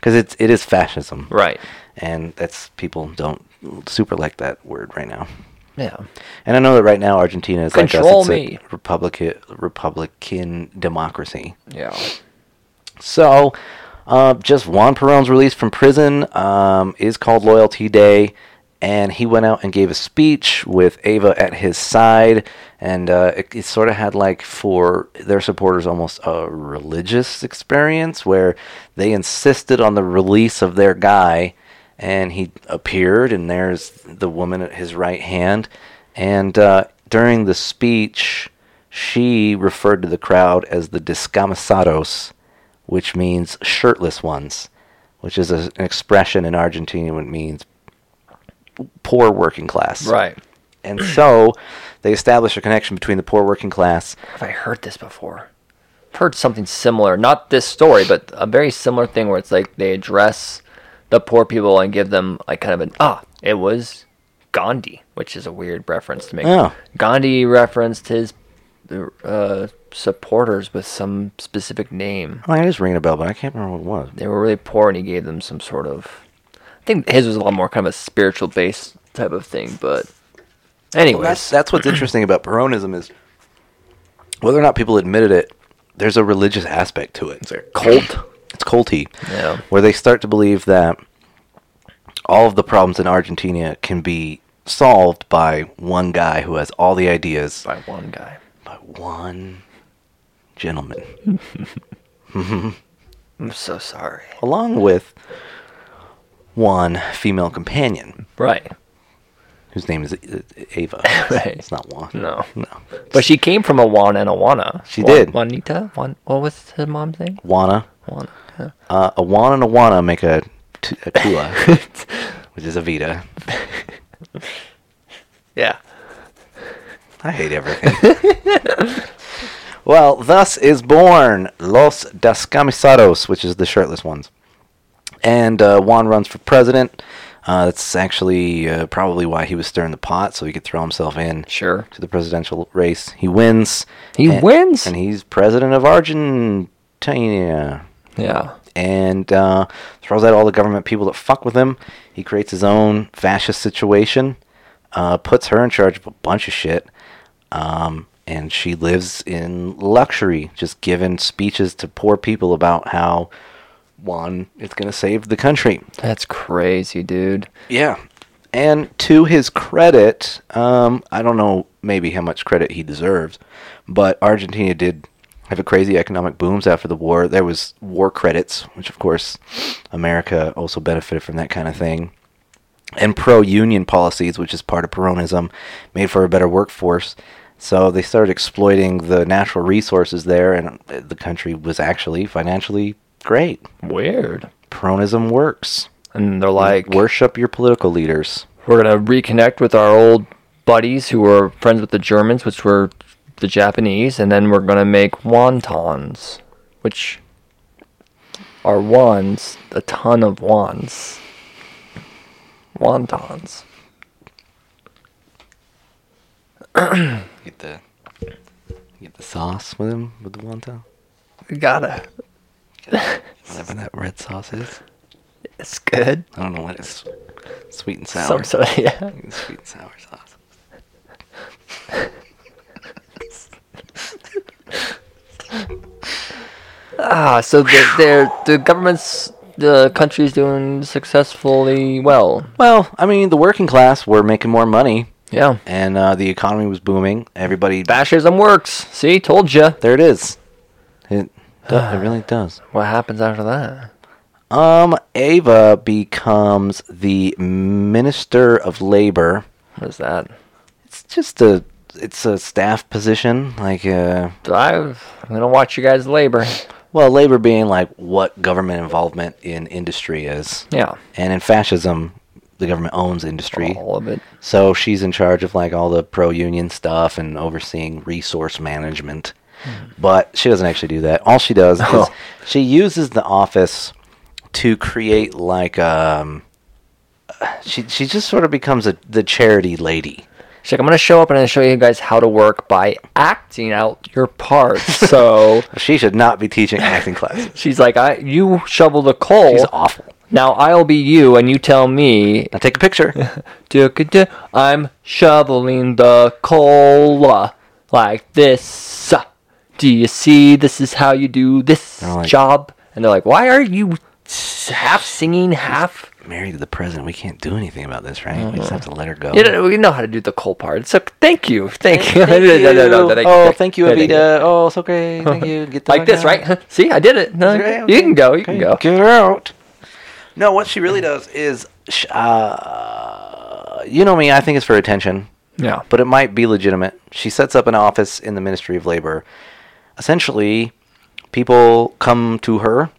Speaker 2: because it's it is fascism,
Speaker 1: Hmm. Right.
Speaker 2: and that's people don't super like that word right now.
Speaker 1: Yeah.
Speaker 2: And I know that right now Argentina is
Speaker 1: Control
Speaker 2: like us. It's
Speaker 1: me.
Speaker 2: a Republican Republican democracy.
Speaker 1: Yeah.
Speaker 2: So, uh, just Juan Perón's release from prison um, is called Loyalty Day, and he went out and gave a speech with Ava at his side, and uh, it, it sort of had like for their supporters almost a religious experience where they insisted on the release of their guy, and he appeared, and there's the woman at his right hand, and uh, during the speech. She referred to the crowd as the descamisados, which means shirtless ones, which is a, an expression in Argentina that means poor working class.
Speaker 1: Right.
Speaker 2: And so they establish a connection between the poor working class.
Speaker 1: Have I heard this before? I've heard something similar. Not this story, but a very similar thing where it's like they address the poor people and give them like kind of an ah, it was Gandhi, which is a weird reference to make.
Speaker 2: Yeah.
Speaker 1: Gandhi referenced his uh, supporters with some specific name.
Speaker 2: Oh, I just ringing a bell, but I can't remember what it was.
Speaker 1: They were really poor, and he gave them some sort of. I think his was a lot more kind of a spiritual based type of thing, but. Anyways,
Speaker 2: That's, that's what's interesting about Peronism is whether or not people admitted it, there's a religious aspect to it. It's a cult. It's culty.
Speaker 1: Yeah.
Speaker 2: Where they start to believe that all of the problems in Argentina can be solved by one guy who has all the ideas.
Speaker 1: by one guy.
Speaker 2: by one gentleman,
Speaker 1: I'm so sorry.
Speaker 2: along with one female companion
Speaker 1: Right.
Speaker 2: whose name is uh, Ava.
Speaker 1: Right.
Speaker 2: It's not Juan.
Speaker 1: No.
Speaker 2: No.
Speaker 1: But she came from a Juan and a Juana.
Speaker 2: She
Speaker 1: Juan-
Speaker 2: did.
Speaker 1: Juanita? Juan, what was her mom's name?
Speaker 2: Juana.
Speaker 1: Juana. Yeah.
Speaker 2: Uh, a Juan and a Juana make a, t- a Tula, which is a Vita.
Speaker 1: Yeah.
Speaker 2: I hate everything. well, thus is born Los Descamisados, which is the shirtless ones. And uh, Juan runs for president. Uh, that's actually uh, probably why he was stirring the pot, so he could throw himself in
Speaker 1: Sure.
Speaker 2: to the presidential race. He wins.
Speaker 1: He
Speaker 2: and-
Speaker 1: wins?
Speaker 2: And he's president of Argentina.
Speaker 1: Yeah.
Speaker 2: And uh, throws out all the government people that fuck with him. He creates his own fascist situation, uh, puts her in charge of a bunch of shit. Um, and she lives in luxury, just giving speeches to poor people about how one is going to save the country.
Speaker 1: That's crazy, dude.
Speaker 2: Yeah. And to his credit, um, I don't know maybe how much credit he deserves, but Argentina did have a crazy economic booms after the war. There was war credits, which of course America also benefited from that kind of thing. And pro-union policies, which is part of Peronism, made for a better workforce. So they started exploiting the natural resources there, and uh, the country was actually financially great.
Speaker 1: Weird.
Speaker 2: Peronism works.
Speaker 1: And they're like, we're,
Speaker 2: Worship your political leaders.
Speaker 1: going to reconnect with our old buddies who were friends with the Germans, which were the Japanese, and then we're going to make wontons, which are wands, a ton of wands. Wontons.
Speaker 2: Get the get the sauce with him with the wonton.
Speaker 1: Gotta.
Speaker 2: Whatever that red sauce is.
Speaker 1: It's good.
Speaker 2: I don't know what it's sweet and
Speaker 1: Some
Speaker 2: sour.
Speaker 1: sort of- yeah.
Speaker 2: Sweet and sour sauce.
Speaker 1: Ah, so the, they're, the government's, the country's doing successfully well.
Speaker 2: Well, I mean, the working class were making more money,
Speaker 1: Yeah.
Speaker 2: and uh, the economy was booming. Everybody,
Speaker 1: Fascism works. See, told ya.
Speaker 2: there it is. It, do- it really does.
Speaker 1: What happens after that?
Speaker 2: Um, Ava becomes the minister of labor.
Speaker 1: What is that?
Speaker 2: It's just a it's a staff position, like uh,
Speaker 1: I, I'm gonna watch you guys labor.
Speaker 2: well, labor being like what government involvement in industry is.
Speaker 1: Yeah.
Speaker 2: And in fascism, the government owns industry.
Speaker 1: All of it.
Speaker 2: So she's in charge of like all the pro union stuff and overseeing resource management.
Speaker 1: Hmm.
Speaker 2: But she doesn't actually do that. All she does
Speaker 1: Oh.
Speaker 2: is she uses the office to create like um she she just sort of becomes a the charity lady.
Speaker 1: She's like, I'm gonna show up and I'm gonna show you guys how to work by acting out your parts. So
Speaker 2: She should not be teaching acting classes.
Speaker 1: she's like, I you shovel the coal.
Speaker 2: She's awful.
Speaker 1: Now I'll be you, and you tell me.
Speaker 2: Now take a picture.
Speaker 1: "Doo-ka-doo, I'm shoveling the coal like this. Do you see? This is how you do this
Speaker 2: They're like-
Speaker 1: job. And they're like, Why are you s- half singing, half?
Speaker 2: Married to the president, we can't do anything about this, right? We just have to let her go.
Speaker 1: Uh-huh. You know, we know how to do the coal part. So thank you, thank you.
Speaker 2: Thank you.
Speaker 1: No, no, no, thank you,
Speaker 2: oh,
Speaker 1: thank-
Speaker 2: thank you,
Speaker 1: no, thank
Speaker 2: Evita. Oh, so great. Thank you. Get the
Speaker 1: Like
Speaker 2: fuck
Speaker 1: this,
Speaker 2: out.
Speaker 1: right? See, I did it. No,
Speaker 2: Okay,
Speaker 1: You
Speaker 2: okay.
Speaker 1: can go. You can
Speaker 2: Okay,
Speaker 1: go.
Speaker 2: Get out. No, what she really does is, sh- uh, you know me. I think it's for attention,
Speaker 1: Yeah.
Speaker 2: but it might be legitimate. She sets up an office in the Ministry of Labor. Essentially, people come to her.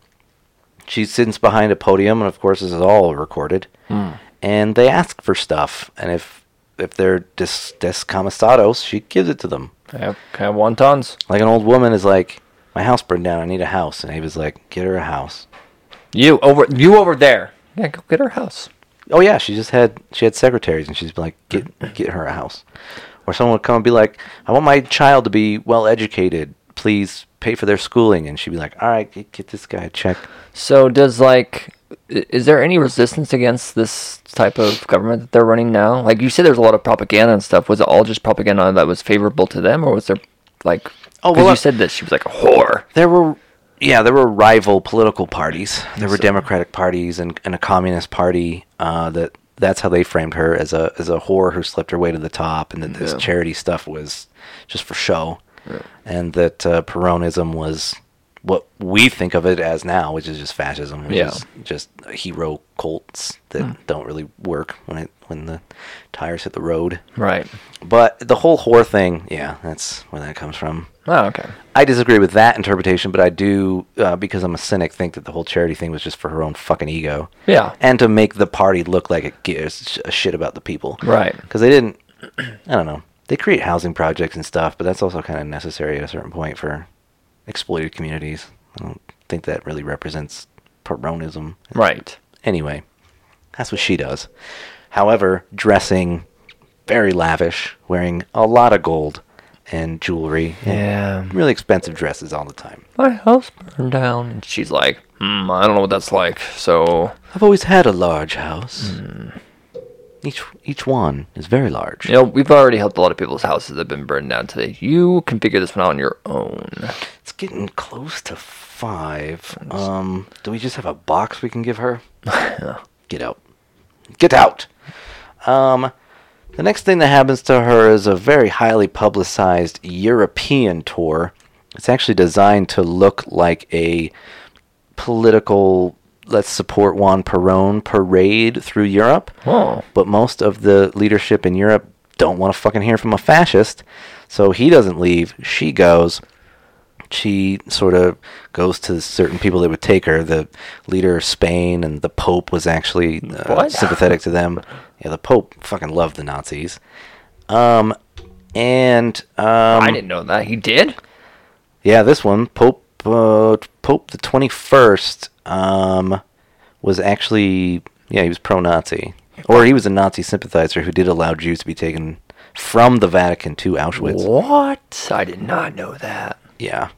Speaker 2: She sits behind a podium, and of course, this is all recorded.
Speaker 1: Hmm.
Speaker 2: And they ask for stuff, and if if they're dis descamisados, she gives it to them.
Speaker 1: Okay, wontons.
Speaker 2: Like an old woman is like, "My house burned down. I need a house." And Ava's like, "Get her a house."
Speaker 1: You over. You over there. Yeah, go get her house.
Speaker 2: Oh yeah, she just had she had secretaries, and she's like, "Get get her a house," or someone would come and be like, "I want my child to be well educated. Please pay for their schooling." And she'd be like, "All right, get, get this guy a check."
Speaker 1: So does like i- is there any resistance against this type of government that they're running now? Like you said there's a lot of propaganda and stuff. Was it all just propaganda that was favorable to them or was there like
Speaker 2: Oh,
Speaker 1: Oh,
Speaker 2: well,
Speaker 1: you
Speaker 2: I-
Speaker 1: said that she was like a whore.
Speaker 2: There were yeah, there were rival political parties. There were Democratic parties and, and a communist party. Uh, that that's how they framed her as a as a whore who slept her way to the top, and that this
Speaker 1: Yeah.
Speaker 2: charity stuff was just for show, and that uh, Peronism was what we think of it as now, which is just fascism, which
Speaker 1: Yeah. Hmm.
Speaker 2: is just hero cults that don't really work when it when the tires hit the road.
Speaker 1: Right.
Speaker 2: But the whole whore thing, yeah, that's where that comes from.
Speaker 1: Oh, okay.
Speaker 2: I disagree with that interpretation, but I do, uh, because I'm a cynic, think that the whole charity thing was just for her own fucking ego.
Speaker 1: Yeah.
Speaker 2: And to make the party look like it gives a shit about the people.
Speaker 1: Right.
Speaker 2: Because they didn't, I don't know. They create housing projects and stuff, but that's also kind of necessary at a certain point for exploited communities. I don't think that really represents Peronism.
Speaker 1: Right.
Speaker 2: Anyway, that's what she does. However, dressing very lavish, wearing a lot of gold and jewelry.
Speaker 1: Yeah.
Speaker 2: Really expensive dresses all the time.
Speaker 1: My house burned down and she's like, "Hmm, I don't know what that's like." So,
Speaker 2: I've always had a large house. Each each one is very large.
Speaker 1: you know, we've already helped a lot of people's houses that have been burned down today. You can figure this one out on your own.
Speaker 2: It's getting close to five. Um, do we just have a box we can give her? Get out. Get out. Um, the next thing that happens to her is a very highly publicized European tour. It's actually designed to look like a political let's support Juan Perón parade through Europe.
Speaker 1: Oh.
Speaker 2: But most of the leadership in Europe don't want to fucking hear from a fascist. So he doesn't leave. She goes. She sort of goes to certain people that would take her. The leader of Spain and the Pope was actually uh,
Speaker 1: What?
Speaker 2: sympathetic to them. Yeah, the Pope fucking loved the Nazis. Um, and um,
Speaker 1: I didn't know that. He did?
Speaker 2: yeah, this one, Pope uh, Pope the twenty first, um, was actually yeah he was pro-Nazi, or he was a Nazi sympathizer who did allow Jews to be taken from the Vatican to Auschwitz.
Speaker 1: What? I did not know that.
Speaker 2: Yeah,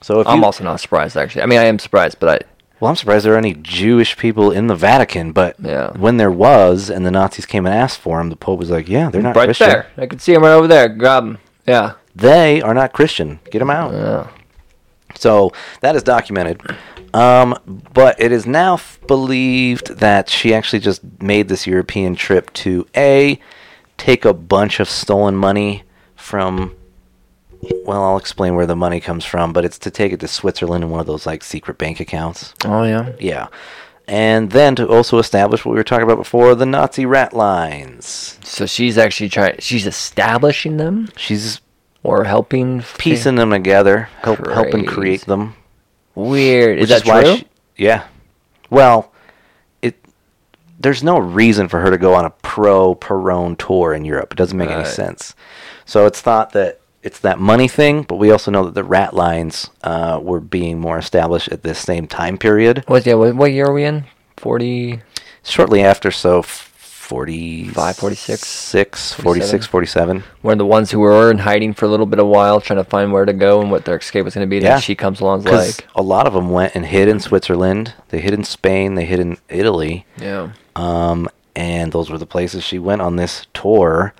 Speaker 2: so if
Speaker 1: I'm
Speaker 2: you,
Speaker 1: also not surprised, actually. I mean, I am surprised, but I.
Speaker 2: well, I'm surprised there are any Jewish people in the Vatican, but
Speaker 1: Yeah.
Speaker 2: when there was, and the Nazis came and asked for him, the Pope was like, yeah, they're not
Speaker 1: Right
Speaker 2: Christian.
Speaker 1: there. I could see him right over there. Grab him. Yeah.
Speaker 2: They are not Christian. Get them out.
Speaker 1: Yeah.
Speaker 2: So that is documented. Um, but it is now f- believed that she actually just made this European trip to A, take a bunch of stolen money from. Well, I'll explain where the money comes from, but it's to take it to Switzerland in one of those like secret bank accounts.
Speaker 1: Oh, yeah.
Speaker 2: Yeah. And then to also establish what we were talking about before the Nazi rat lines.
Speaker 1: So she's actually trying. She's establishing them
Speaker 2: She's
Speaker 1: or helping. f-
Speaker 2: piecing them together, help, helping
Speaker 1: Crazy.
Speaker 2: create them.
Speaker 1: Weird. Is
Speaker 2: Which
Speaker 1: that true?
Speaker 2: she- yeah. Well, it there's no reason for her to go on a pro Perone tour in Europe. It doesn't make any
Speaker 1: Right.
Speaker 2: sense. So it's thought that it's that money thing, but we also know that the rat lines uh, were being more established at this same time period,
Speaker 1: What, yeah, what, what year are we in? 40.
Speaker 2: shortly after. So f- 40
Speaker 1: Five, 46,
Speaker 2: 6, 46, 47.
Speaker 1: One of the ones who were in hiding for a little bit of while, trying to find where to go and what their escape was going to be.
Speaker 2: Yeah.
Speaker 1: Then she comes along and is
Speaker 2: Because
Speaker 1: like,
Speaker 2: a lot of them went and hid in Switzerland. They hid in Spain. They hid in Italy.
Speaker 1: yeah,
Speaker 2: Um, and those were the places she went on this tour,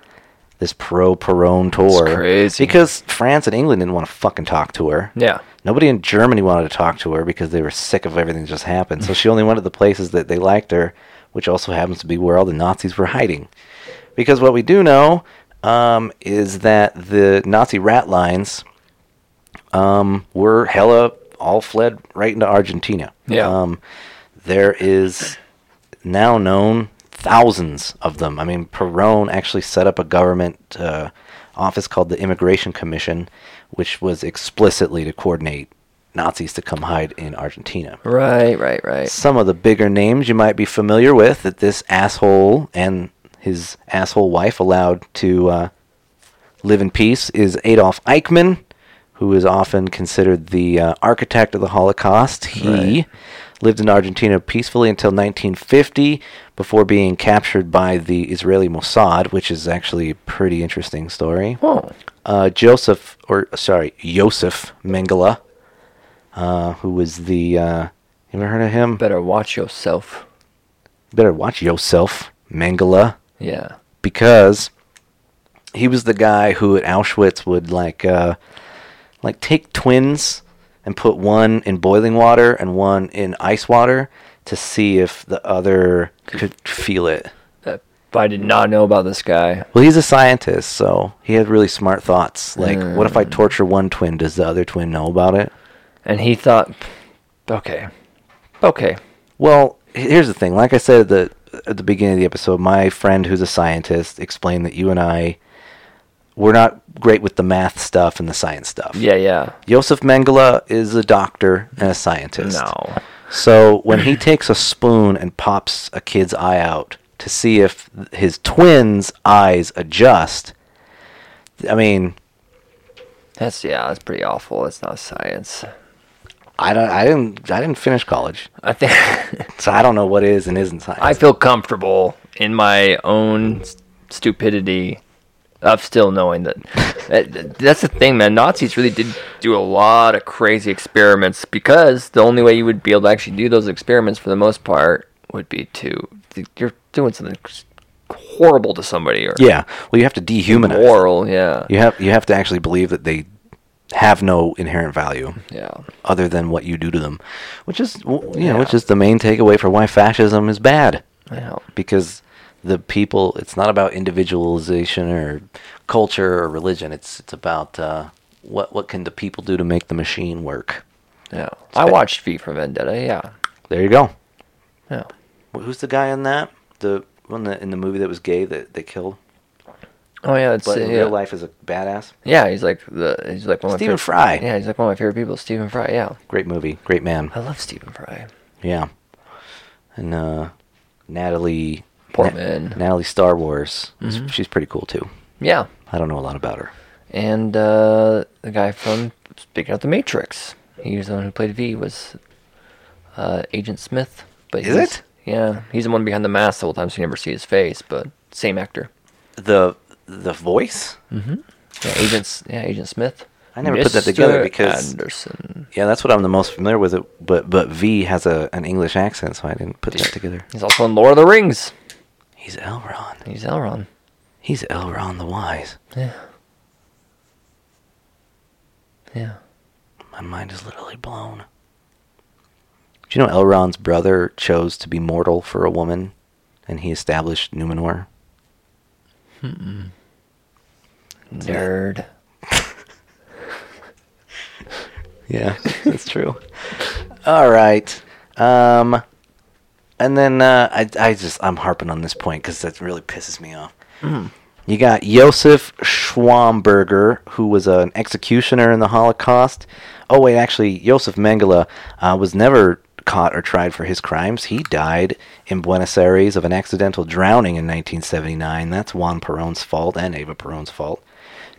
Speaker 2: this pro Perone tour.
Speaker 1: crazy.
Speaker 2: Because France and England didn't want to fucking talk to her.
Speaker 1: yeah,
Speaker 2: Nobody in Germany wanted to talk to her because they were sick of everything that just happened. So she only went to the places that they liked her, which also happens to be where all the Nazis were hiding. Because what we do know um, is that the Nazi rat lines um, were hella all fled right into Argentina.
Speaker 1: Yeah.
Speaker 2: Um, there is now known thousands of them. I mean, Perón actually set up a government uh, office called the Immigration Commission, which was explicitly to coordinate Nazis to come hide in Argentina.
Speaker 1: right, right, right.
Speaker 2: Some of the bigger names you might be familiar with that this asshole and his asshole wife allowed to uh, live in peace is Adolf Eichmann, who is often considered the uh, architect of the Holocaust. He
Speaker 1: Right.
Speaker 2: lived in Argentina peacefully until 1950 before being captured by the Israeli Mossad, which is actually a pretty interesting story.
Speaker 1: Oh,
Speaker 2: Uh, Joseph, or sorry, Joseph Mengele, uh, who was the. Uh, you ever heard of him?
Speaker 1: better watch yourself.
Speaker 2: better watch yourself, Mengele,
Speaker 1: Yeah,
Speaker 2: because he was the guy who at Auschwitz would like uh, like take twins and put one in boiling water and one in ice water to see if the other could feel it.
Speaker 1: that, Uh, I did not know about this guy.
Speaker 2: Well, he's a scientist, so he had really smart thoughts. Like, what if I torture one twin? Does the other twin know about it?
Speaker 1: And he thought, okay, okay,
Speaker 2: Well, h- here's the thing. Like I said at the at the beginning of the episode, my friend who's a scientist explained that you and I we're not great with the math stuff and the science stuff.
Speaker 1: yeah, yeah.
Speaker 2: Josef Mengele is a doctor and a scientist.
Speaker 1: No,
Speaker 2: So when he takes a spoon and pops a kid's eye out to see if th- his twin's eyes adjust, I mean,
Speaker 1: that's yeah, that's pretty awful. That's not science.
Speaker 2: I don't I didn't I didn't finish college.
Speaker 1: I think
Speaker 2: So I don't know what is and isn't science.
Speaker 1: I feel comfortable in my own s- stupidity of still knowing that, that. That's the thing, man. Nazis really did do a lot of crazy experiments because the only way you would be able to actually do those experiments for the most part would be to you're doing something horrible to somebody or
Speaker 2: yeah. Well, you have to dehumanize.
Speaker 1: moral. Yeah,
Speaker 2: You have you have to actually believe that they have no inherent value
Speaker 1: yeah.
Speaker 2: other than what you do to them, which is w- you
Speaker 1: Yeah.
Speaker 2: know which is the main takeaway for why fascism is bad
Speaker 1: Yeah.
Speaker 2: because the people it's not about individualization or culture or religion it's it's about uh, what what can the people do to make the machine work.
Speaker 1: Yeah. I watched V for Vendetta. Yeah.
Speaker 2: There you go.
Speaker 1: Yeah.
Speaker 2: Wh- Who's the guy in that the one that in the movie that was gay that they killed,
Speaker 1: Oh yeah, it's
Speaker 2: but
Speaker 1: uh,
Speaker 2: in
Speaker 1: yeah.
Speaker 2: real life is a badass.
Speaker 1: Yeah, he's like the he's like one of
Speaker 2: Stephen
Speaker 1: my favorite,
Speaker 2: Fry.
Speaker 1: Yeah, he's like one of my favorite people, Stephen Fry. Yeah,
Speaker 2: Great movie, great man.
Speaker 1: I love Stephen Fry.
Speaker 2: Yeah. And uh, Natalie
Speaker 1: Portman.
Speaker 2: Natalie Star Wars. is- She's pretty cool too.
Speaker 1: Yeah,
Speaker 2: I don't know a lot about her.
Speaker 1: and uh, the guy from speaking of the Matrix, he was the one who played V. Was uh, Agent Smith? But
Speaker 2: Is
Speaker 1: he's-
Speaker 2: it?
Speaker 1: Yeah, he's the one behind the mask the whole time, so you never see his face. But same actor.
Speaker 2: The the voice.
Speaker 1: Yeah, Agent. S- Yeah, Agent Smith.
Speaker 2: I never put that together
Speaker 1: Mr.
Speaker 2: because-
Speaker 1: Anderson.
Speaker 2: Yeah, that's what I'm the most familiar with. It, but but V has a an English accent, so I didn't put that together.
Speaker 1: He's also in Lord of the Rings.
Speaker 2: He's Elrond.
Speaker 1: He's Elrond.
Speaker 2: He's Elrond the Wise.
Speaker 1: Yeah. Yeah.
Speaker 2: My mind is literally blown. Do you know Elrond's brother chose to be mortal for a woman, and he established Numenor?
Speaker 1: Nerd.
Speaker 2: Yeah, that's true. All right. Um, and then uh, I, I just I'm harping on this point because that really pisses me off. You got Josef Schwamberger, who was an executioner in the Holocaust. Oh wait, actually, Josef Mengele uh, was never caught or tried for his crimes. He died in Buenos Aires of an accidental drowning in 1979. That's Juan Perón's fault and Eva Perón's fault.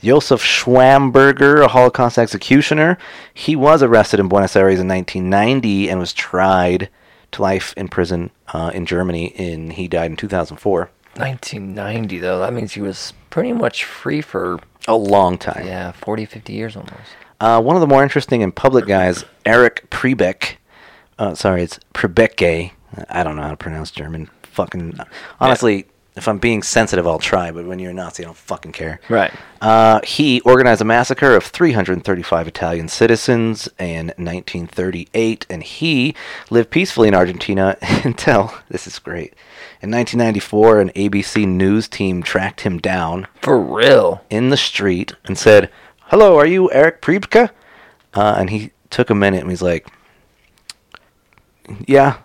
Speaker 2: Josef Schwamberger, a Holocaust executioner, he was arrested in Buenos Aires in 1990 and was tried to life in prison uh, in Germany. In he died in 2004.
Speaker 1: 1990 though. That means he was pretty much free for
Speaker 2: A long time.
Speaker 1: yeah 40, 50 years almost.
Speaker 2: Uh, one of the more interesting and public guys, Eric Prebeck. Uh, sorry, it's Prebecke. I don't know how to pronounce German. Fucking honestly, if I'm being sensitive, I'll try. But when you're a Nazi, I don't fucking care.
Speaker 1: Right.
Speaker 2: Uh, he organized a massacre of 335 Italian citizens in 1938, and he lived peacefully in Argentina until this is great. In 1994, an ABC news team tracked him down
Speaker 1: For real.
Speaker 2: in the street and said, "Hello, are you Eric Priebke?" Uh, and he took a minute and he's like, "Yeah."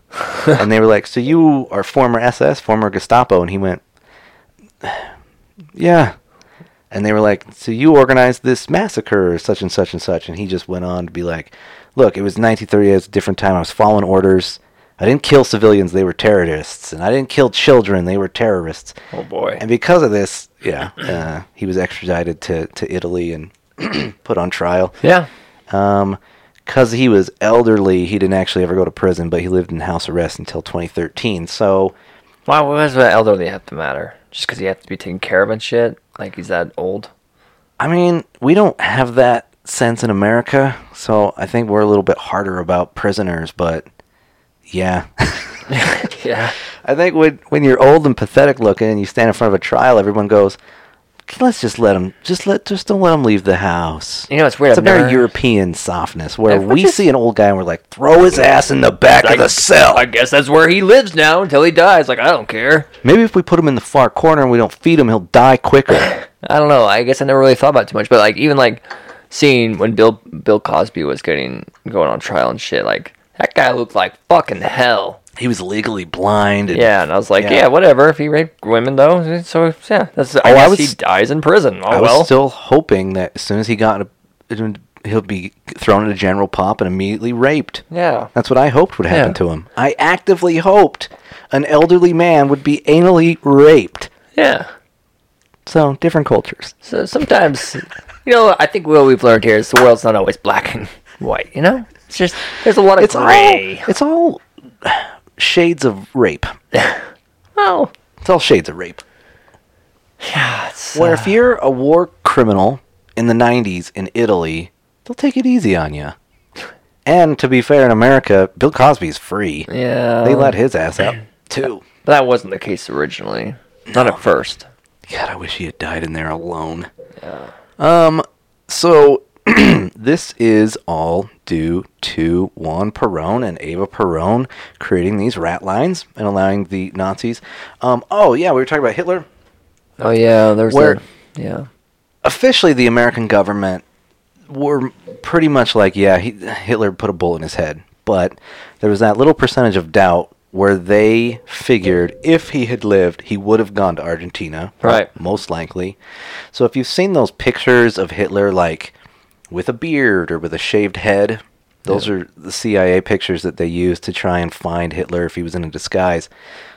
Speaker 2: and they were like, "So you are former SS, former Gestapo?" And he went, "Yeah." And they were like, "So you organized this massacre, or such and such and such?" And he just went on to be like, "Look, it was 1930. It was a different time. I was following orders." I didn't kill civilians, they were terrorists. And I didn't kill children, they were terrorists.
Speaker 1: Oh boy.
Speaker 2: And because of this, yeah, uh, he was extradited to, to Italy and put on trial.
Speaker 1: yeah.
Speaker 2: Because he was elderly, he didn't actually ever go to prison, but he lived in house arrest until 2013. So,
Speaker 1: Why why does the elderly have to matter? Just because he has to be taken care of and shit? Like he's that old?
Speaker 2: I mean, we don't have that sense in America. So I think we're a little bit harder about prisoners, but yeah.
Speaker 1: Yeah.
Speaker 2: I think when, when you're old and pathetic looking and you stand in front of a trial, everyone goes, Let's just let him. Just let. Just don't let him leave the house.
Speaker 1: You know, it's weird,
Speaker 2: It's a
Speaker 1: I've
Speaker 2: very
Speaker 1: never-
Speaker 2: European softness where
Speaker 1: I've
Speaker 2: we
Speaker 1: just-
Speaker 2: see an old guy and we're like, throw his ass in the back of the cell.
Speaker 1: I guess that's where he lives now until he dies. Like I don't care.
Speaker 2: Maybe if we put him in the far corner and we don't feed him, he'll die quicker.
Speaker 1: I don't know. I guess I never really thought about it too much, but like even like seeing when Bill Bill Cosby was getting going on trial and shit, like that guy looked like fucking hell.
Speaker 2: he was legally blind. And
Speaker 1: Yeah, and I was like,
Speaker 2: Yeah.
Speaker 1: yeah, whatever. If he raped women though, so yeah, that's. I
Speaker 2: Oh, I
Speaker 1: guess
Speaker 2: was-
Speaker 1: he dies in prison. Oh
Speaker 2: I was
Speaker 1: well.
Speaker 2: still hoping that as soon as he got, a, he'll be thrown into general pop and immediately raped.
Speaker 1: yeah.
Speaker 2: That's what I hoped would happen
Speaker 1: Yeah.
Speaker 2: to him. I actively hoped an elderly man would be anally raped.
Speaker 1: Yeah.
Speaker 2: So different cultures.
Speaker 1: So sometimes, you know, I think what we've learned here is the world's not always black and white. You know, it's just there's a lot of
Speaker 2: It's
Speaker 1: gray.
Speaker 2: all. It's all shades of rape.
Speaker 1: Oh,
Speaker 2: It's all shades of rape.
Speaker 1: yeah. It's,
Speaker 2: Where if you're a war criminal in the 90s in Italy, they'll take it easy on you. And to be fair, in America, Bill Cosby's free.
Speaker 1: yeah.
Speaker 2: They let his ass out, too.
Speaker 1: That wasn't the case originally. Not at first.
Speaker 2: God, I wish he had died in there alone. Um, so this is all due to Juan Perón and Eva Perón creating these rat lines and allowing the Nazis. Um, oh yeah, we were talking about Hitler.
Speaker 1: Oh yeah, there's
Speaker 2: Where-
Speaker 1: the yeah.
Speaker 2: officially the American government were pretty much like, yeah, he, Hitler put a bullet in his head. But there was that little percentage of doubt where they figured if he had lived, he would have gone to Argentina.
Speaker 1: Right.
Speaker 2: Most likely. So if you've seen those pictures of Hitler, like with a beard or with a shaved head, those are the CIA pictures that they used to try and find Hitler if he was in a disguise.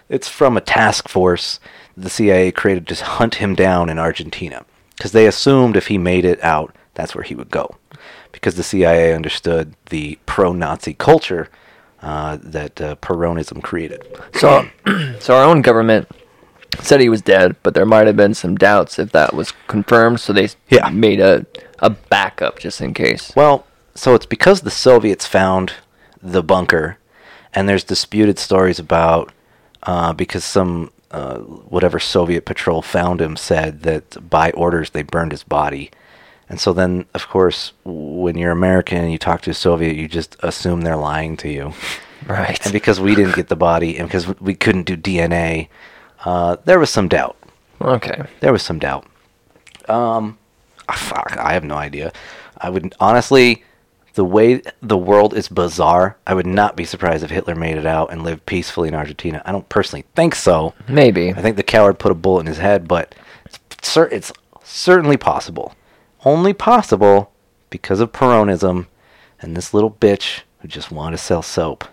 Speaker 2: It's from a task force the CIA created to hunt him down in Argentina because they assumed if he made it out, that's where he would go. Because the CIA understood the pro Nazi culture uh, that uh, Peronism created.
Speaker 1: So so our own government said he was dead, but there might have been some doubts if that was confirmed, so they
Speaker 2: Yeah.
Speaker 1: made a a backup just in case.
Speaker 2: Well, so it's because the Soviets found the bunker, and there's disputed stories about uh, because some uh, whatever Soviet patrol found him said that by orders they burned his body. And so then, of course, when you're American and you talk to a Soviet, you just assume they're lying to you.
Speaker 1: Right.
Speaker 2: And because we didn't get the body and because we couldn't do DNA, uh, there was some doubt.
Speaker 1: okay.
Speaker 2: There was some doubt. Um, ah, fuck, I have no idea. I would honestly, the way the world is bizarre, I would not be surprised if Hitler made it out and lived peacefully in Argentina. I don't personally think so.
Speaker 1: Maybe.
Speaker 2: I think the coward put a bullet in his head, but it's, cer- it's certainly possible. Only possible because of Peronism and this little bitch who just wanted to sell soap.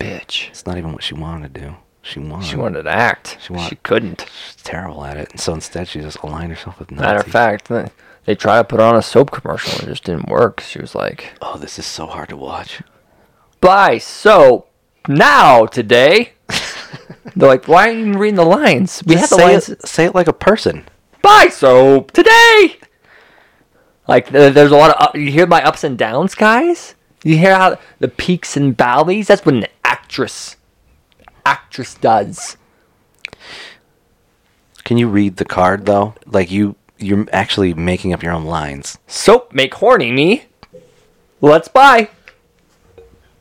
Speaker 1: Bitch.
Speaker 2: It's not even what she wanted to do. She wanted.
Speaker 1: She wanted to act.
Speaker 2: She
Speaker 1: She,
Speaker 2: want-
Speaker 1: couldn't.
Speaker 2: She's terrible at it. And so instead, she just aligned herself with Nazis.
Speaker 1: Matter of fact, they- they tried to put on a soap commercial and it just didn't work. She was like,
Speaker 2: Oh, this is so hard to watch.
Speaker 1: "Buy soap now today." They're like, why are you even reading the lines? We
Speaker 2: Just
Speaker 1: have the
Speaker 2: say
Speaker 1: lines.
Speaker 2: It, say it like a person.
Speaker 1: Buy soap today. Like th- there's a lot of up, you hear my ups and downs, guys. You hear how the peaks and valleys. That's what an actress, actress does.
Speaker 2: Can you read the card though? Like you, you're actually making up your own lines.
Speaker 1: Soap make horny me. Let's buy.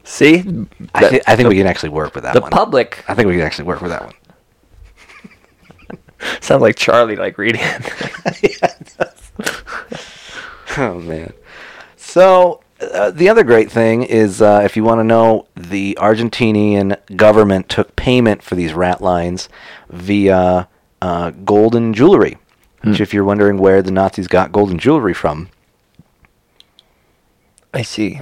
Speaker 1: See, the,
Speaker 2: I, thi- I think we can actually work with that
Speaker 1: the
Speaker 2: one.
Speaker 1: public
Speaker 2: I think we can actually work with that one.
Speaker 1: sounds like Charlie, like reading. it.
Speaker 2: Oh man. So uh, the other great thing is uh, if you want to know, the Argentinian government took payment for these rat lines via uh, golden jewelry. Which, if you're wondering where the Nazis got golden jewelry from,
Speaker 1: I see.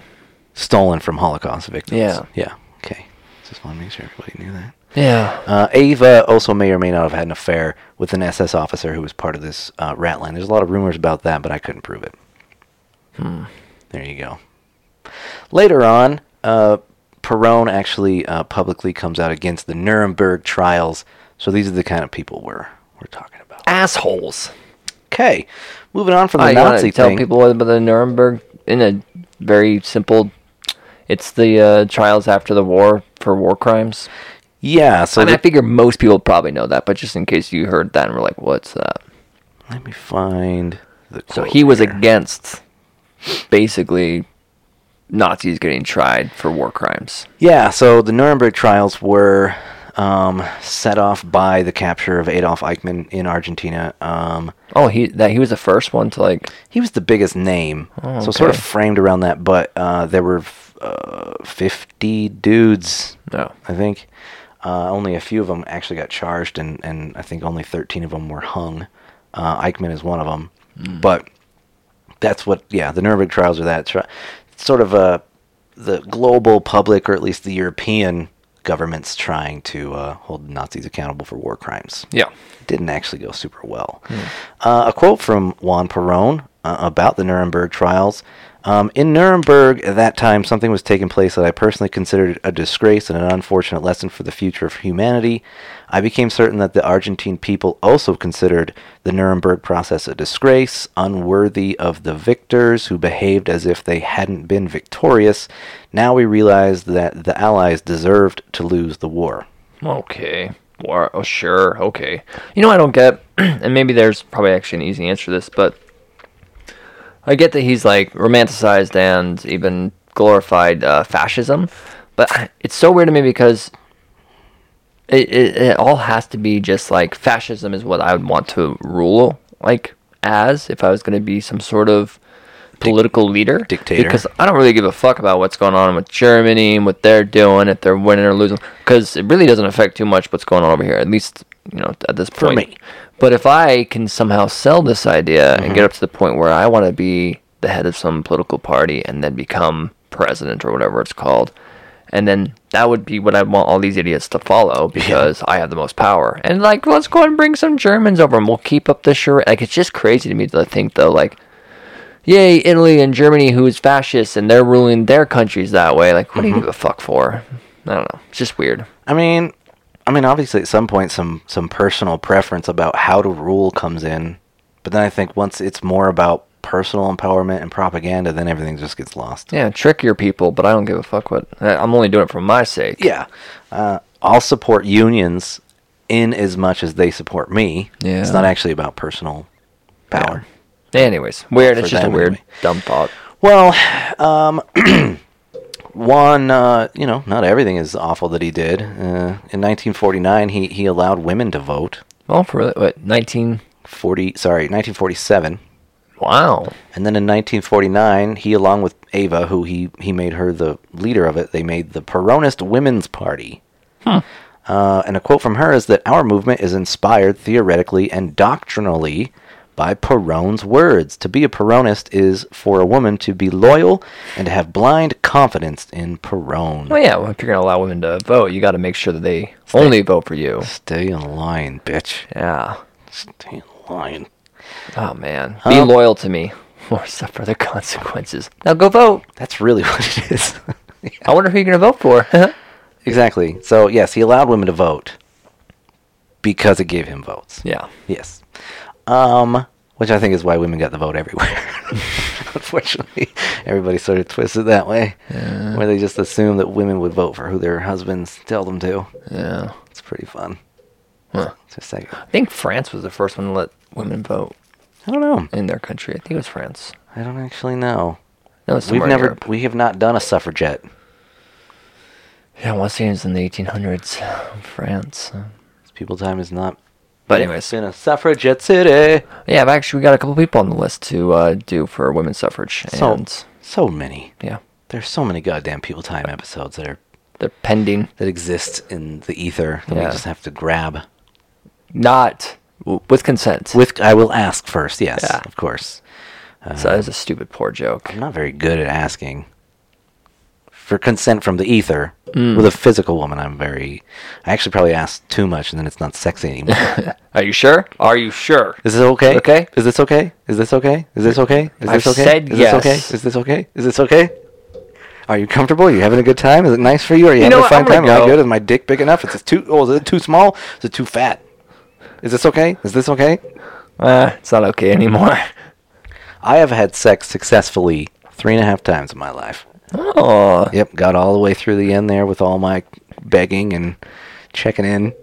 Speaker 2: stolen from Holocaust victims.
Speaker 1: Yeah.
Speaker 2: Yeah. Okay. Just want to make sure everybody knew that.
Speaker 1: Yeah.
Speaker 2: Uh, Ava also may or may not have had an affair with an SS officer who was part of this uh, rat line. There's a lot of rumors about that, but I couldn't prove it.
Speaker 1: Hmm.
Speaker 2: There you go. Later on, uh, Perón actually uh, publicly comes out against the Nuremberg trials. So these are the kind of people we're we're talking about.
Speaker 1: Assholes.
Speaker 2: Okay, moving on from the
Speaker 1: I
Speaker 2: Nazi
Speaker 1: Nazi tell
Speaker 2: thing.
Speaker 1: people about the Nuremberg in a very simple. It's the uh, trials after the war for war crimes.
Speaker 2: yeah, so
Speaker 1: I mean, I
Speaker 2: the-
Speaker 1: figure most people probably know that, but just in case you heard that and were like, "What's that?"
Speaker 2: let me find the.
Speaker 1: So
Speaker 2: quote
Speaker 1: he was
Speaker 2: here.
Speaker 1: against basically Nazis getting tried for war crimes.
Speaker 2: Yeah, so the Nuremberg trials were um, set off by the capture of Adolf Eichmann in Argentina. Um,
Speaker 1: Oh, he that he was the first one to like.
Speaker 2: he was the biggest name, so sort of framed around that. But uh, there were f- uh, 50 dudes,
Speaker 1: No.
Speaker 2: I think. Uh, only a few of them actually got charged, and, and I think only 13 of them were hung. Uh, Eichmann is one of them. But that's what yeah the nuremberg trials are that tri- sort of uh, the global public or at least the european governments trying to uh, hold nazis accountable for war crimes
Speaker 1: Yeah.
Speaker 2: didn't actually go super well uh, a quote from juan perón uh, about the nuremberg trials um, in nuremberg at that time something was taking place that i personally considered a disgrace and an unfortunate lesson for the future of humanity i became certain that the argentine people also considered the nuremberg process a disgrace unworthy of the victors who behaved as if they hadn't been victorious now we realize that the allies deserved to lose the war
Speaker 1: Okay. War. Oh, sure. Okay. You know, what I don't get, and maybe there's probably actually an easy answer to this, but I get that he's like romanticized and even glorified uh, fascism, but I- it's so weird to me because it, it it all has to be just like fascism is what I would want to rule like as if I was going to be some sort of political leader
Speaker 2: dictator.
Speaker 1: because I don't really give a fuck about what's going on with Germany and what they're doing if they're winning or losing because it really doesn't affect too much what's going on over here at least you know at this point
Speaker 2: me.
Speaker 1: but if I can somehow sell this idea and get up to the point where I want to be the head of some political party and then become president or whatever it's called, and then that would be what I want all these idiots to follow because I have the most power. And like, let's go and bring some Germans over and we'll keep up the charade. Like, it's just crazy to me to think though, like, yay, Italy and Germany, who is fascist and they're ruling their countries that way. Like, what do you
Speaker 2: Mm-hmm.
Speaker 1: give a fuck for? I don't know. It's just weird.
Speaker 2: I mean, I mean, obviously, at some point, some some personal preference about how to rule comes in, but then I think once it's more about personal empowerment and propaganda, then everything just gets lost.
Speaker 1: Yeah, trick your people, but I don't give a fuck what. I- I'm only doing it for my sake.
Speaker 2: Yeah, uh, I'll support unions in as much as they support me.
Speaker 1: Yeah.
Speaker 2: it's not actually about personal power.
Speaker 1: Anyways, weird.
Speaker 2: For
Speaker 1: It's just a
Speaker 2: them,
Speaker 1: weird,
Speaker 2: anyway.
Speaker 1: dumb thought.
Speaker 2: Well, um, one, uh, you know, not everything is awful that he did. Uh, in 1949, he he allowed women to vote.
Speaker 1: Well, for really, what nineteen?
Speaker 2: Forty, sorry, 1947.
Speaker 1: Wow.
Speaker 2: And then in 1949, he, along with Ava, who he, he made her the leader of it, they made the Peronist Women's Party. Uh, and a quote from her is that our movement is inspired theoretically and doctrinally by Peron's words. To be a Peronist is for a woman to be loyal and to have blind confidence in Peron.
Speaker 1: Well, yeah. Well, if you're gonna allow women to vote, you got to make sure that they only vote for you.
Speaker 2: Stay in line, bitch.
Speaker 1: Yeah.
Speaker 2: Stay in line.
Speaker 1: Oh man, be
Speaker 2: Um,
Speaker 1: loyal to me or suffer the consequences. Now go vote.
Speaker 2: That's really what it is.
Speaker 1: I wonder who you're gonna vote for.
Speaker 2: Exactly. So yes, he allowed women to vote. because it gave him votes.
Speaker 1: Yeah.
Speaker 2: Yes. Um, which I think is why women got the vote everywhere. Unfortunately, everybody sort of twisted that way,
Speaker 1: Yeah.
Speaker 2: where they just assume that women would vote for who their husbands tell them to.
Speaker 1: Yeah.
Speaker 2: It's pretty fun.
Speaker 1: Huh.
Speaker 2: Just like,
Speaker 1: I think France was the first one to let women vote
Speaker 2: I don't know.
Speaker 1: in their country. I think it was France.
Speaker 2: I don't actually know.
Speaker 1: No, it's
Speaker 2: We've
Speaker 1: somewhere in
Speaker 2: never,
Speaker 1: Europe.
Speaker 2: we have not done a suffragette.
Speaker 1: Yeah, I want to say it was in the 1800s, France. uh.
Speaker 2: People time is not.
Speaker 1: But
Speaker 2: Yeah,
Speaker 1: anyways.
Speaker 2: it's been a suffragette city.
Speaker 1: Yeah, I've actually got a couple people on the list to uh, do for women's suffrage,
Speaker 2: So,
Speaker 1: and
Speaker 2: so many.
Speaker 1: yeah,
Speaker 2: There's so many goddamn people time episodes that are
Speaker 1: they're pending.
Speaker 2: that exist in the ether that we
Speaker 1: Yeah.
Speaker 2: just have to grab.
Speaker 1: Not w- with consent.
Speaker 2: With I will ask first, yes,
Speaker 1: Yeah.
Speaker 2: of course.
Speaker 1: so that was a stupid, poor joke.
Speaker 2: I'm not very good at asking for consent from the ether.
Speaker 1: Mm.
Speaker 2: With a physical woman, I'm very. I actually probably ask too much, and then it's not sexy anymore.
Speaker 1: Are you sure? Are you sure?
Speaker 2: Is this okay?
Speaker 1: Okay.
Speaker 2: Is this okay? Is this okay? Is this okay? Is
Speaker 1: I've
Speaker 2: this okay?
Speaker 1: said
Speaker 2: Is
Speaker 1: yes.
Speaker 2: this okay? Is this okay? Is this okay? Are you comfortable? Are you having a good time? Is it nice for you? Are you,
Speaker 1: You know
Speaker 2: having a
Speaker 1: what? I'm
Speaker 2: fun
Speaker 1: gonna
Speaker 2: time? Am
Speaker 1: go.
Speaker 2: I good? Is my dick big enough? Is it too? Oh, is it too small? Is it too fat? Is this okay? Is this okay?
Speaker 1: Uh, it's not okay anymore.
Speaker 2: I have had sex successfully three and a half times in my life.
Speaker 1: Oh,
Speaker 2: Yep, got all the way through the end there with all my begging and checking in.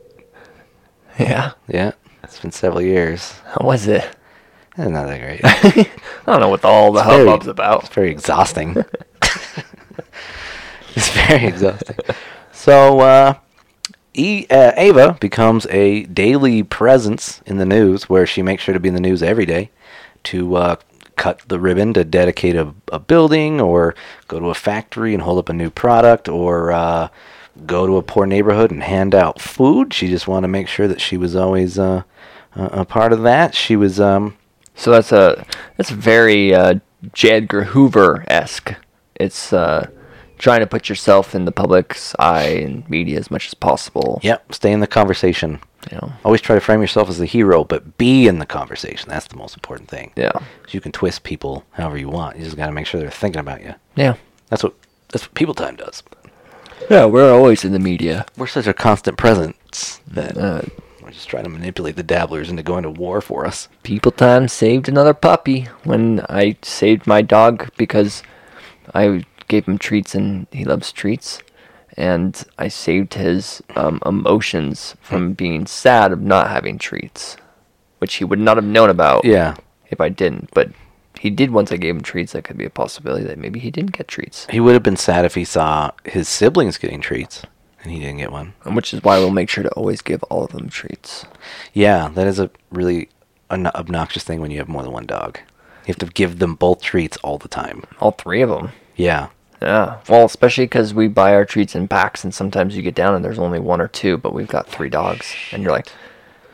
Speaker 1: yeah.
Speaker 2: Yeah, it's been several years.
Speaker 1: How was it?
Speaker 2: That's not that great.
Speaker 1: I don't know what all the
Speaker 2: very-
Speaker 1: hubbub's about.
Speaker 2: It's very exhausting. it's very exhausting. So, uh, e, uh, Ava becomes a daily presence in the news where she makes sure to be in the news every day to uh, cut the ribbon to dedicate a, a building or go to a factory and hold up a new product or uh, go to a poor neighborhood and hand out food. She just wanted to make sure that she was always uh, a, a part of that. She was. Um,
Speaker 1: So that's a that's very uh, J. Edgar Hoover esque. It's uh, trying to put yourself in the public's eye and media as much as possible.
Speaker 2: Yep, stay in the conversation.
Speaker 1: You know?
Speaker 2: Always try to frame yourself as the hero, but be in the conversation. That's the most important thing.
Speaker 1: Yeah.
Speaker 2: 'Cause You can twist people however you want. You just got to make sure they're thinking about you.
Speaker 1: Yeah.
Speaker 2: That's what that's what people time does.
Speaker 1: Yeah, we're always in the media.
Speaker 2: We're such a constant presence that
Speaker 1: Uh,
Speaker 2: we're just trying to manipulate the dabblers into going to war for us.
Speaker 1: people time saved another puppy when I saved my dog because I gave him treats and he loves treats. And I saved his um, emotions from being sad of not having treats, which he would not have known about
Speaker 2: Yeah,
Speaker 1: if I didn't. But he did once I gave him treats. That could be a possibility that maybe he didn't get treats,
Speaker 2: he would have been sad if he saw his siblings getting treats and he didn't get one.
Speaker 1: And which is why we'll make sure to always give all of them treats.
Speaker 2: Yeah, that is a really an obnoxious thing when you have more than one dog. You have to give them both treats all the time.
Speaker 1: All three of them.
Speaker 2: Yeah,
Speaker 1: Yeah. Well, especially because we buy our treats in packs, and sometimes you get down and there's only one or two, but we've got three dogs, and you're like,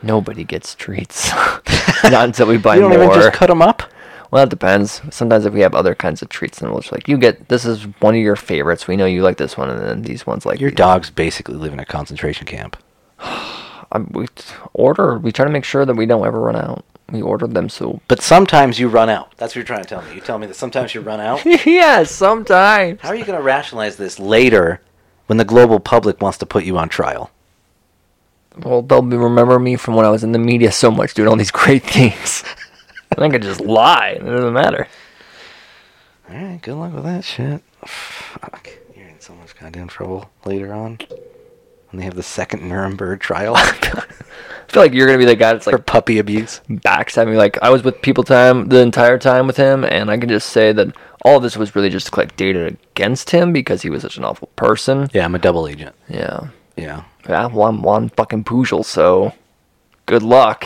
Speaker 1: nobody gets treats. Not until we buy
Speaker 2: you don't
Speaker 1: more.
Speaker 2: even just cut them up.
Speaker 1: Well, it depends. Sometimes if we have other kinds of treats, then we'll just like, you get this is one of your favorites. We know you like this one, and then these ones like
Speaker 2: Your
Speaker 1: these."
Speaker 2: dogs basically live in a concentration camp.
Speaker 1: I, we t- order. We try to make sure that we don't ever run out. We order them so.
Speaker 2: But sometimes you run out. That's what you're trying to tell me. You tell me that sometimes you run out.
Speaker 1: yeah, sometimes.
Speaker 2: How are you going to rationalize this later when the global public wants to put you on trial?
Speaker 1: Well, they'll be remember me from when I was in the media so much doing all these great things. and I could just lie, and it doesn't matter.
Speaker 2: All right, good luck with that shit. Fuck. You're in so much goddamn trouble later on. When they have the second Nuremberg trial
Speaker 1: I feel like you're gonna be the guy that's
Speaker 2: for
Speaker 1: like
Speaker 2: puppy abuse.
Speaker 1: backstabbing me. Like I was with people time the entire time with him, and I can just say that all this was really just to collect data against him because he was such an awful person.
Speaker 2: Yeah, I'm a double agent.
Speaker 1: Yeah,
Speaker 2: Yeah.
Speaker 1: yeah. Well, I'm one fucking poojil, so good luck.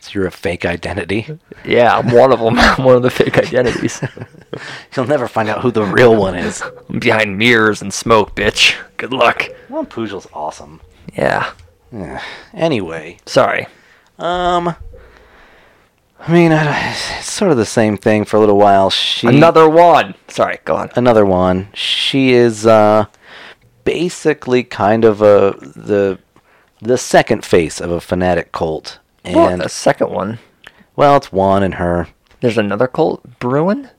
Speaker 2: So you're a fake identity.
Speaker 1: Yeah, I'm one of them. I'm one of the fake identities.
Speaker 2: You'll never find out who the real one is.
Speaker 1: I'm behind mirrors and smoke, bitch. Good luck.
Speaker 2: Well, Pujel's awesome.
Speaker 1: Yeah.
Speaker 2: Yeah. Eh, Anyway.
Speaker 1: Sorry.
Speaker 2: Um, I mean, I, it's sort of the same thing for a little while. She
Speaker 1: Another one. Sorry. Go on.
Speaker 2: another one. She is uh, basically kind of a the the second face of a fanatic cult,
Speaker 1: And
Speaker 2: and
Speaker 1: a second one.
Speaker 2: well, it's Juan and her.
Speaker 1: There's another cult Bruin.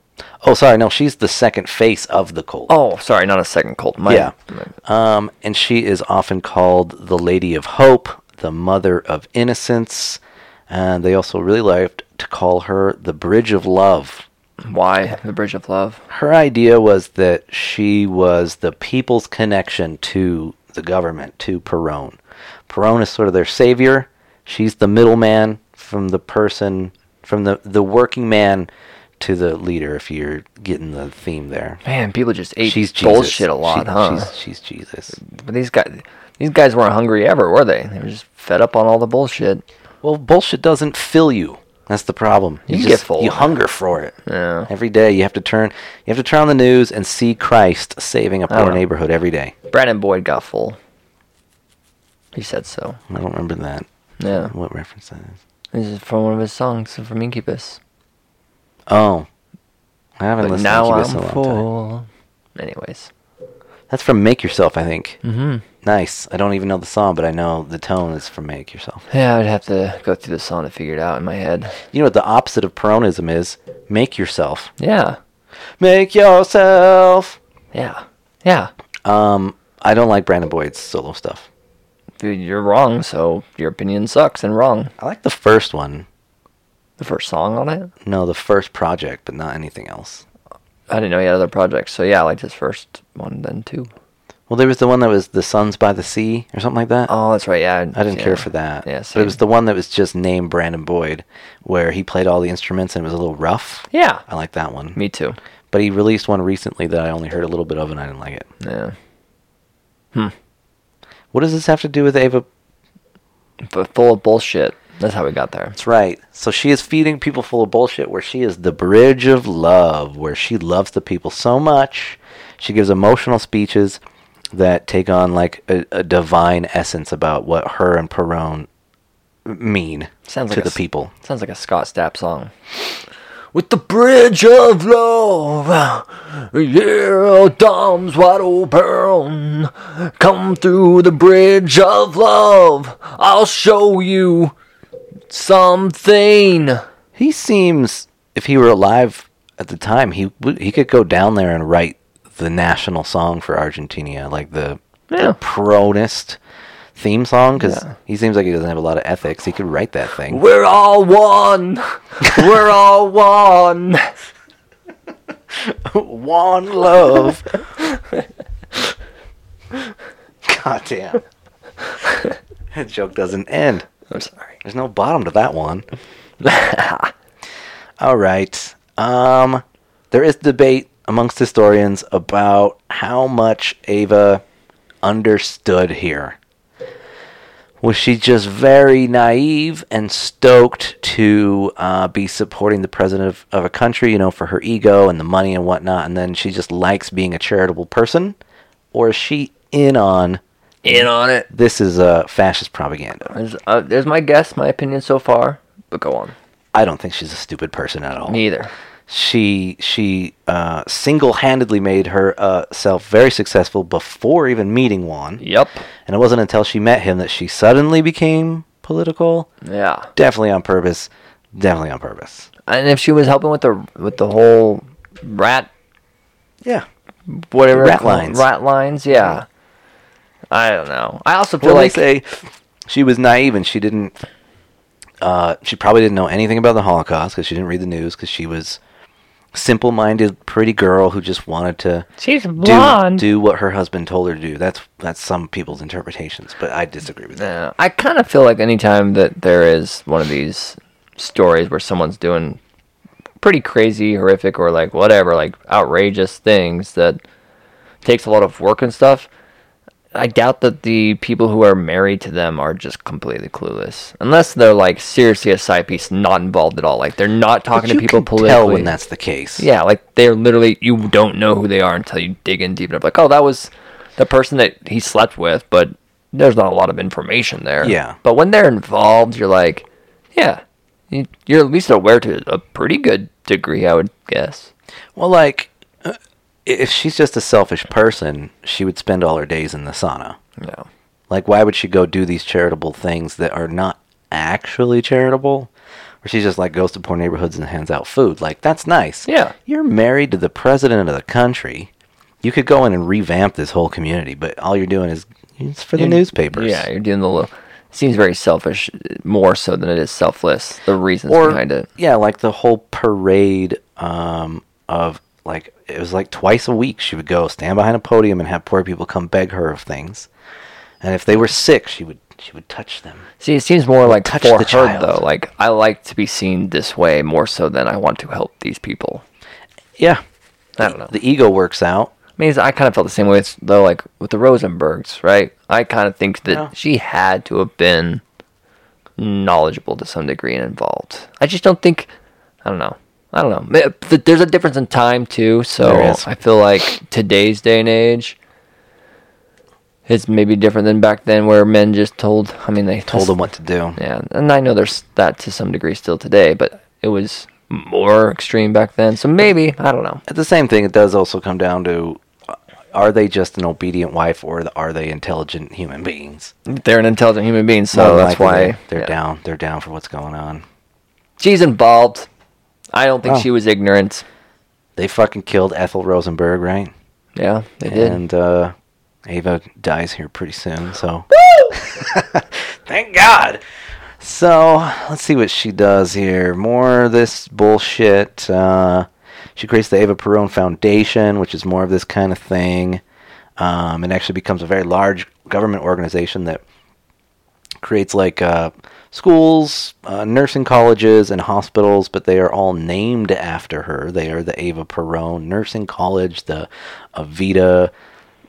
Speaker 2: Oh, sorry, no, she's the second face of the cult.
Speaker 1: Oh, sorry, not a second cult. My,
Speaker 2: yeah, um, and she is often called the Lady of Hope, the Mother of Innocence. And they also really liked to call her the Bridge of Love.
Speaker 1: Why the bridge of love?
Speaker 2: Her idea was that she was the people's connection to the government, to Perón. Perón is sort of their savior. She's the middleman from the person, from the, the working man to the leader, if you're getting the theme there.
Speaker 1: Man, people just ate
Speaker 2: She's Jesus.
Speaker 1: bullshit a lot,
Speaker 2: She-
Speaker 1: huh?
Speaker 2: She's, she's Jesus.
Speaker 1: But these guys, these guys weren't hungry ever, were they? They were just fed up on all the bullshit.
Speaker 2: Well, bullshit doesn't fill you. That's the problem.
Speaker 1: You get full
Speaker 2: You
Speaker 1: of it.
Speaker 2: hunger for it.
Speaker 1: Yeah.
Speaker 2: Every day you have to turn. You have to turn on the news and see Christ saving a
Speaker 1: I
Speaker 2: poor
Speaker 1: don't-
Speaker 2: neighborhood every day.
Speaker 1: Brandon Boyd got full. He said so.
Speaker 2: I don't remember that.
Speaker 1: Yeah.
Speaker 2: What reference that is?
Speaker 1: This is from one of his songs from Incubus.
Speaker 2: Oh, I haven't
Speaker 1: But
Speaker 2: listened
Speaker 1: now
Speaker 2: to Incubus in
Speaker 1: I'm
Speaker 2: a long time.
Speaker 1: full. Anyways.
Speaker 2: That's from Make Yourself, I think.
Speaker 1: Mm-hmm.
Speaker 2: Nice. I don't even know the song, but I know the tone is from Make Yourself.
Speaker 1: Yeah, I'd have to go through the song to figure it out in my head.
Speaker 2: You know what the opposite of Peronism is? Make yourself.
Speaker 1: Yeah.
Speaker 2: Make yourself.
Speaker 1: Yeah. Yeah.
Speaker 2: Um, I don't like Brandon Boyd's solo stuff.
Speaker 1: Dude, you're wrong, so your opinion sucks and wrong.
Speaker 2: I like the first one.
Speaker 1: The first song on it?
Speaker 2: No, the first project, but not anything else.
Speaker 1: I didn't know he had other projects. So yeah, I liked his first one, then two.
Speaker 2: Well, there was the one that was The Suns by the Sea or something like that.
Speaker 1: Oh, that's right. Yeah,
Speaker 2: I didn't
Speaker 1: yeah.
Speaker 2: care for that.
Speaker 1: Yeah,
Speaker 2: but it
Speaker 1: same.
Speaker 2: was the one that was just named Brandon Boyd, where he played all the instruments and it was a little rough.
Speaker 1: Yeah,
Speaker 2: I like that one.
Speaker 1: me too.
Speaker 2: But he released one recently that I only heard a little bit of and I didn't like it.
Speaker 1: Yeah,
Speaker 2: What does this have to do with Ava?
Speaker 1: but full of bullshit. That's how we got there.
Speaker 2: That's right. So she is feeding people full of bullshit, where she is the bridge of love, where she loves the people so much. She gives emotional speeches that take on like a, a divine essence about what her and Perone mean
Speaker 1: Sounds
Speaker 2: to
Speaker 1: like a
Speaker 2: the
Speaker 1: s-
Speaker 2: people.
Speaker 1: Sounds like a Scott Stapp song. With the bridge of love, yeah, arms wide open. Come through the bridge of love. I'll show you something.
Speaker 2: He seems, if he were alive at the time, he would he could go down there and write the national song for Argentina, like the,
Speaker 1: Yeah.
Speaker 2: the pronest theme song, because
Speaker 1: Yeah.
Speaker 2: he seems like he doesn't have a lot of ethics. He could write that thing.
Speaker 1: We're all one. We're all one.
Speaker 2: One love. God damn. that joke doesn't end.
Speaker 1: I'm sorry.
Speaker 2: There's no bottom to that one. All right. Um, there is debate amongst historians about how much Ava understood here. Was she just very naive and stoked to uh, be supporting the president of, of a country, you know, for her ego and the money and whatnot, and then she just likes being a charitable person? Or is she in on
Speaker 1: In on it.
Speaker 2: this is uh, fascist propaganda?
Speaker 1: There's, uh, there's my guess, my opinion so far, but go on.
Speaker 2: I don't think she's a stupid person at all.
Speaker 1: Neither.
Speaker 2: she she uh, single-handedly made herself very successful before even meeting Juan,
Speaker 1: Yep.
Speaker 2: and it wasn't until she met him that she suddenly became political.
Speaker 1: Yeah.
Speaker 2: Definitely on purpose. Definitely on purpose.
Speaker 1: And if she was helping with the with the whole rat
Speaker 2: Yeah,
Speaker 1: whatever
Speaker 2: Rat
Speaker 1: it's called-
Speaker 2: lines.
Speaker 1: rat lines, yeah. I don't know. I also feel
Speaker 2: well,
Speaker 1: like
Speaker 2: they say she was naive and she didn't. Uh, she probably didn't know anything about the Holocaust because she didn't read the news because she was simple-minded, pretty girl who just wanted to
Speaker 1: she's
Speaker 2: do, do what her husband told her to do. That's that's some people's interpretations, but I disagree with that.
Speaker 1: Yeah. uh, I kind of feel like anytime that there is one of these stories where someone's doing pretty crazy, horrific, or like whatever, like outrageous things that takes a lot of work and stuff, I doubt that the people who are married to them are just completely clueless. Unless they're like seriously a side piece, not involved at all. Like they're not talking to
Speaker 2: But you
Speaker 1: people
Speaker 2: can
Speaker 1: politically.
Speaker 2: tell when that's the case.
Speaker 1: Yeah, like they're literally you don't know who they are until you dig in deep enough. Like, oh, that was the person that he slept with, but there's not a lot of information there.
Speaker 2: Yeah.
Speaker 1: But when they're involved, you're like, yeah, you- you're at least aware to a pretty good degree, I would guess.
Speaker 2: Well, like uh, if she's just a selfish person, she would spend all her days in the sauna.
Speaker 1: Yeah.
Speaker 2: Like, why would she go do these charitable things that are not actually charitable? Or she just like goes to poor neighborhoods and hands out food. Like, that's nice.
Speaker 1: Yeah.
Speaker 2: You're married to the president of the country. You could go in and revamp this whole community, but all you're doing is it's for the newspapers.
Speaker 1: Yeah, you're doing the little. seems very selfish, more so than it is selfless. The reasons
Speaker 2: or
Speaker 1: behind it.
Speaker 2: yeah, like the whole parade um, of like it was like twice a week she would go stand behind a podium and have poor people come beg her of things, and if they were sick, she would she would touch them.
Speaker 1: See, it seems more like
Speaker 2: touch
Speaker 1: for
Speaker 2: the
Speaker 1: her
Speaker 2: child.
Speaker 1: though. Like I like to be seen this way more so than I want to help these people.
Speaker 2: Yeah,
Speaker 1: I don't know.
Speaker 2: The ego works out.
Speaker 1: I mean, I kind of felt the same way as, though, like with the Rosenbergs, right? I kind of think that
Speaker 2: Yeah.
Speaker 1: she had to have been knowledgeable to some degree and involved. I just don't think. I don't know. I don't know. Ma- th- There's a difference in time too, so
Speaker 2: There is.
Speaker 1: I feel like today's day and age. It's maybe different than back then, where men just told. I mean, they
Speaker 2: Told them what to do.
Speaker 1: Yeah, and I know there's that to some degree still today, but it was more extreme back then. So maybe I don't know.
Speaker 2: At the same thing, it does also come down to: uh, are they just an obedient wife, or are they intelligent human beings?
Speaker 1: They're an intelligent human being,
Speaker 2: More
Speaker 1: so Oh, that's
Speaker 2: likely
Speaker 1: why
Speaker 2: they're, they're
Speaker 1: yeah.
Speaker 2: down. They're down for what's going on.
Speaker 1: She's involved. I don't think
Speaker 2: Oh.
Speaker 1: she was ignorant.
Speaker 2: They fucking killed Ethel Rosenberg, right?
Speaker 1: Yeah, they did.
Speaker 2: and uh, Ava dies here pretty soon. So thank God. So let's see what she does here. More of this bullshit. Uh, she creates the Ava Perone Foundation, which is more of this kind of thing. Um, it actually becomes a very large government organization that creates like uh, schools, uh, nursing colleges, and hospitals, but they are all named after her. They are the Ava Perone Nursing College, the Avita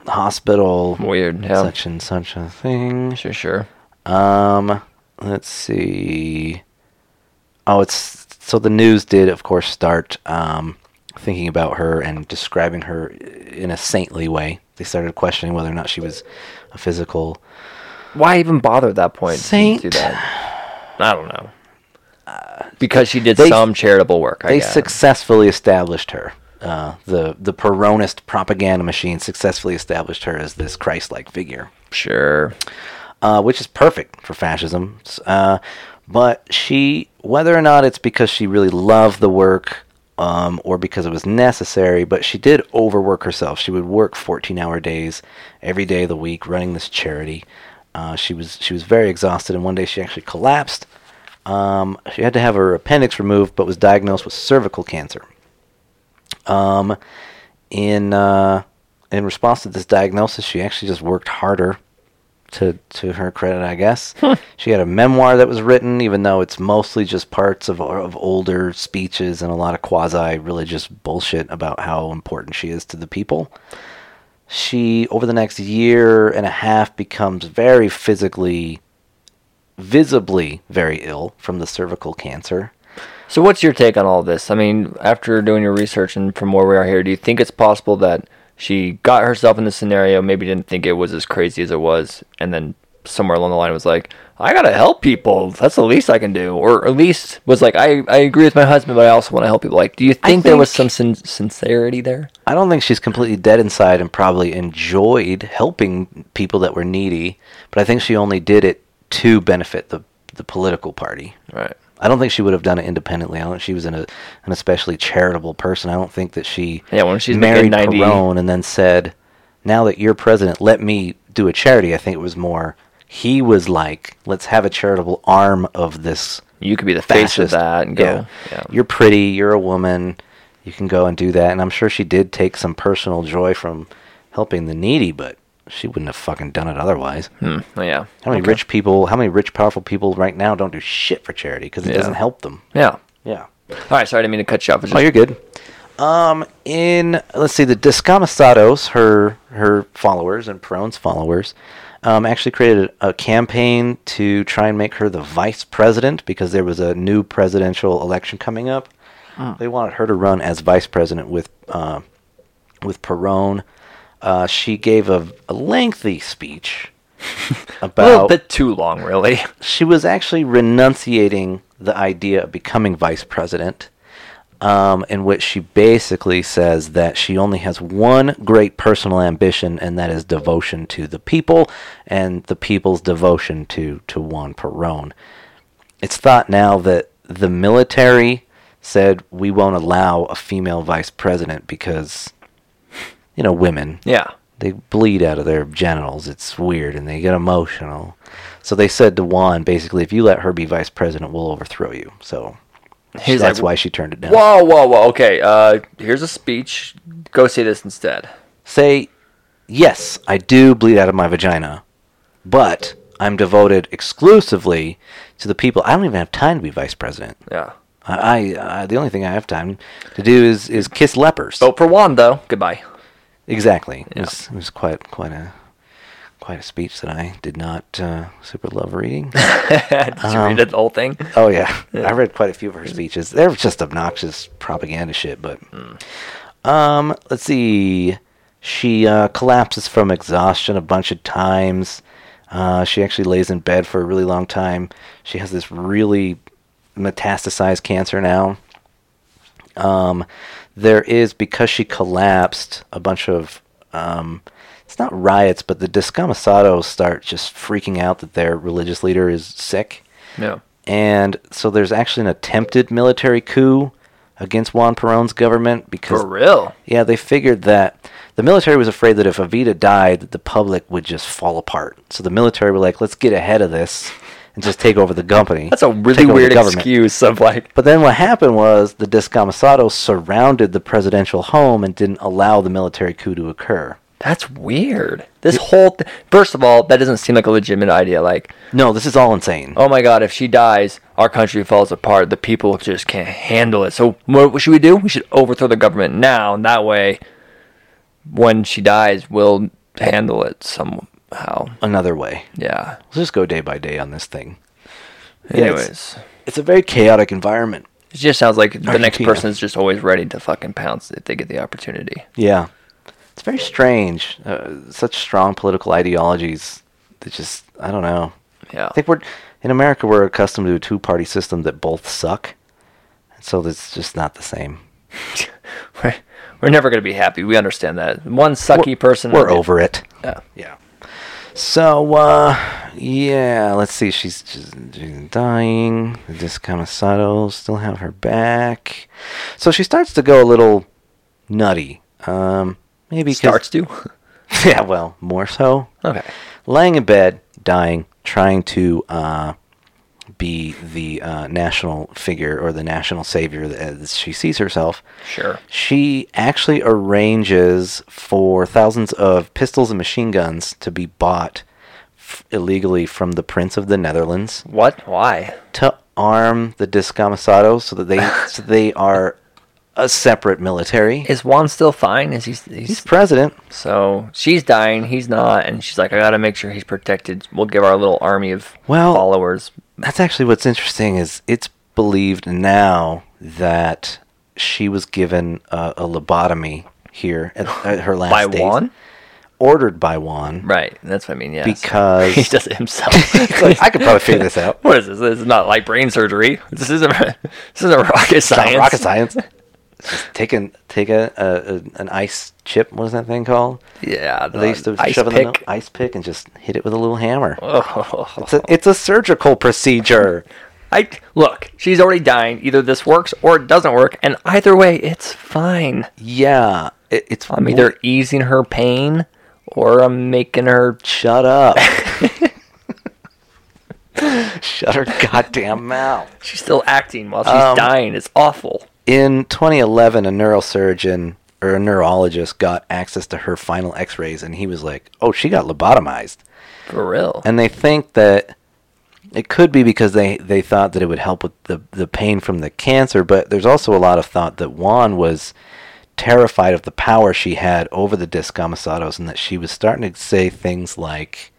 Speaker 2: Hospital,
Speaker 1: Weird. Yeah,
Speaker 2: such and such a thing.
Speaker 1: sure, sure.
Speaker 2: Um, let's see. Oh, it's so the news did, of course, start um, thinking about her and describing her in a saintly way. They started questioning whether or not she was a physical
Speaker 1: Why even bother at that point? to
Speaker 2: Saint.
Speaker 1: do that? I don't know. Because she did
Speaker 2: they-
Speaker 1: some charitable work. I
Speaker 2: they
Speaker 1: guess.
Speaker 2: successfully established her. Uh, the the Peronist propaganda machine successfully established her as this Christ-like figure,
Speaker 1: sure.
Speaker 2: uh, which is perfect for fascism. S- Uh, but she, whether or not it's because she really loved the work um, or because it was necessary, but she did overwork herself. She would work 14-hour days every day of the week running this charity. Uh, she was she was very exhausted, and one day she actually collapsed. Um, she had to have her appendix removed, but was diagnosed with cervical cancer. Um, in uh, in response to this diagnosis, she actually just worked harder. To to her credit, I guess she had a memoir that was written, even though it's mostly just parts of of older speeches and a lot of quasi religious bullshit about how important she is to the people. She over the next year and a half becomes very physically, visibly very ill from the cervical cancer.
Speaker 1: So, what's your take on all this? I mean, after doing your research and from where we are here, do you think it's possible that she got herself in this scenario, maybe didn't think it was as crazy as it was, and then somewhere along the line was like, I gotta help people. That's the least I can do. Or at least was like, I, I agree with my husband, but I also want to help people. Like, do you think, there was some
Speaker 2: think-
Speaker 1: sin- sincerity there?
Speaker 2: I don't think she's completely dead inside and probably enjoyed helping people that were needy, but I think she only did it to benefit the, the political party.
Speaker 1: Right.
Speaker 2: I don't think she would have done it independently. I don't think she was an, a, an especially charitable person. I don't think that she
Speaker 1: Yeah, when she's making
Speaker 2: married
Speaker 1: 90
Speaker 2: Perone and then said, now that you're president, let me do a charity. I think it was more, he was like, let's have a charitable arm of this
Speaker 1: You could be the face of
Speaker 2: fascist.
Speaker 1: that and go, yeah.
Speaker 2: You're pretty. You're a woman. You can go and do that. And I'm sure she did take some personal joy from helping the needy, but she wouldn't have fucking done it otherwise.
Speaker 1: Hmm, yeah.
Speaker 2: How many rich people? How many rich, powerful people right now don't do shit for charity because it
Speaker 1: Yeah.
Speaker 2: doesn't help them?
Speaker 1: Yeah.
Speaker 2: Yeah.
Speaker 1: All right, sorry, I didn't mean to cut you off. It's
Speaker 2: Oh,
Speaker 1: just-
Speaker 2: you're good. Um, in let's see, the Descamisados, her her followers and Perón's followers, um, actually created a campaign to try and make her the vice president because there was a new presidential election coming up. They wanted her to run as vice president with uh, with Perón. Uh, she gave a, a lengthy speech
Speaker 1: a little
Speaker 2: about
Speaker 1: bit too long, really.
Speaker 2: she was actually renunciating the idea of becoming vice president, um, in which she basically says that she only has one great personal ambition, and that is devotion to the people and the people's devotion to, to Juan Perón. It's thought now that the military said we won't allow a female vice president because, you know, women
Speaker 1: Yeah.
Speaker 2: they bleed out of their genitals. It's weird, and they get emotional. So they said to Juan, basically, if you let her be vice president, we'll overthrow you. So
Speaker 1: He's
Speaker 2: that's
Speaker 1: like,
Speaker 2: why she turned it down.
Speaker 1: Whoa, whoa, whoa. Okay, uh, here's a speech. Go see this instead.
Speaker 2: Say, yes, I do bleed out of my vagina, but I'm devoted exclusively to the people. I don't even have time to be vice president.
Speaker 1: Yeah.
Speaker 2: I, I uh, the only thing I have time to do is is kiss lepers.
Speaker 1: Vote Oh, for Juan, though. Goodbye.
Speaker 2: Exactly. It, was, it was quite quite a quite a speech that I did not uh, super love reading.
Speaker 1: Did you read it, the whole thing?
Speaker 2: oh yeah, I read quite a few of her speeches. They're just obnoxious propaganda shit. But um, let's see. She uh, collapses from exhaustion a bunch of times. Uh, she actually lays in bed for a really long time. She has this really metastasized cancer now. Um, there is because she collapsed a bunch of um, it's not riots, but the Descamisados start just freaking out that their religious leader is sick,
Speaker 1: No.
Speaker 2: and so there's actually an attempted military coup against Juan Perón's government because
Speaker 1: For real?
Speaker 2: yeah, they figured that the military was afraid that if Evita died, that the public would just fall apart. So the military were like, let's get ahead of this and just take over the company.
Speaker 1: That's a
Speaker 2: take
Speaker 1: really
Speaker 2: over the
Speaker 1: weird
Speaker 2: government."
Speaker 1: excuse of like,
Speaker 2: But then what happened was the Descamisados surrounded the presidential home and didn't allow the military coup to occur.
Speaker 1: that's weird. This whole th- first of all, that doesn't seem like a legitimate idea. Like,
Speaker 2: No, this is all insane.
Speaker 1: oh my god, if she dies, our country falls apart. The people just can't handle it. So what what should we do? We should overthrow the government now, and that way, when she dies, we'll handle it somehow.
Speaker 2: Another way.
Speaker 1: Yeah.
Speaker 2: Let's just go day by day on this thing. Yeah, it's-
Speaker 1: Anyways,
Speaker 2: It's a very chaotic environment.
Speaker 1: it just sounds like the next
Speaker 2: Argentina.
Speaker 1: person is just always ready to fucking pounce if they get the opportunity.
Speaker 2: Yeah. It's very strange. Uh, such strong political ideologies that just, I don't know.
Speaker 1: Yeah.
Speaker 2: I think we're, in America, we're accustomed to a two party system that both suck. And so it's just not the same.
Speaker 1: we're, we're never going to be happy. We understand that. One sucky person.
Speaker 2: We're over it.
Speaker 1: Yeah.
Speaker 2: Yeah. So, uh, yeah, let's see. She's, she's, she's dying. The Descamisados still have her back. So she starts to go a little nutty. Um, maybe 'cause-
Speaker 1: starts to.
Speaker 2: Yeah, well, more so.
Speaker 1: okay.
Speaker 2: Laying in bed, dying, trying to uh, be the uh, national figure or the national savior that she sees herself.
Speaker 1: Sure.
Speaker 2: She actually arranges for thousands of pistols and machine guns to be bought f- illegally from the Prince of the Netherlands
Speaker 1: What? Why?
Speaker 2: to arm the Descamisados so that they so they are a separate military.
Speaker 1: Is Juan still fine? Is he? He's,
Speaker 2: He's president.
Speaker 1: so she's dying. He's not, and she's like, I gotta make sure he's protected. We'll give our little army of
Speaker 2: Well-
Speaker 1: followers.
Speaker 2: That's actually what's interesting is it's believed now that she was given a, a lobotomy here at, at her last
Speaker 1: By
Speaker 2: days.
Speaker 1: Juan?
Speaker 2: ordered by Juan.
Speaker 1: Right. That's what I mean. Yeah.
Speaker 2: Because-
Speaker 1: he does it himself.
Speaker 2: It's like, I could probably figure this out.
Speaker 1: What is this? This is not like brain surgery. This isn't. This isn't rocket
Speaker 2: It's not
Speaker 1: science.
Speaker 2: rocket science. It's just take an take a, a, a an ice chip. What is that thing called?
Speaker 1: Yeah. The
Speaker 2: they used to
Speaker 1: Uh, ice
Speaker 2: shove in the
Speaker 1: pick.
Speaker 2: ice pick and just hit it with a little hammer.
Speaker 1: Oh.
Speaker 2: It's, a, it's a surgical procedure.
Speaker 1: I look. She's already dying. Either this works or it doesn't work, and either way, it's fine.
Speaker 2: yeah, it, it's
Speaker 1: I'm either easing her pain or I'm making her.
Speaker 2: shut up. shut her goddamn mouth.
Speaker 1: She's still acting while she's
Speaker 2: Um,
Speaker 1: dying. It's awful.
Speaker 2: In 2011, a neurosurgeon or a neurologist got access to her final X-rays, and he was like, "Oh, she got lobotomized."
Speaker 1: For real.
Speaker 2: and they think that it could be because they, they thought that it would help with the, the pain from the cancer, but there's also a lot of thought that Juan was terrified of the power she had over the Descamisados and that she was starting to say things like,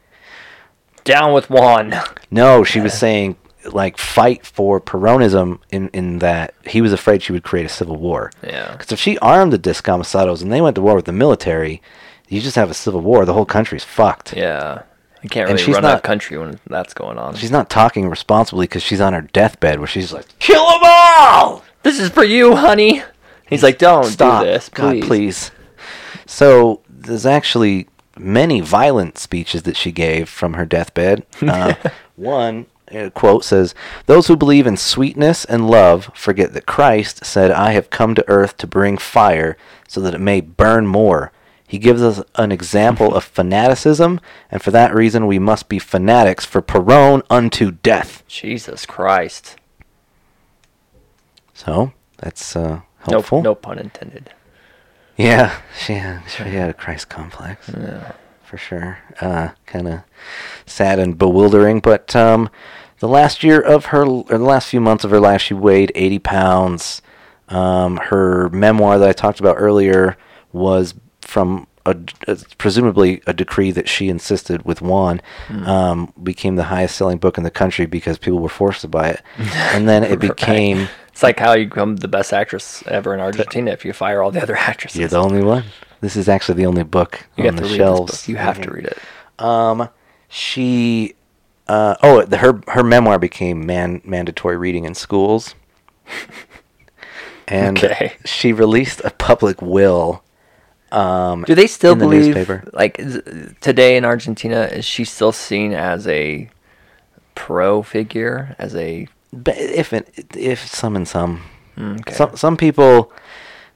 Speaker 1: Down with Juan.
Speaker 2: no, she was saying, like, fight for Peronism in, in that he was afraid she would create a civil war.
Speaker 1: Yeah.
Speaker 2: Because if she armed the Descamisados and they went to war with the military, you just have a civil war. The whole country's fucked.
Speaker 1: Yeah. You can't
Speaker 2: And
Speaker 1: really
Speaker 2: she's
Speaker 1: run
Speaker 2: not-
Speaker 1: a country when that's going on.
Speaker 2: She's not talking responsibly because she's on her deathbed where she's like,
Speaker 1: Kill them all! This is for you, honey. He's like, don't
Speaker 2: stop
Speaker 1: do this,
Speaker 2: god
Speaker 1: please.
Speaker 2: please so there's actually many violent speeches that she gave from her deathbed uh, one uh, quote says those who believe in sweetness and love forget that christ said i have come to earth to bring fire so that it may burn more He gives us an example of fanaticism, and for that reason we must be fanatics for Perone unto death.
Speaker 1: Jesus Christ.
Speaker 2: So that's uh,
Speaker 1: Nope,
Speaker 2: helpful.
Speaker 1: no pun intended.
Speaker 2: Yeah, she had, she had a Christ complex. For sure. Uh, kind of sad and bewildering. But um, the last year of her, or the last few months of her life, she weighed 80 pounds. Um, her memoir that I talked about earlier was from a, a- presumably a decree that she insisted with Juan,
Speaker 1: Hmm.
Speaker 2: um, became the highest selling book in the country because people were forced to buy it. And then it became.
Speaker 1: It's like how you become the best actress ever in Argentina if you fire all the other actresses.
Speaker 2: You're the only one. This is actually the only book
Speaker 1: You
Speaker 2: on
Speaker 1: have to
Speaker 2: the
Speaker 1: read
Speaker 2: shelves.
Speaker 1: this book. You have to read it.
Speaker 2: Um, she, uh, oh, the, her her memoir became man mandatory reading in schools, and
Speaker 1: Okay.
Speaker 2: she released a public will. Um,
Speaker 1: Do they still
Speaker 2: in the
Speaker 1: believe
Speaker 2: newspaper.
Speaker 1: like is, today in Argentina is she still seen as a pro figure as a
Speaker 2: But if it, if some and some,
Speaker 1: Mm, okay.
Speaker 2: some some people,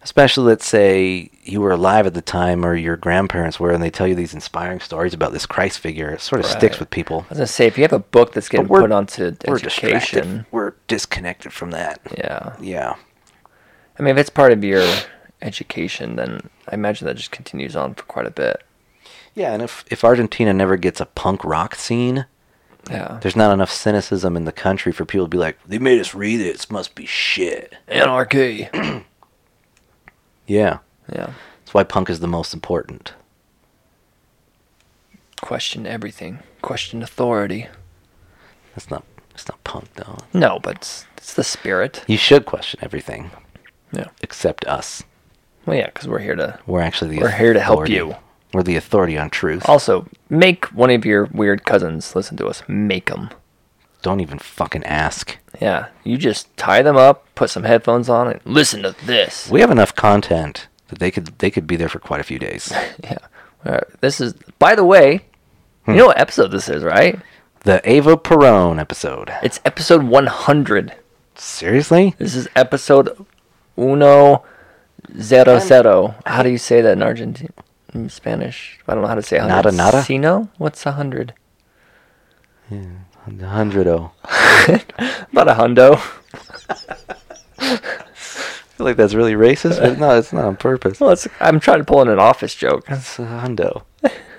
Speaker 2: especially let's say you were alive at the time or your grandparents were, and they tell you these inspiring stories about this Christ figure, it sort of sticks
Speaker 1: Right.
Speaker 2: with people.
Speaker 1: I was gonna say if you have a book that's getting
Speaker 2: But we're-
Speaker 1: put onto
Speaker 2: We're distracted.
Speaker 1: education,
Speaker 2: We're disconnected from that.
Speaker 1: yeah.
Speaker 2: Yeah.
Speaker 1: I mean, if it's part of your education, then I imagine that just continues on for quite a bit.
Speaker 2: Yeah, and if, if Argentina never gets a punk rock scene,
Speaker 1: Yeah,
Speaker 2: there's not enough cynicism in the country for people to be like, they made us read it, it must be shit.
Speaker 1: anarchy.
Speaker 2: Yeah.
Speaker 1: yeah,
Speaker 2: That's why punk is the most important.
Speaker 1: question everything, question authority.
Speaker 2: That's not it's not punk though.
Speaker 1: No, but it's, it's the spirit.
Speaker 2: You should question everything
Speaker 1: Yeah.
Speaker 2: except us.
Speaker 1: Well, yeah, because we're here to
Speaker 2: We're actually the
Speaker 1: We're here to help
Speaker 2: authority.
Speaker 1: you.
Speaker 2: We're the authority on truth.
Speaker 1: Also, make one of your weird cousins listen to us. Make them.
Speaker 2: Don't even fucking ask.
Speaker 1: Yeah, you just tie them up, put some headphones on, and listen to this.
Speaker 2: We have enough content that they could they could be there for quite a few days.
Speaker 1: Yeah, All right, this is. By the way, you know what episode this is, right?
Speaker 2: the Ava Perone episode.
Speaker 1: It's episode 100.
Speaker 2: Seriously?
Speaker 1: This is episode uno zero zero. How do you say that in Argentine in Spanish? I don't know how to say a hundred.
Speaker 2: Nada, nada?
Speaker 1: Sino? What's a hundred?
Speaker 2: Hundred oh.
Speaker 1: About a hundo.
Speaker 2: I feel like that's really racist, but no, it's not on purpose.
Speaker 1: Well, it's, I'm trying to pull in an office joke.
Speaker 2: It's a hundo.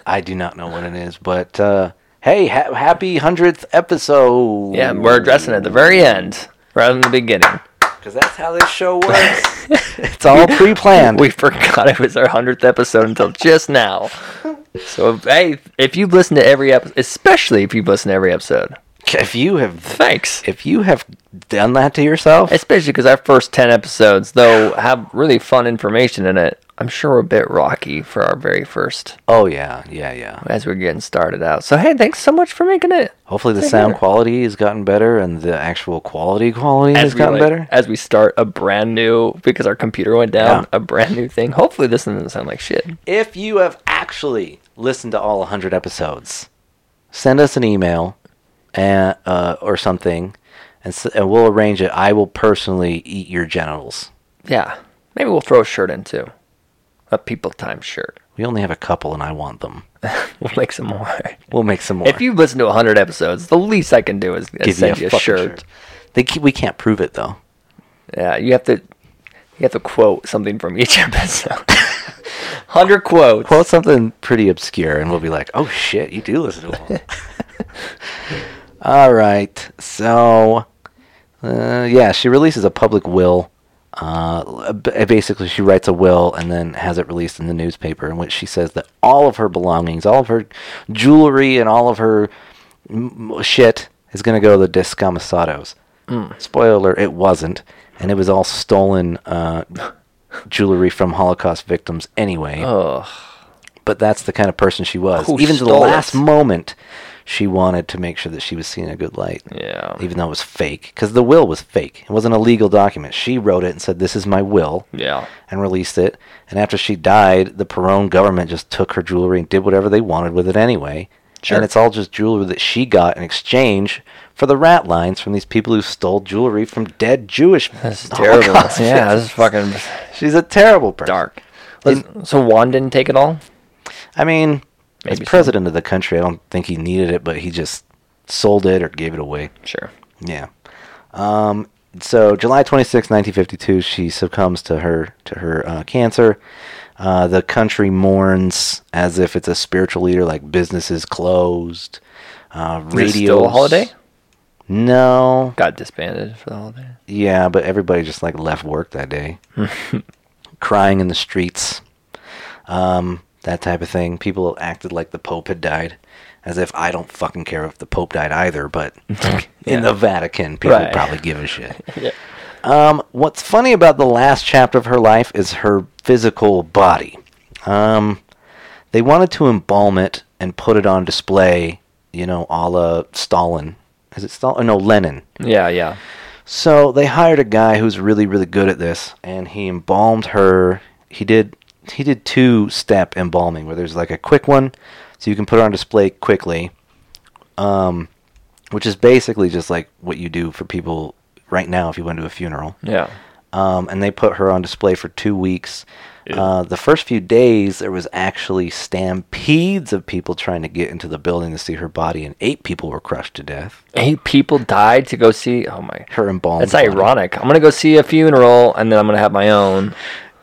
Speaker 2: I do not know what it is, but uh, hey, ha- happy hundredth episode!
Speaker 1: Yeah, we're addressing it at the very end rather than the beginning.
Speaker 2: because that's how this show works. it's all pre-planned.
Speaker 1: We forgot it was our hundredth episode until just now. So hey, if you listen to every episode, especially if you listen to every episode,
Speaker 2: if you have
Speaker 1: thanks.
Speaker 2: if you have done that to yourself,
Speaker 1: Especially because our first 10 episodes, though, have really fun information in it. I'm sure we're a bit rocky for our very first
Speaker 2: oh yeah, yeah, yeah.
Speaker 1: as we're getting started out. So, hey, thanks so much for making it.
Speaker 2: Hopefully the
Speaker 1: Take
Speaker 2: sound
Speaker 1: care.
Speaker 2: quality has gotten better, and the actual quality quality has
Speaker 1: we,
Speaker 2: gotten
Speaker 1: like-
Speaker 2: better.
Speaker 1: As we start a brand new, because our computer went down,
Speaker 2: Yeah.
Speaker 1: a brand new thing. Hopefully, this doesn't sound like shit.
Speaker 2: If you have actually listened to all 100 episodes, send us an email and, uh, or something, and, s- and we'll arrange it. I will personally eat your genitals.
Speaker 1: Yeah. Maybe we'll throw a shirt in too. A people time shirt.
Speaker 2: We only have a couple, and I want them.
Speaker 1: We'll make some more.
Speaker 2: We'll make some more.
Speaker 1: If you listen to 100 episodes, the least I can do is, is send you a,
Speaker 2: fucking
Speaker 1: shirt.
Speaker 2: They keep, we can't prove it though.
Speaker 1: Yeah, you have to you have to quote something from each episode. Hundred quotes.
Speaker 2: Quote something pretty obscure, and we'll be like, "Oh shit, you do listen to them." all right, so uh, yeah, she releases a public will. Uh, b- basically, she writes a will and then has it released in the newspaper, in which she says that all of her belongings, all of her jewelry, and all of her m- m- shit is going to go to the Descamisados.
Speaker 1: Mm.
Speaker 2: Spoiler: alert, It wasn't, and it was all stolen uh, jewelry from Holocaust victims anyway
Speaker 1: Ugh.
Speaker 2: but that's the kind of person she was.
Speaker 1: Who
Speaker 2: Even to the
Speaker 1: stole it?
Speaker 2: last moment, she wanted to make sure that she was seen in a good light.
Speaker 1: Yeah.
Speaker 2: Even though it was fake, because the will was fake. It wasn't a legal document. She wrote it and said, "This is my will,"
Speaker 1: Yeah.
Speaker 2: and released it. And after she died, the Peron government just took her jewelry and did whatever they wanted with it anyway.
Speaker 1: Sure.
Speaker 2: And it's all just jewelry that she got in exchange for the rat lines from these people who stole jewelry from dead Jewish.
Speaker 1: That's terrible.
Speaker 2: Holocaust
Speaker 1: yeah, this is
Speaker 2: victims.
Speaker 1: fucking
Speaker 2: She's a terrible person.
Speaker 1: dark. Let's- so Juan didn't take it all.
Speaker 2: I mean,
Speaker 1: Maybe
Speaker 2: as
Speaker 1: so.
Speaker 2: president of the country, I don't think he needed it, but he just sold it or gave it away.
Speaker 1: Sure.
Speaker 2: Yeah. Um, so July 26, 1952, she succumbs to her to her uh, cancer. Uh, the country mourns as if it's a spiritual leader, like businesses closed, uh,
Speaker 1: Is it
Speaker 2: radio.
Speaker 1: still a holiday?
Speaker 2: No.
Speaker 1: Got disbanded for the holiday.
Speaker 2: Yeah, but everybody just like left work that day, crying in the streets, um, that type of thing. People acted like the Pope had died, as if I don't fucking care if the Pope died either. But in the Vatican, people
Speaker 1: Right.
Speaker 2: probably give a shit.
Speaker 1: Yeah.
Speaker 2: Um, what's funny about the last chapter of her life is her physical body. Um, they wanted to embalm it and put it on display, you know, a la Stalin. Is it Stalin? No, Lenin.
Speaker 1: Yeah. Yeah.
Speaker 2: So they hired a guy who's really, really good at this, and he embalmed her. He did he did two step embalming where there's like a quick one, so you can put her on display quickly, um, which is basically just like what you do for people right now if you went to a funeral.
Speaker 1: Yeah.
Speaker 2: Um, and they put her on display for two weeks. Uh, the first few days, there was actually stampedes of people trying to get into the building to see her body, and eight people were crushed to death.
Speaker 1: Eight people died to go see. Oh my.
Speaker 2: Her embalmed.
Speaker 1: That's
Speaker 2: body.
Speaker 1: ironic. I'm gonna go see a funeral and then I'm gonna have my own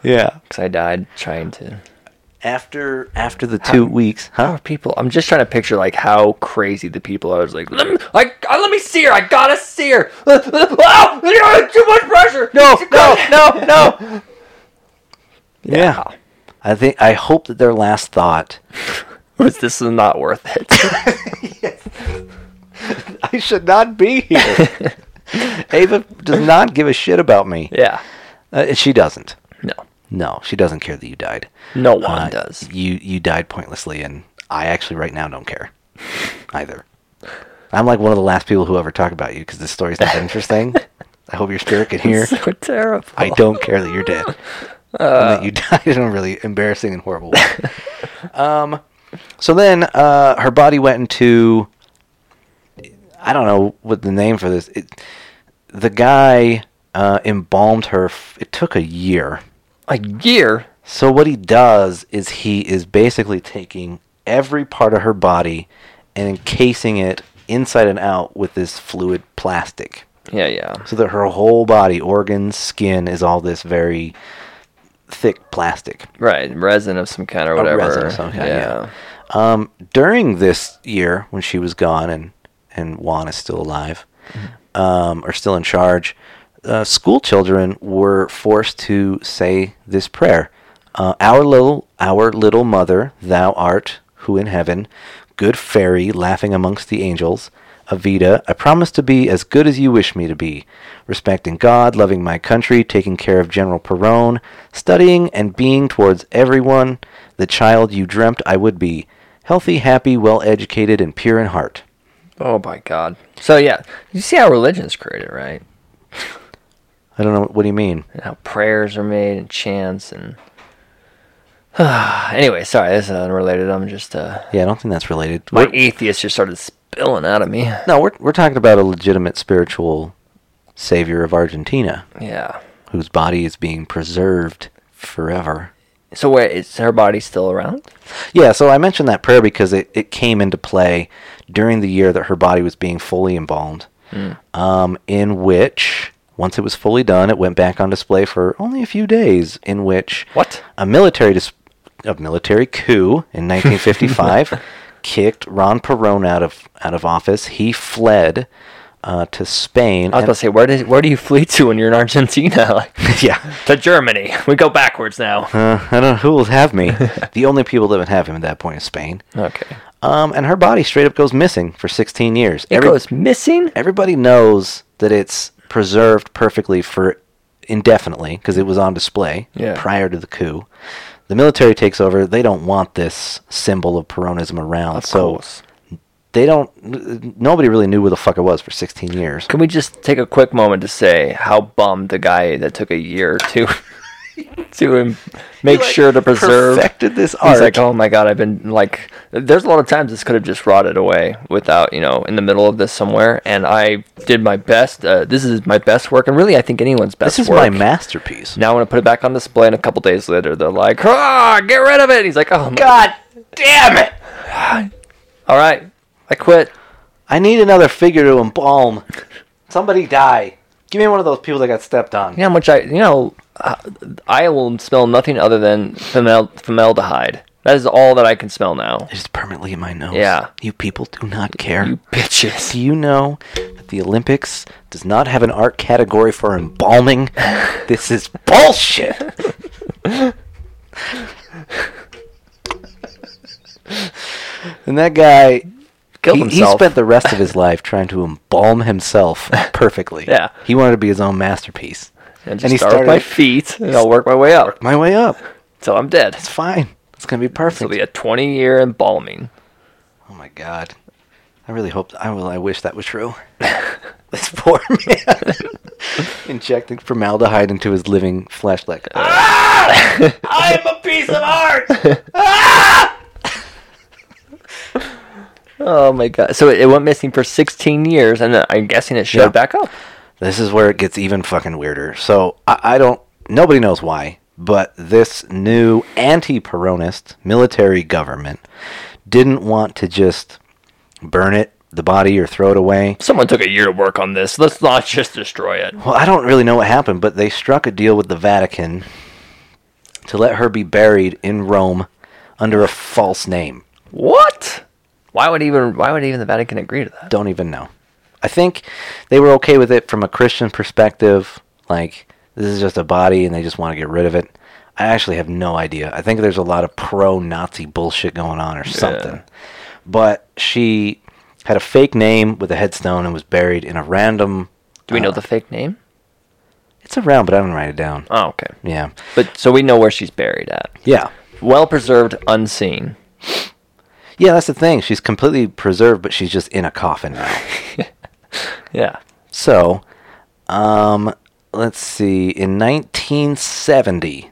Speaker 2: Yeah.
Speaker 1: because I died trying to.
Speaker 2: after after the two weeks,
Speaker 1: How
Speaker 2: huh?
Speaker 1: are people? I'm just trying to picture like how crazy the people are. I was like, let me, I, I- let me see her. I gotta see her. Oh, you're too much pressure.
Speaker 2: No,
Speaker 1: She
Speaker 2: no,
Speaker 1: couldn't-
Speaker 2: no, no. Yeah.
Speaker 1: Yeah.
Speaker 2: I think I hope that their last thought.
Speaker 1: This is not worth it.
Speaker 2: I should not be here. Ava does not give a shit about me.
Speaker 1: yeah.
Speaker 2: Uh, she doesn't.
Speaker 1: No.
Speaker 2: No, she doesn't care that you died.
Speaker 1: No one
Speaker 2: Uh,
Speaker 1: does.
Speaker 2: You you died pointlessly, and I actually right now don't care either. I'm like one of the last people who ever talk about you because this story's not that interesting. I hope your spirit can hear.
Speaker 1: So terrible.
Speaker 2: I don't care that you're dead.
Speaker 1: Uh.
Speaker 2: and that you died in a really embarrassing and horrible way. um, so then uh, her body went into. I don't know what the name for this. It, the guy uh, embalmed her. F- it took a year.
Speaker 1: A year.
Speaker 2: So what he does is he is basically taking every part of her body and encasing it inside and out with this fluid plastic
Speaker 1: Yeah, yeah.
Speaker 2: so that her whole body, organs, skin, is all this very thick plastic.
Speaker 1: Right, resin of some kind or
Speaker 2: A
Speaker 1: whatever.
Speaker 2: resin of some kind,
Speaker 1: yeah.
Speaker 2: Um, during this year, when she was gone and and Juan is still alive, um, or still in charge, uh, school children were forced to say this prayer: uh, "Our little, our little mother, thou art who in heaven, good fairy, laughing amongst the angels." Avita, I promise to be as good as you wish me to be, respecting God, loving my country, taking care of General Perón, studying and being towards everyone the child you dreamt I would be, healthy, happy, well educated, and pure in heart.
Speaker 1: Oh my god. So yeah, you see how religion's created, right?
Speaker 2: I don't know what do you mean.
Speaker 1: And how prayers are made and chants and. anyway, sorry, this is unrelated. I'm just uh,
Speaker 2: Yeah, I don't think that's related.
Speaker 1: my
Speaker 2: We're-
Speaker 1: atheist just started spilling out of me.
Speaker 2: no, we're we're talking about a legitimate spiritual savior of Argentina
Speaker 1: Yeah.
Speaker 2: whose body is being preserved forever.
Speaker 1: So wait, is her body still around?
Speaker 2: Yeah, so I mentioned that prayer because it, it came into play during the year that her body was being fully embalmed,
Speaker 1: Mm.
Speaker 2: um, in which, once it was fully done, it went back on display for only a few days, in which
Speaker 1: What?
Speaker 2: a military, dis- a military coup in 1955 kicked Ron Perón out of, out of office. He fled uh, to Spain.
Speaker 1: I was
Speaker 2: and-
Speaker 1: about to say, where does where do you flee to when you're in Argentina? Like,
Speaker 2: yeah.
Speaker 1: to Germany. We go backwards now.
Speaker 2: Uh, I don't know who will have me. the only people that would have him at that point is Spain.
Speaker 1: Okay.
Speaker 2: Um, and her body straight up goes missing for 16 years.
Speaker 1: It
Speaker 2: Every-
Speaker 1: goes missing.
Speaker 2: everybody knows that it's preserved perfectly for indefinitely because it was on display
Speaker 1: Yeah.
Speaker 2: prior to the coup. The military takes over. They don't want this symbol of Peronism around, so they don't. n- Nobody really knew where the fuck it was for 16 years.
Speaker 1: Can we just take a quick moment to say how bummed the guy that took a year to to him, make
Speaker 2: like,
Speaker 1: sure to preserve.
Speaker 2: perfected this
Speaker 1: He's
Speaker 2: art.
Speaker 1: like, oh my god, I've been like, there's a lot of times this could have just rotted away without, you know, in the middle of this somewhere. And I did my best. Uh, this is my best work, and really, I think anyone's best
Speaker 2: "Oh, this is
Speaker 1: work.
Speaker 2: my masterpiece.
Speaker 1: now I'm gonna put it back on display, and a couple days later, they're like, ah, get rid of it. And he's like, oh my god,
Speaker 2: God damn it!
Speaker 1: all right, I quit.
Speaker 2: I need another figure to embalm. Somebody die. Give me one of those people that got stepped on.
Speaker 1: You know how much I, you know, uh, I will smell nothing other than famel- formaldehyde. That is all that I can smell now.
Speaker 2: It's permanently in my nose.
Speaker 1: Yeah.
Speaker 2: You people do not care.
Speaker 1: You bitches.
Speaker 2: Do you know that the Olympics does not have an art category for embalming? this is bullshit. and that guy
Speaker 1: Killed
Speaker 2: he, he
Speaker 1: himself.
Speaker 2: spent the rest of his life trying to embalm himself perfectly.
Speaker 1: Yeah.
Speaker 2: He wanted to be his own masterpiece.
Speaker 1: and, just
Speaker 2: and he
Speaker 1: start with
Speaker 2: started-
Speaker 1: my feet, and I'll work my way up
Speaker 2: My way up.
Speaker 1: till I'm dead.
Speaker 2: It's fine. It's going to be
Speaker 1: It'll
Speaker 2: perfect.
Speaker 1: be a 20 year embalming.
Speaker 2: oh my god. I really hope I will I wish that was true. this poor man injecting formaldehyde into his living flesh like uh, I am a piece of art.
Speaker 1: Oh my god. So it, it went missing for 16 years, and then I'm guessing it showed
Speaker 2: Yeah.
Speaker 1: back up.
Speaker 2: This is where it gets even fucking weirder. So I, I don't. Nobody knows why, but this new anti-Peronist military government didn't want to just burn it, the body, or throw it away.
Speaker 1: Someone took a year to work on this. Let's not just destroy it.
Speaker 2: Well, I don't really know what happened, but they struck a deal with the Vatican to let her be buried in Rome under a false name.
Speaker 1: What? Why would even why would even the Vatican agree to that?
Speaker 2: Don't even know. I think they were okay with it from a Christian perspective. Like, this is just a body and they just want to get rid of it. I actually have no idea. I think there's a lot of pro Nazi bullshit going on or something. But she had a fake name with a headstone and was buried in a random.
Speaker 1: Do we know
Speaker 2: uh,
Speaker 1: the fake name?
Speaker 2: It's around, but I didn't write it down.
Speaker 1: Oh, okay.
Speaker 2: Yeah.
Speaker 1: But so we know where she's buried at.
Speaker 2: Yeah.
Speaker 1: Well preserved, unseen.
Speaker 2: Yeah, that's the thing. She's completely preserved, but she's just in a coffin now.
Speaker 1: Yeah.
Speaker 2: So, um, let's see. In 1970,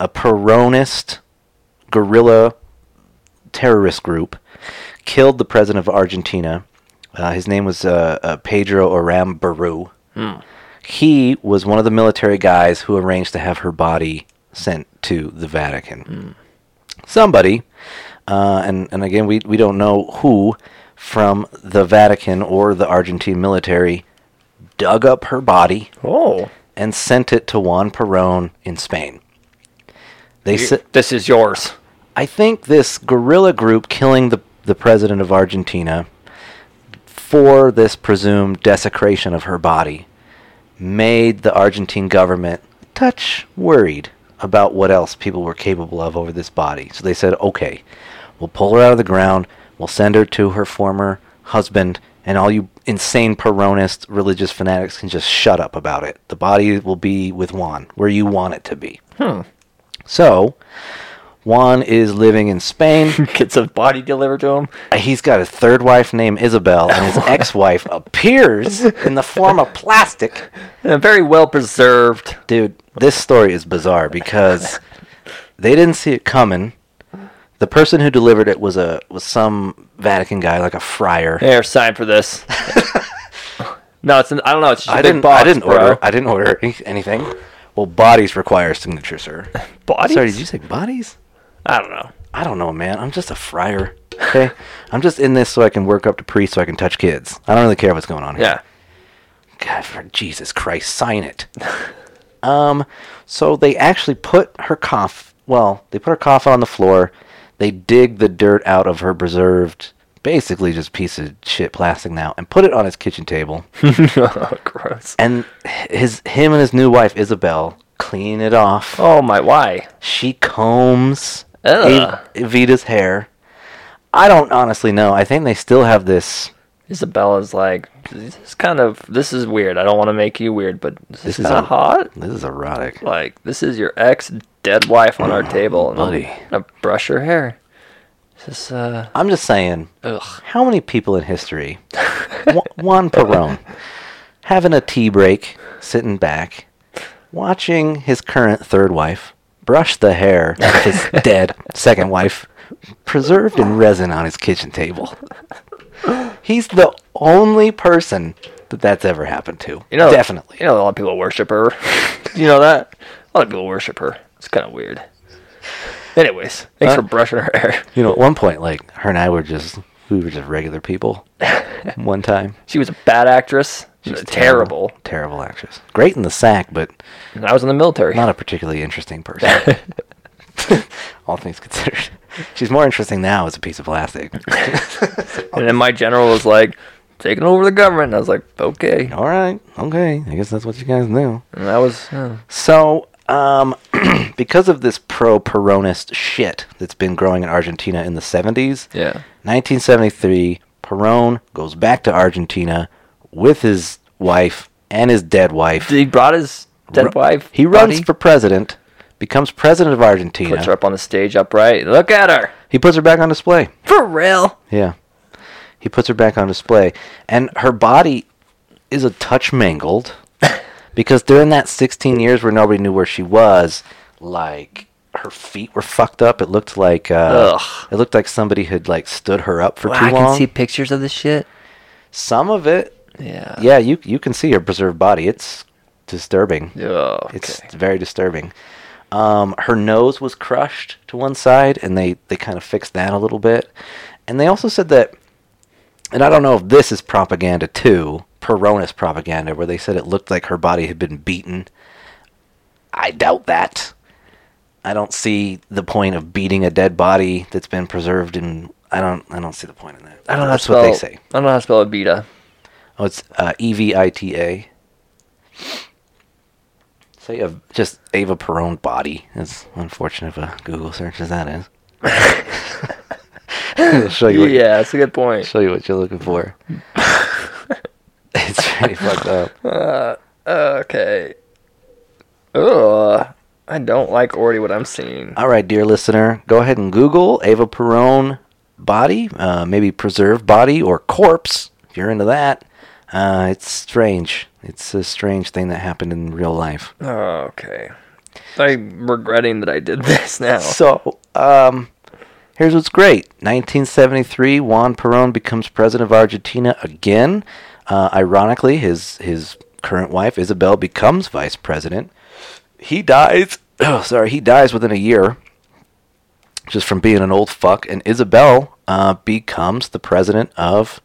Speaker 2: a Peronist guerrilla terrorist group killed the president of Argentina. Uh, his name was uh, uh, Pedro Oram Barú. He was one of the military guys who arranged to have her body sent to the Vatican somebody, uh, and and again we we don't know who from the Vatican or the Argentine military dug up her body
Speaker 1: Oh.
Speaker 2: and sent it to Juan Perón in Spain. They said,
Speaker 1: this is yours.
Speaker 2: I think this guerrilla group killing the the president of Argentina for this presumed desecration of her body made the Argentine government a touch worried about what else people were capable of over this body. So they said, okay, we'll pull her out of the ground, we'll send her to her former husband, and all you insane Peronist religious fanatics can just shut up about it. The body will be with Juan, where you want it to be. So, Juan is living in Spain. Uh,
Speaker 1: Gets a body delivered to him.
Speaker 2: He's got a third wife named Isabel, and his ex wife appears in the form of plastic.
Speaker 1: And very well preserved.
Speaker 2: Dude, this story is bizarre because they didn't see it coming. The person who delivered it was a was some Vatican guy, like a friar.
Speaker 1: Here, sign for this. no, it's an, I don't know. It's just a
Speaker 2: I
Speaker 1: big
Speaker 2: didn't.
Speaker 1: box,
Speaker 2: I didn't
Speaker 1: bro.
Speaker 2: order. I didn't order any, anything. Well, bodies require signature, sir.
Speaker 1: Bodies?
Speaker 2: Sorry, did you say bodies?
Speaker 1: I don't know.
Speaker 2: I don't know, man. I'm just a friar. Okay, I'm just in this so I can work up to priest, so I can touch kids. I don't really care what's going on here.
Speaker 1: Yeah.
Speaker 2: God, for Jesus Christ, sign it. um, so they actually put her coff. Well, they put her coffin on the floor. They dig the dirt out of her preserved, basically just piece of shit plastic now, and put it on his kitchen table.
Speaker 1: oh, gross.
Speaker 2: and his him and his new wife Isabel clean it off.
Speaker 1: Oh my, why?
Speaker 2: She combs
Speaker 1: Ugh.
Speaker 2: Ev- Evita's hair. I don't honestly know. I think they still have this.
Speaker 1: Isabella's like, this is kind of, this is weird. I don't want to make you weird, but this,
Speaker 2: This
Speaker 1: is
Speaker 2: is
Speaker 1: not
Speaker 2: a-
Speaker 1: hot.
Speaker 2: This is erotic.
Speaker 1: Like, this is your ex dead wife on our table, and
Speaker 2: Oh, buddy.
Speaker 1: I'm gonna brush her hair. This, is, uh,
Speaker 2: I'm just saying.
Speaker 1: ugh.
Speaker 2: How many people in history, Wa- Juan Perón, having a tea break, sitting back, watching his current third wife brush the hair of his dead second wife, preserved in resin on his kitchen table. He's the only person that that's ever happened to.
Speaker 1: You know,
Speaker 2: Definitely.
Speaker 1: You know, a lot of people worship her. you know that? A lot of people worship her. It's kind of weird. Anyways, thanks for
Speaker 2: Huh?
Speaker 1: brushing her hair.
Speaker 2: You know, at one point, like her and I were just we were just regular people. one time,
Speaker 1: She was a bad actress. She was
Speaker 2: She's
Speaker 1: terrible.
Speaker 2: terrible actress. Great in the sack, but
Speaker 1: And I was in the military.
Speaker 2: not a particularly interesting person. All things considered, she's more interesting now as a piece of plastic.
Speaker 1: and then my general was like, taking over the government. And I was like, okay.
Speaker 2: All right, okay, I guess that's what you guys know.
Speaker 1: And that was, uh,
Speaker 2: So, um, because of this pro-Peronist shit that's been growing in Argentina in the '70s,
Speaker 1: yeah.
Speaker 2: 1973, Peron goes back to Argentina with his wife and his dead wife.
Speaker 1: He brought his dead
Speaker 2: Ru-
Speaker 1: wife.
Speaker 2: He runs
Speaker 1: body,
Speaker 2: for president, becomes president of Argentina.
Speaker 1: puts her up on the stage upright. Look at her.
Speaker 2: He puts her back on display.
Speaker 1: For real.
Speaker 2: Yeah. He puts her back on display. And her body is a touch mangled because during that 16 years where nobody knew where she was, like her feet were fucked up. It looked like uh,
Speaker 1: Ugh.
Speaker 2: it looked like somebody had like stood her up for
Speaker 1: Wow,
Speaker 2: too
Speaker 1: I
Speaker 2: long.
Speaker 1: can see pictures of this shit.
Speaker 2: Some of it,
Speaker 1: Yeah.
Speaker 2: yeah, you you can see her preserved body. It's disturbing.
Speaker 1: Oh, okay.
Speaker 2: It's very disturbing. Um, her nose was crushed to one side, and they, they kind of fixed that a little bit. And they also said that, and I don't know if this is propaganda too, Peronist propaganda, where they said it looked like her body had been beaten. I doubt that. I don't see the point of beating a dead body that's been preserved in. I don't. I don't see the point in that.
Speaker 1: I don't know
Speaker 2: That's
Speaker 1: how to
Speaker 2: what they
Speaker 1: spell-
Speaker 2: say.
Speaker 1: I don't know how to spell Abita.
Speaker 2: Oh, it's uh, E V I T A. Say a, just Ava Perone body. As unfortunate of a Google search as that is. It'll show you. What,
Speaker 1: Yeah, that's a good point.
Speaker 2: Show you what you're looking for. it's pretty fucked up.
Speaker 1: Okay. Ugh. I don't like already what I'm seeing.
Speaker 2: All right, dear listener, go ahead and Google Ava Perone body, uh, maybe preserved body or corpse if you're into that. Uh, it's strange. It's a strange thing that happened in real life.
Speaker 1: Okay. I'm regretting that I did this now.
Speaker 2: So, um, here's what's great. 1973, Juan Perón becomes president of Argentina again. Uh, ironically, his his current wife Isabel becomes vice president. He dies. Oh, sorry, he dies within a year, just from being an old fuck. And Isabel uh, becomes the president of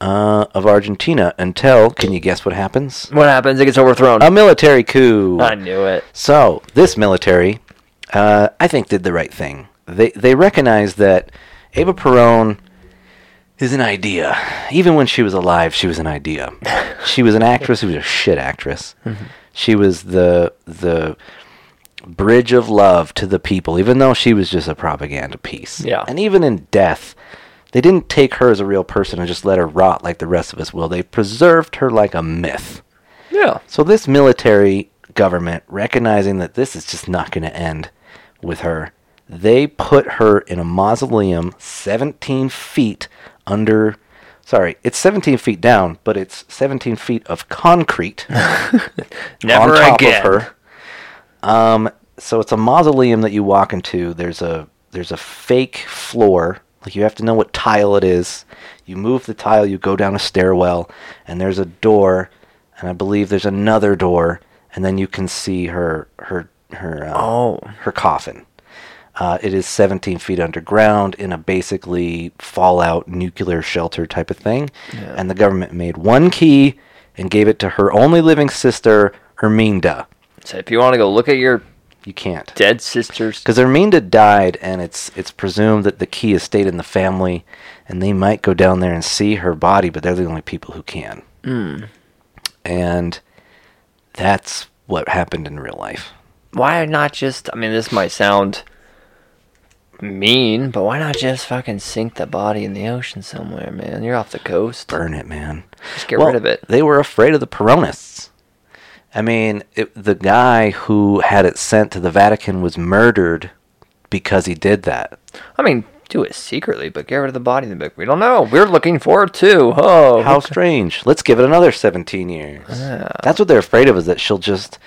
Speaker 2: uh, of Argentina until can you guess what happens?
Speaker 1: What happens? It gets overthrown.
Speaker 2: A military coup.
Speaker 1: I knew it.
Speaker 2: So this military, uh, I think, did the right thing. They they recognized that Ava Perón is an idea. Even when she was alive, she was an idea. she was an actress. She was a shit actress. She was the the bridge of love to the people, even though she was just a propaganda piece.
Speaker 1: Yeah.
Speaker 2: And even in death, they didn't take her as a real person and just let her rot like the rest of us will. They preserved her like a myth.
Speaker 1: Yeah.
Speaker 2: So this military government, recognizing that this is just not going to end with her, they put her in a mausoleum 17 feet under. Sorry, it's 17 feet down, but it's 17 feet of concrete
Speaker 1: Never
Speaker 2: on top
Speaker 1: again.
Speaker 2: of her. Um, so it's a mausoleum that you walk into. There's a there's a fake floor. Like you have to know what tile it is. You move the tile, you go down a stairwell, and there's a door, and I believe there's another door, and then you can see her her her uh,
Speaker 1: Oh.
Speaker 2: her coffin. Uh, it is 17 feet underground in a basically fallout nuclear shelter type of thing.
Speaker 1: Yeah.
Speaker 2: And the government made one key and gave it to her only living sister, Herminda.
Speaker 1: So if you want to go look at your
Speaker 2: You can't.
Speaker 1: dead sisters,
Speaker 2: Because Herminda died, and it's it's presumed that the key has stayed in the family, and they might go down there and see her body, but they're the only people who can.
Speaker 1: Hmm.
Speaker 2: And that's what happened in real life.
Speaker 1: why not just? I mean, this might sound mean, but why not just fucking sink the body in the ocean somewhere, man? You're off the coast.
Speaker 2: Burn it, man.
Speaker 1: Just get rid of it.
Speaker 2: They were afraid of the Peronists. I mean, it, the guy who had it sent to the Vatican was murdered because he did that.
Speaker 1: I mean, do it secretly, but get rid of the body in the book. We don't know. We're looking for it too. Oh,
Speaker 2: How strange. Let's give it another 17 years. That's what they're afraid of is that she'll just,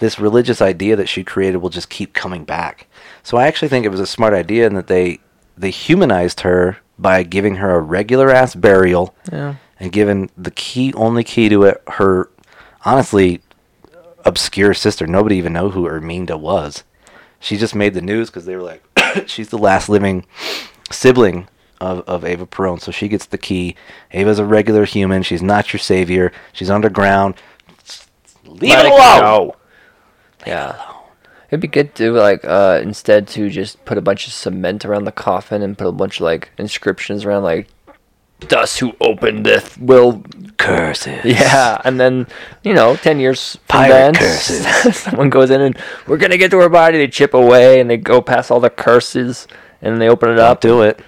Speaker 2: this religious idea that she created will just keep coming back. So I actually think it was a smart idea and that they, they humanized her by giving her a regular ass burial
Speaker 1: Yeah.
Speaker 2: and giving the key, only key to it, her honestly obscure sister. Nobody even know who Erminda was. She just made the news because they were like, she's the last living sibling of, of Ava Perone. So she gets the key. Ava's a regular human. She's not your savior. She's underground. Leave
Speaker 1: Let
Speaker 2: it
Speaker 1: it
Speaker 2: alone.
Speaker 1: go. yeah. It'd be good to like uh, instead to just put a bunch of cement around the coffin and put a bunch of like inscriptions around like "Thus who opened this will."
Speaker 2: Curses.
Speaker 1: Yeah, and then you know, ten years from
Speaker 2: Pirate
Speaker 1: then,
Speaker 2: curses.
Speaker 1: someone goes in and we're gonna get to her body. They chip away and they go past all the curses and they open it
Speaker 2: I'll
Speaker 1: up.
Speaker 2: do it.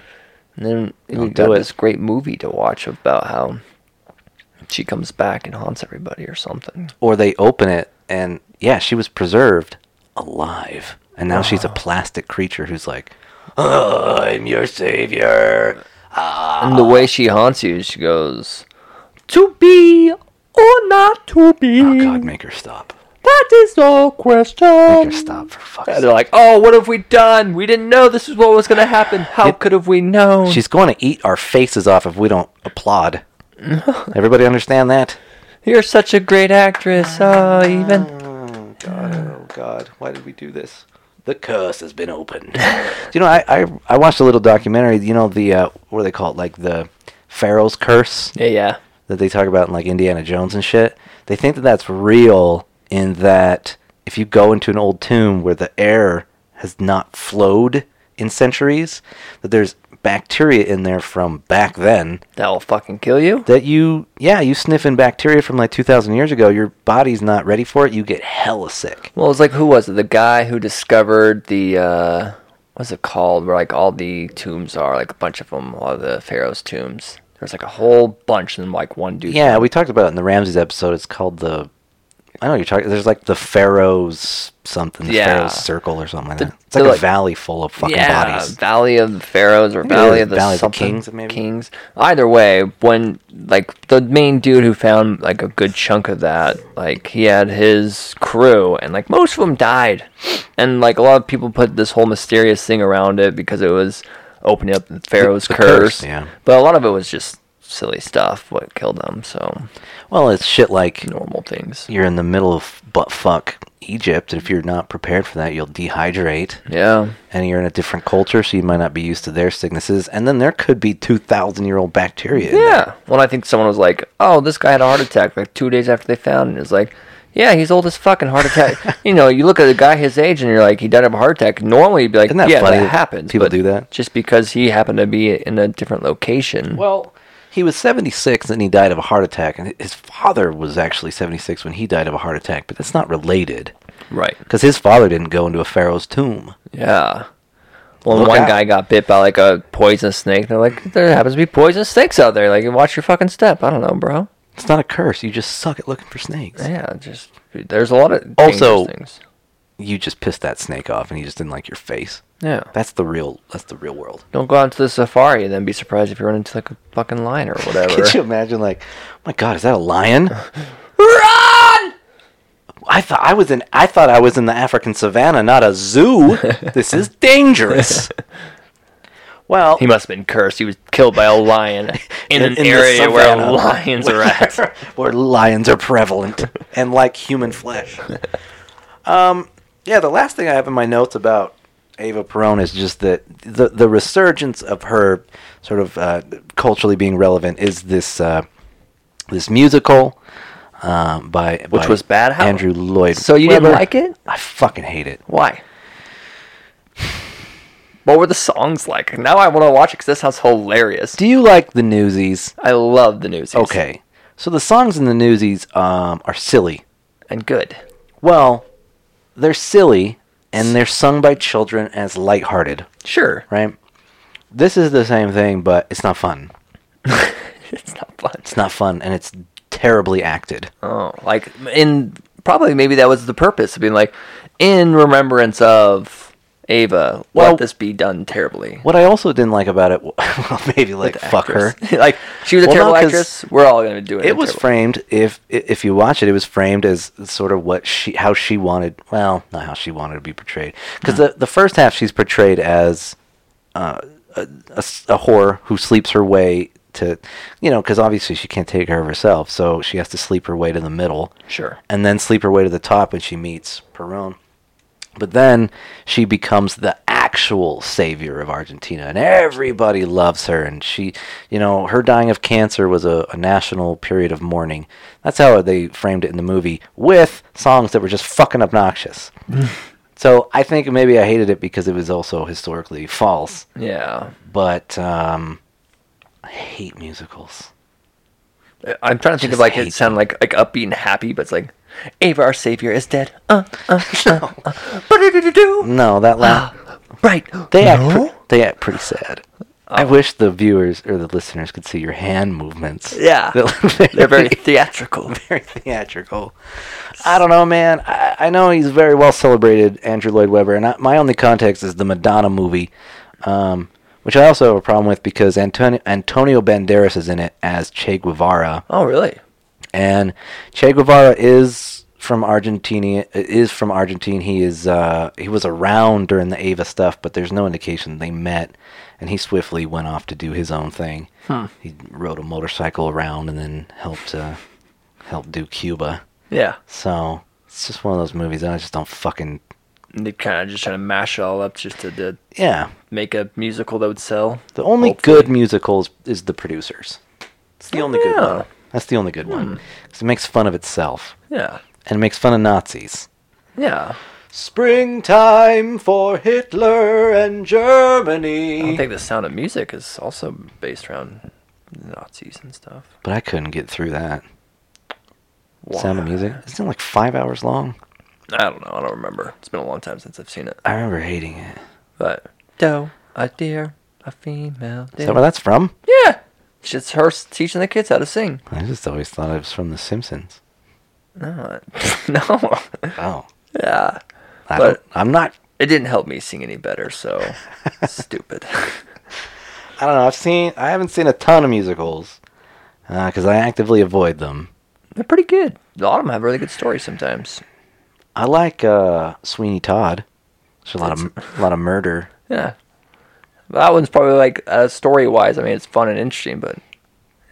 Speaker 1: And then
Speaker 2: Don't
Speaker 1: we've got
Speaker 2: do it.
Speaker 1: this great movie to watch about how she comes back and haunts everybody or something.
Speaker 2: Or they open it and, yeah, she was preserved alive. And now she's a plastic creature who's like, "Oh, I'm your savior.
Speaker 1: And the way she haunts you, she goes, "To be or not to be,
Speaker 2: Oh, God, make her stop.
Speaker 1: that is the
Speaker 2: Make her
Speaker 1: question."
Speaker 2: stop for fuck's
Speaker 1: And they're like, "Oh, what have we done? We didn't know this is what was going to happen. How could have we known?"
Speaker 2: She's going to eat our faces off if we don't applaud. Everybody understand that?
Speaker 1: You're such a great actress. Oh, even
Speaker 2: Oh God! Oh God! Why did we do this? The curse has been opened. you know, I, I I watched a little documentary. You know the uh, what do they call it? Like the Pharaoh's curse
Speaker 1: yeah, yeah.
Speaker 2: that they talk about in like Indiana Jones and shit. They think that that's real in that if you go into an old tomb where the air has not flowed in centuries, that there's bacteria in there from back then
Speaker 1: That'll fucking kill you.
Speaker 2: that you yeah you sniff in bacteria from like 2000 years ago your body's not ready for it you get hella sick
Speaker 1: Well, it's like who was it? The guy who discovered the uh, what's it called? Where like all the tombs are, like a bunch of them, all the pharaohs' tombs. There's like a whole bunch in like one dude.
Speaker 2: yeah we talked about it in the ramses episode it's called the i don't know what you're talking there's like the pharaoh's something the
Speaker 1: Yeah.
Speaker 2: pharaoh's circle or something like that it's
Speaker 1: the,
Speaker 2: like a
Speaker 1: like-
Speaker 2: valley full of fucking
Speaker 1: yeah,
Speaker 2: bodies
Speaker 1: Valley of the Pharaohs or
Speaker 2: Maybe
Speaker 1: Valley
Speaker 2: it
Speaker 1: of
Speaker 2: is
Speaker 1: the
Speaker 2: Valley of the
Speaker 1: something,
Speaker 2: Kings, maybe?
Speaker 1: Kings. Either way, when like the main dude who found like a good chunk of that, like he had his crew, and like most of them died, and like a lot of people put this whole mysterious thing around it because it was opening up the Pharaoh's
Speaker 2: the curse,
Speaker 1: curse.
Speaker 2: yeah.
Speaker 1: But a lot of it was just silly stuff what killed them. So
Speaker 2: well it's shit like
Speaker 1: normal things.
Speaker 2: you're in the middle of butt fuck egypt if you're not prepared for that you'll dehydrate
Speaker 1: Yeah.
Speaker 2: and you're in a different culture so you might not be used to their sicknesses and then there could be 2000 year old bacteria in there.
Speaker 1: Yeah. Well, I think someone was like, "Oh, this guy had a heart attack like two days after they found him." It's like, yeah, he's old as fucking heart attack. you know, you look at a guy his age and you're like, he died of a heart attack. Normally, you'd be like,
Speaker 2: Isn't that
Speaker 1: yeah,
Speaker 2: funny
Speaker 1: that
Speaker 2: that
Speaker 1: happens.
Speaker 2: people
Speaker 1: but
Speaker 2: do that?
Speaker 1: just because he happened to be in a different location.
Speaker 2: Well, he was 76 and he died of a heart attack, and his father was actually 76 when he died of a heart attack, but that's not related
Speaker 1: right.
Speaker 2: because his father didn't go into a pharaoh's tomb.
Speaker 1: Yeah. Well,
Speaker 2: Look
Speaker 1: one
Speaker 2: out.
Speaker 1: guy got bit by like a poison snake. They're like, there happens to be poison snakes out there. Like, watch your fucking step. I don't know, bro.
Speaker 2: It's not a curse. You just suck at looking for snakes.
Speaker 1: Yeah, just there's a lot of
Speaker 2: Also-
Speaker 1: dangerous things.
Speaker 2: You just pissed that snake off, and he just didn't like your face.
Speaker 1: Yeah.
Speaker 2: That's the real. That's the real world.
Speaker 1: Don't go out to the safari and then be surprised if you run into like a fucking lion or whatever.
Speaker 2: Could you imagine? Like, my God, is that a lion?
Speaker 1: Run!
Speaker 2: I thought I was in. I thought I was in the African savannah, not a zoo. this is dangerous. Well,
Speaker 1: He must have been cursed. He was killed by a lion in, an
Speaker 2: in the
Speaker 1: area where
Speaker 2: savannah.
Speaker 1: lions are at.
Speaker 2: where lions are prevalent and like human flesh. Um, yeah, the last thing I have in my notes about Ava Perone is just that the the resurgence of her sort of uh, culturally being relevant is this uh, this musical um, by
Speaker 1: Which
Speaker 2: by
Speaker 1: was bad? How-
Speaker 2: Andrew Lloyd.
Speaker 1: So you didn't
Speaker 2: Webber.
Speaker 1: like it?
Speaker 2: I fucking hate it.
Speaker 1: Why? What were the songs like? Now I want to watch it because this sounds hilarious.
Speaker 2: Do you like the Newsies?
Speaker 1: I love the news.
Speaker 2: Okay, so the songs in the Newsies um, are silly.
Speaker 1: And good.
Speaker 2: Well, they're silly and they're sung by children as lighthearted,
Speaker 1: Sure.
Speaker 2: right? This is the same thing, but it's not fun.
Speaker 1: It's not fun.
Speaker 2: It's not fun and it's terribly acted.
Speaker 1: Oh, like in probably maybe that was the purpose of being like in remembrance of Ava,
Speaker 2: Well-
Speaker 1: let this be done terribly.
Speaker 2: What I also didn't like about it, well, maybe like
Speaker 1: The
Speaker 2: fuck her.
Speaker 1: actress. like she was a
Speaker 2: Well, no,
Speaker 1: terrible
Speaker 2: 'cause
Speaker 1: actress. We're all gonna do it.
Speaker 2: It was framed if i- if you watch it, it was framed as sort of what she how she wanted. Well, not how she wanted to be portrayed, because the the first half she's portrayed as uh, a, a s- a whore who sleeps her way to, you know, because obviously she can't take care of herself, so she has to sleep her way to the middle,
Speaker 1: Sure.
Speaker 2: and then sleep her way to the top when she meets Perón. But then she becomes the actual savior of Argentina, and everybody loves her. And she, you know, her dying of cancer was a, a national period of mourning. That's how they framed it in the movie, with songs that were just fucking obnoxious. so I think maybe I hated it because it was also historically false.
Speaker 1: Yeah,
Speaker 2: But um, I hate musicals.
Speaker 1: I- I'm trying to think of
Speaker 2: Just
Speaker 1: like
Speaker 2: hate
Speaker 1: it sound like like upbeat and happy, but it's like Ava, our savior, is dead. Uh, uh, uh, uh. Ba-da-da-da-do.
Speaker 2: No, that laugh.
Speaker 1: Right.
Speaker 2: They act
Speaker 1: No? Oh.
Speaker 2: pre- they act pretty sad. I wish the viewers or the listeners could see your hand movements.
Speaker 1: Yeah.
Speaker 2: They look very-
Speaker 1: They're very theatrical.
Speaker 2: very theatrical. I don't know, man. I, I know he's very well celebrated, Andrew Lloyd Webber, and I, my only context is the Madonna movie, um, which I also have a problem with because Antonio, Antonio Banderas is in it as Che Guevara,
Speaker 1: Oh, really?
Speaker 2: and Che Guevara is from Argentina. Is from Argentine. He is. Uh, he was around during the Ava stuff, but there's no indication they met. And he swiftly went off to do his own thing. He rode a motorcycle around and then helped uh, help do Cuba.
Speaker 1: Yeah.
Speaker 2: So it's just one of those movies that I just don't fucking
Speaker 1: And they kind of just trying to mash it all up just to, to
Speaker 2: yeah.
Speaker 1: make a musical that would sell.
Speaker 2: The only
Speaker 1: Hopefully.
Speaker 2: good musical is, is The Producers. It's the only
Speaker 1: Oh,
Speaker 2: good
Speaker 1: yeah. Hmm.
Speaker 2: one. That's the only good one. 'Cause it makes fun of itself
Speaker 1: Yeah.
Speaker 2: and it makes fun of Nazis.
Speaker 1: Yeah.
Speaker 2: Springtime for Hitler
Speaker 1: I
Speaker 2: and
Speaker 1: don't
Speaker 2: Germany.
Speaker 1: think the sound of music is also based around Nazis and stuff.
Speaker 2: but I couldn't get through that.
Speaker 1: Why?
Speaker 2: Sound of Music. Isn't it like five hours long?
Speaker 1: I don't know. I don't remember. It's been a long time since I've seen it.
Speaker 2: I remember hating it.
Speaker 1: But doe, a deer, a female
Speaker 2: Is that where that's from?
Speaker 1: Yeah. It's her s- teaching the kids how to sing.
Speaker 2: I just always thought it was from The Simpsons.
Speaker 1: No. no.
Speaker 2: Oh.
Speaker 1: yeah.
Speaker 2: I
Speaker 1: But-
Speaker 2: don't, I'm not
Speaker 1: It didn't help me sing any better, so stupid.
Speaker 2: I don't know. I've seen. I haven't seen a ton of musicals because I actively avoid them.
Speaker 1: They're pretty good. A lot of them have really good stories sometimes.
Speaker 2: I like uh, Sweeney Todd. There's a lot of a lot of murder.
Speaker 1: Yeah. That one's probably like uh, story wise. I mean, it's fun and interesting, but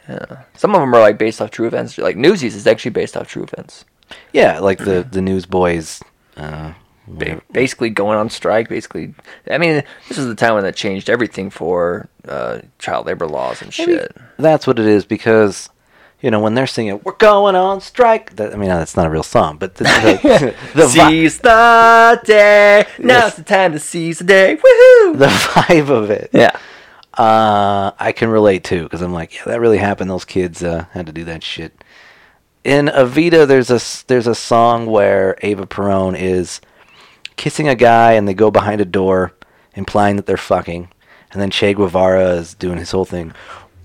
Speaker 1: yeah. Some of them are like based off true events. Like Newsies is actually based off true events.
Speaker 2: Yeah, like the the newsboys. Uh, whatever-
Speaker 1: Basically, going on strike. Basically, I mean, this is the time when that changed everything for uh, child labor laws and
Speaker 2: Maybe
Speaker 1: shit.
Speaker 2: that's what it is because you know when they're singing "We're going on strike." That, I mean, that's not a real song, but the, the, the, vi-
Speaker 1: seize the day. Now's
Speaker 2: Yes.
Speaker 1: the time to seize the day. Woohoo!
Speaker 2: the vibe of it.
Speaker 1: yeah.
Speaker 2: uh, I can relate to because I'm like, yeah, that really happened. Those kids uh, had to do that shit. In Evita, there's a s- there's a song where Ava Perone is kissing a guy, and they go behind a door, implying that they're fucking. And then Che Guevara is doing his whole thing.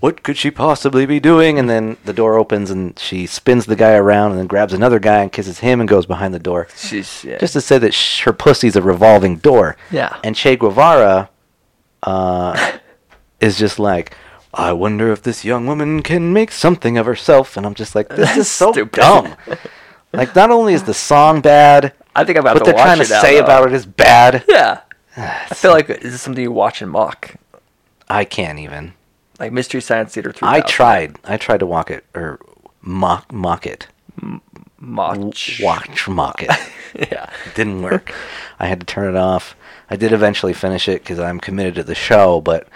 Speaker 2: What could she possibly be doing? And then the door opens, and she spins the guy around, and then grabs another guy and kisses him, and goes behind the door
Speaker 1: She's yeah.
Speaker 2: just to say that sh- her pussy's a revolving door.
Speaker 1: Yeah.
Speaker 2: And Che Guevara uh, is just like, I wonder if this young woman can make something of herself. And I'm just like, this is so
Speaker 1: Stupid.
Speaker 2: dumb. like, not only is the song bad,
Speaker 1: I think I'm about
Speaker 2: what
Speaker 1: to
Speaker 2: they're
Speaker 1: watch
Speaker 2: trying to
Speaker 1: it now,
Speaker 2: say
Speaker 1: though.
Speaker 2: about it is bad.
Speaker 1: Yeah. I feel like this is something you watch and mock,
Speaker 2: I can't even.
Speaker 1: like Mystery Science Theater 3000.
Speaker 2: I tried. I tried to walk it or mock mock it.
Speaker 1: Moch.
Speaker 2: Watch mock it.
Speaker 1: yeah.
Speaker 2: didn't work. I had to turn it off. I did eventually finish it because I'm committed to the show, but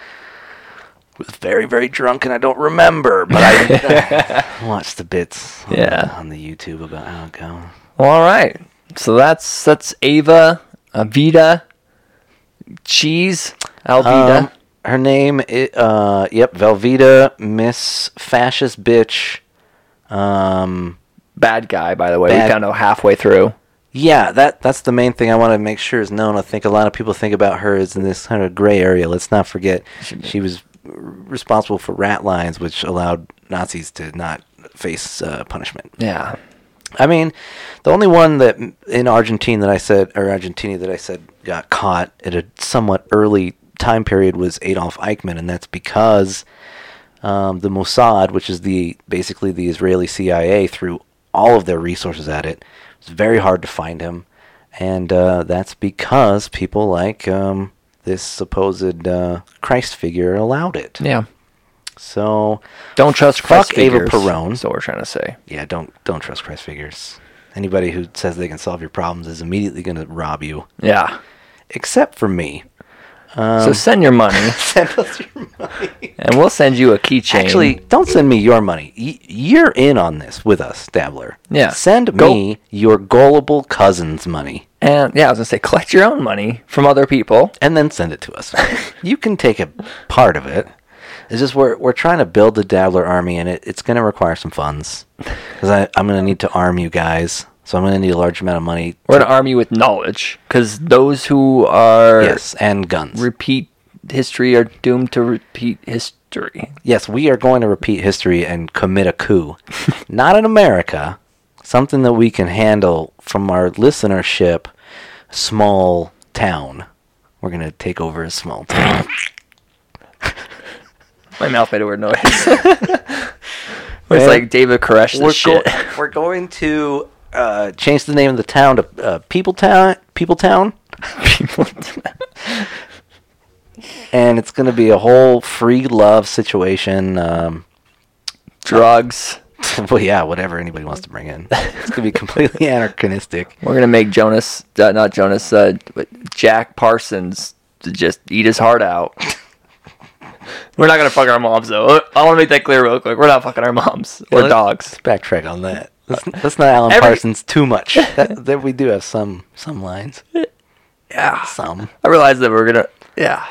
Speaker 2: was very very drunk and I don't remember. But I watched the bits on,
Speaker 1: Yeah.
Speaker 2: on the YouTube about how it goes.
Speaker 1: Well, all right. So that's that's Ava, Avita, Cheese, Alvita.
Speaker 2: Um, her name, i uh, yep, Velveeta, Miss Fascist Bitch. Um,
Speaker 1: bad guy, by the way.
Speaker 2: Bad-
Speaker 1: We found out halfway through.
Speaker 2: yeah, that that's the main thing I want to make sure is known. I think a lot of people think about her as in this kind of gray area. Let's not forget she was r- responsible for rat lines, which allowed Nazis to not face uh, punishment.
Speaker 1: Yeah.
Speaker 2: I mean, the only one that in Argentina that I said, or Argentina that I said got caught at a somewhat early time period was Adolf Eichmann, and that's because um, the Mossad, which is the basically the Israeli CIA, threw all of their resources at it. It's very hard to find him, and uh, that's because people like um, this supposed uh, Christ figure allowed it.
Speaker 1: Yeah.
Speaker 2: So
Speaker 1: Don't trust Christ
Speaker 2: Fuck Ava
Speaker 1: figures,
Speaker 2: Perón.
Speaker 1: So we're trying to say.
Speaker 2: yeah, don't don't trust Christ figures. Anybody who says they can solve your problems is immediately going to rob you,
Speaker 1: Yeah.
Speaker 2: except for me.
Speaker 1: so send your money,
Speaker 2: Um, Send us your money.
Speaker 1: and we'll send you a keychain.
Speaker 2: Actually, don't send me your money. Y- you're in on this with us, Dabbler.
Speaker 1: Yeah.
Speaker 2: Send
Speaker 1: Go-
Speaker 2: me your gullible cousin's money
Speaker 1: and yeah, I was gonna say collect your own money from other people.
Speaker 2: and then send it to us. you can take a part of it. It's just we're, we're trying to build the Dabbler army, and it, it's going to require some funds because I'm going to need to arm you guys. So I'm going to need a large amount of money.
Speaker 1: We're gonna arm you with knowledge, because those who are
Speaker 2: Yes, and guns.
Speaker 1: repeat history are doomed to repeat history.
Speaker 2: Yes, we are going to repeat history and commit a coup. Not in America, something that we can handle from our listenership, small town. We're going to take over a small town.
Speaker 1: My mouth made a weird noise. it's
Speaker 2: Man.
Speaker 1: like David Koresh
Speaker 2: we're,
Speaker 1: this shit.
Speaker 2: go- we're going to uh, change the name of the town to uh, People Town, People Town,
Speaker 1: People-
Speaker 2: and it's going to be a whole free love situation. Um,
Speaker 1: Drugs.
Speaker 2: well, yeah, whatever anybody wants to bring in. It's going to be completely anachronistic.
Speaker 1: We're gonna make Jonas, uh, not Jonas, uh, but Jack Parsons to just eat his heart out. We're not gonna fuck our moms though. Uh, I want to make that clear real quick. We're not fucking our moms or
Speaker 2: Well,
Speaker 1: dogs.
Speaker 2: backtrack on that. That's, that's not Alan
Speaker 1: Uh, every-
Speaker 2: Parsons too much. That, that we do have some some lines.
Speaker 1: Yeah,
Speaker 2: Some.
Speaker 1: I realized that we are gonna. Yeah,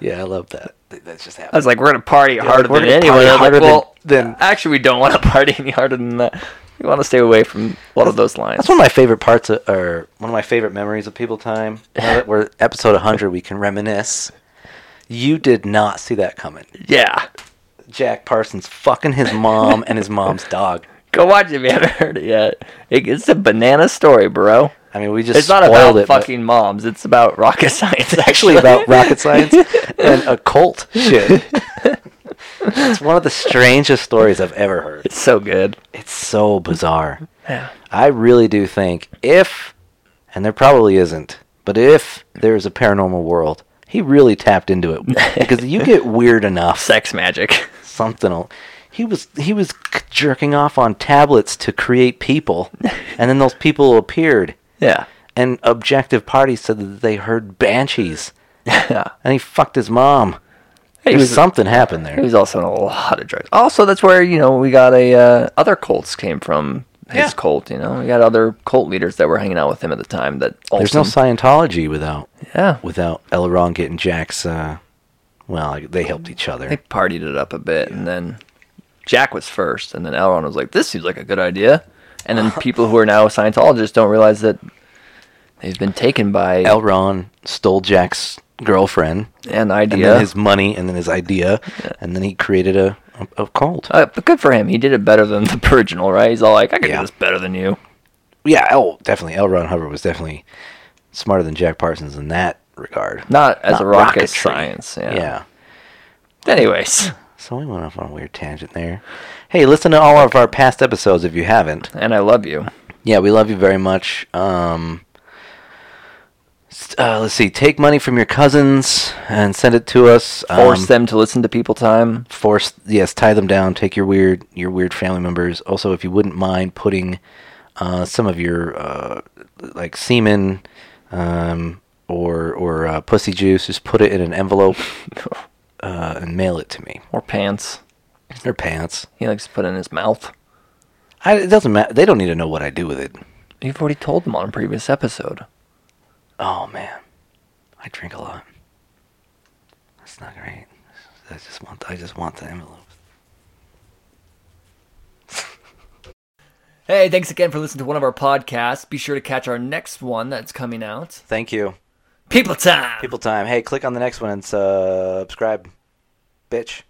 Speaker 2: Yeah, I love that. That's just
Speaker 1: I
Speaker 2: happened.
Speaker 1: was like, we're gonna party harder
Speaker 2: we're
Speaker 1: than
Speaker 2: gonna
Speaker 1: anyone.
Speaker 2: party
Speaker 1: I was like,
Speaker 2: harder than-
Speaker 1: well,
Speaker 2: than-
Speaker 1: actually, we don't want to party any harder than that. We want to stay away from a lot of those lines.
Speaker 2: That's one of my favorite parts, of, or one of my favorite memories of People Time. Now that we're episode 100, we can reminisce. You did not see that coming.
Speaker 1: yeah,
Speaker 2: Jack Parsons fucking his mom and his mom's dog.
Speaker 1: go watch it if you haven't heard it yet. It, it's a banana story, bro.
Speaker 2: I mean, we just
Speaker 1: It's not
Speaker 2: spoiled
Speaker 1: about
Speaker 2: it, but
Speaker 1: fucking moms. It's about rocket science.
Speaker 2: actually about rocket science and occult shit. it's one of the strangest stories I've ever heard.
Speaker 1: It's so good.
Speaker 2: It's so bizarre.
Speaker 1: Yeah.
Speaker 2: I really do think if, and there probably isn't, but if there's a paranormal world, he really tapped into it because you get weird enough.
Speaker 1: Sex magic.
Speaker 2: Something. will- He was he was k- jerking off on tablets to create people, and then those people appeared,
Speaker 1: Yeah.
Speaker 2: and objective parties said that they heard banshees,
Speaker 1: Yeah.
Speaker 2: and he fucked his mom.
Speaker 1: He was,
Speaker 2: something happened there.
Speaker 1: he was also in a lot of drugs. Also, that's where, you know, we got a, uh, other cults came from his
Speaker 2: Yeah.
Speaker 1: cult, you know. We got other cult leaders that were hanging out with him at the time that
Speaker 2: There's no
Speaker 1: also,
Speaker 2: Scientology without
Speaker 1: yeah,
Speaker 2: without Elrond getting Jack's. Uh, well, like, they helped each
Speaker 1: they
Speaker 2: other.
Speaker 1: partied it up a bit. And then Jack was first. And then Elrond was like, this seems like a good idea. And then people who are now Scientologists don't realize that they've been taken by
Speaker 2: Elrond stole Jack's girlfriend,
Speaker 1: an
Speaker 2: and
Speaker 1: idea.
Speaker 2: then his money, and then his idea, and then he created a a, a cult.
Speaker 1: uh, but good for him. He did it better than the original, right? He's all like, I can
Speaker 2: Yeah.
Speaker 1: do this better than you.
Speaker 2: yeah, oh, definitely. Elrond Hubbard was definitely smarter than Jack Parsons in that regard.
Speaker 1: Not as
Speaker 2: Not
Speaker 1: a rocket
Speaker 2: rocketry.
Speaker 1: science. Yeah.
Speaker 2: yeah.
Speaker 1: Anyways,
Speaker 2: So we went off on a weird tangent there. Hey, listen to all of our past episodes if you haven't.
Speaker 1: and I love you.
Speaker 2: Yeah, we love you very much. Um, s- uh, let's see. Take money from your cousins and send it to us. Um,
Speaker 1: Force them to listen to People Time.
Speaker 2: Force. Yes, tie them down. Take your weird, your weird family members. Also, if you wouldn't mind putting uh, some of your uh, like semen um, or or uh, pussy juice, just put it in an envelope uh, and mail it to me.
Speaker 1: Or pants.
Speaker 2: Or pants.
Speaker 1: He likes to put it in his mouth.
Speaker 2: I, it doesn't matter. They don't need to know what I do with it.
Speaker 1: You've already told them on a previous episode.
Speaker 2: Oh man, I drink a lot. That's not great. I just want I just want the envelope.
Speaker 1: Hey, thanks again for listening to one of our podcasts. Be sure to catch our next one that's coming out.
Speaker 2: Thank you.
Speaker 1: People Time!
Speaker 2: People time. Hey, click on the next one and subscribe, bitch.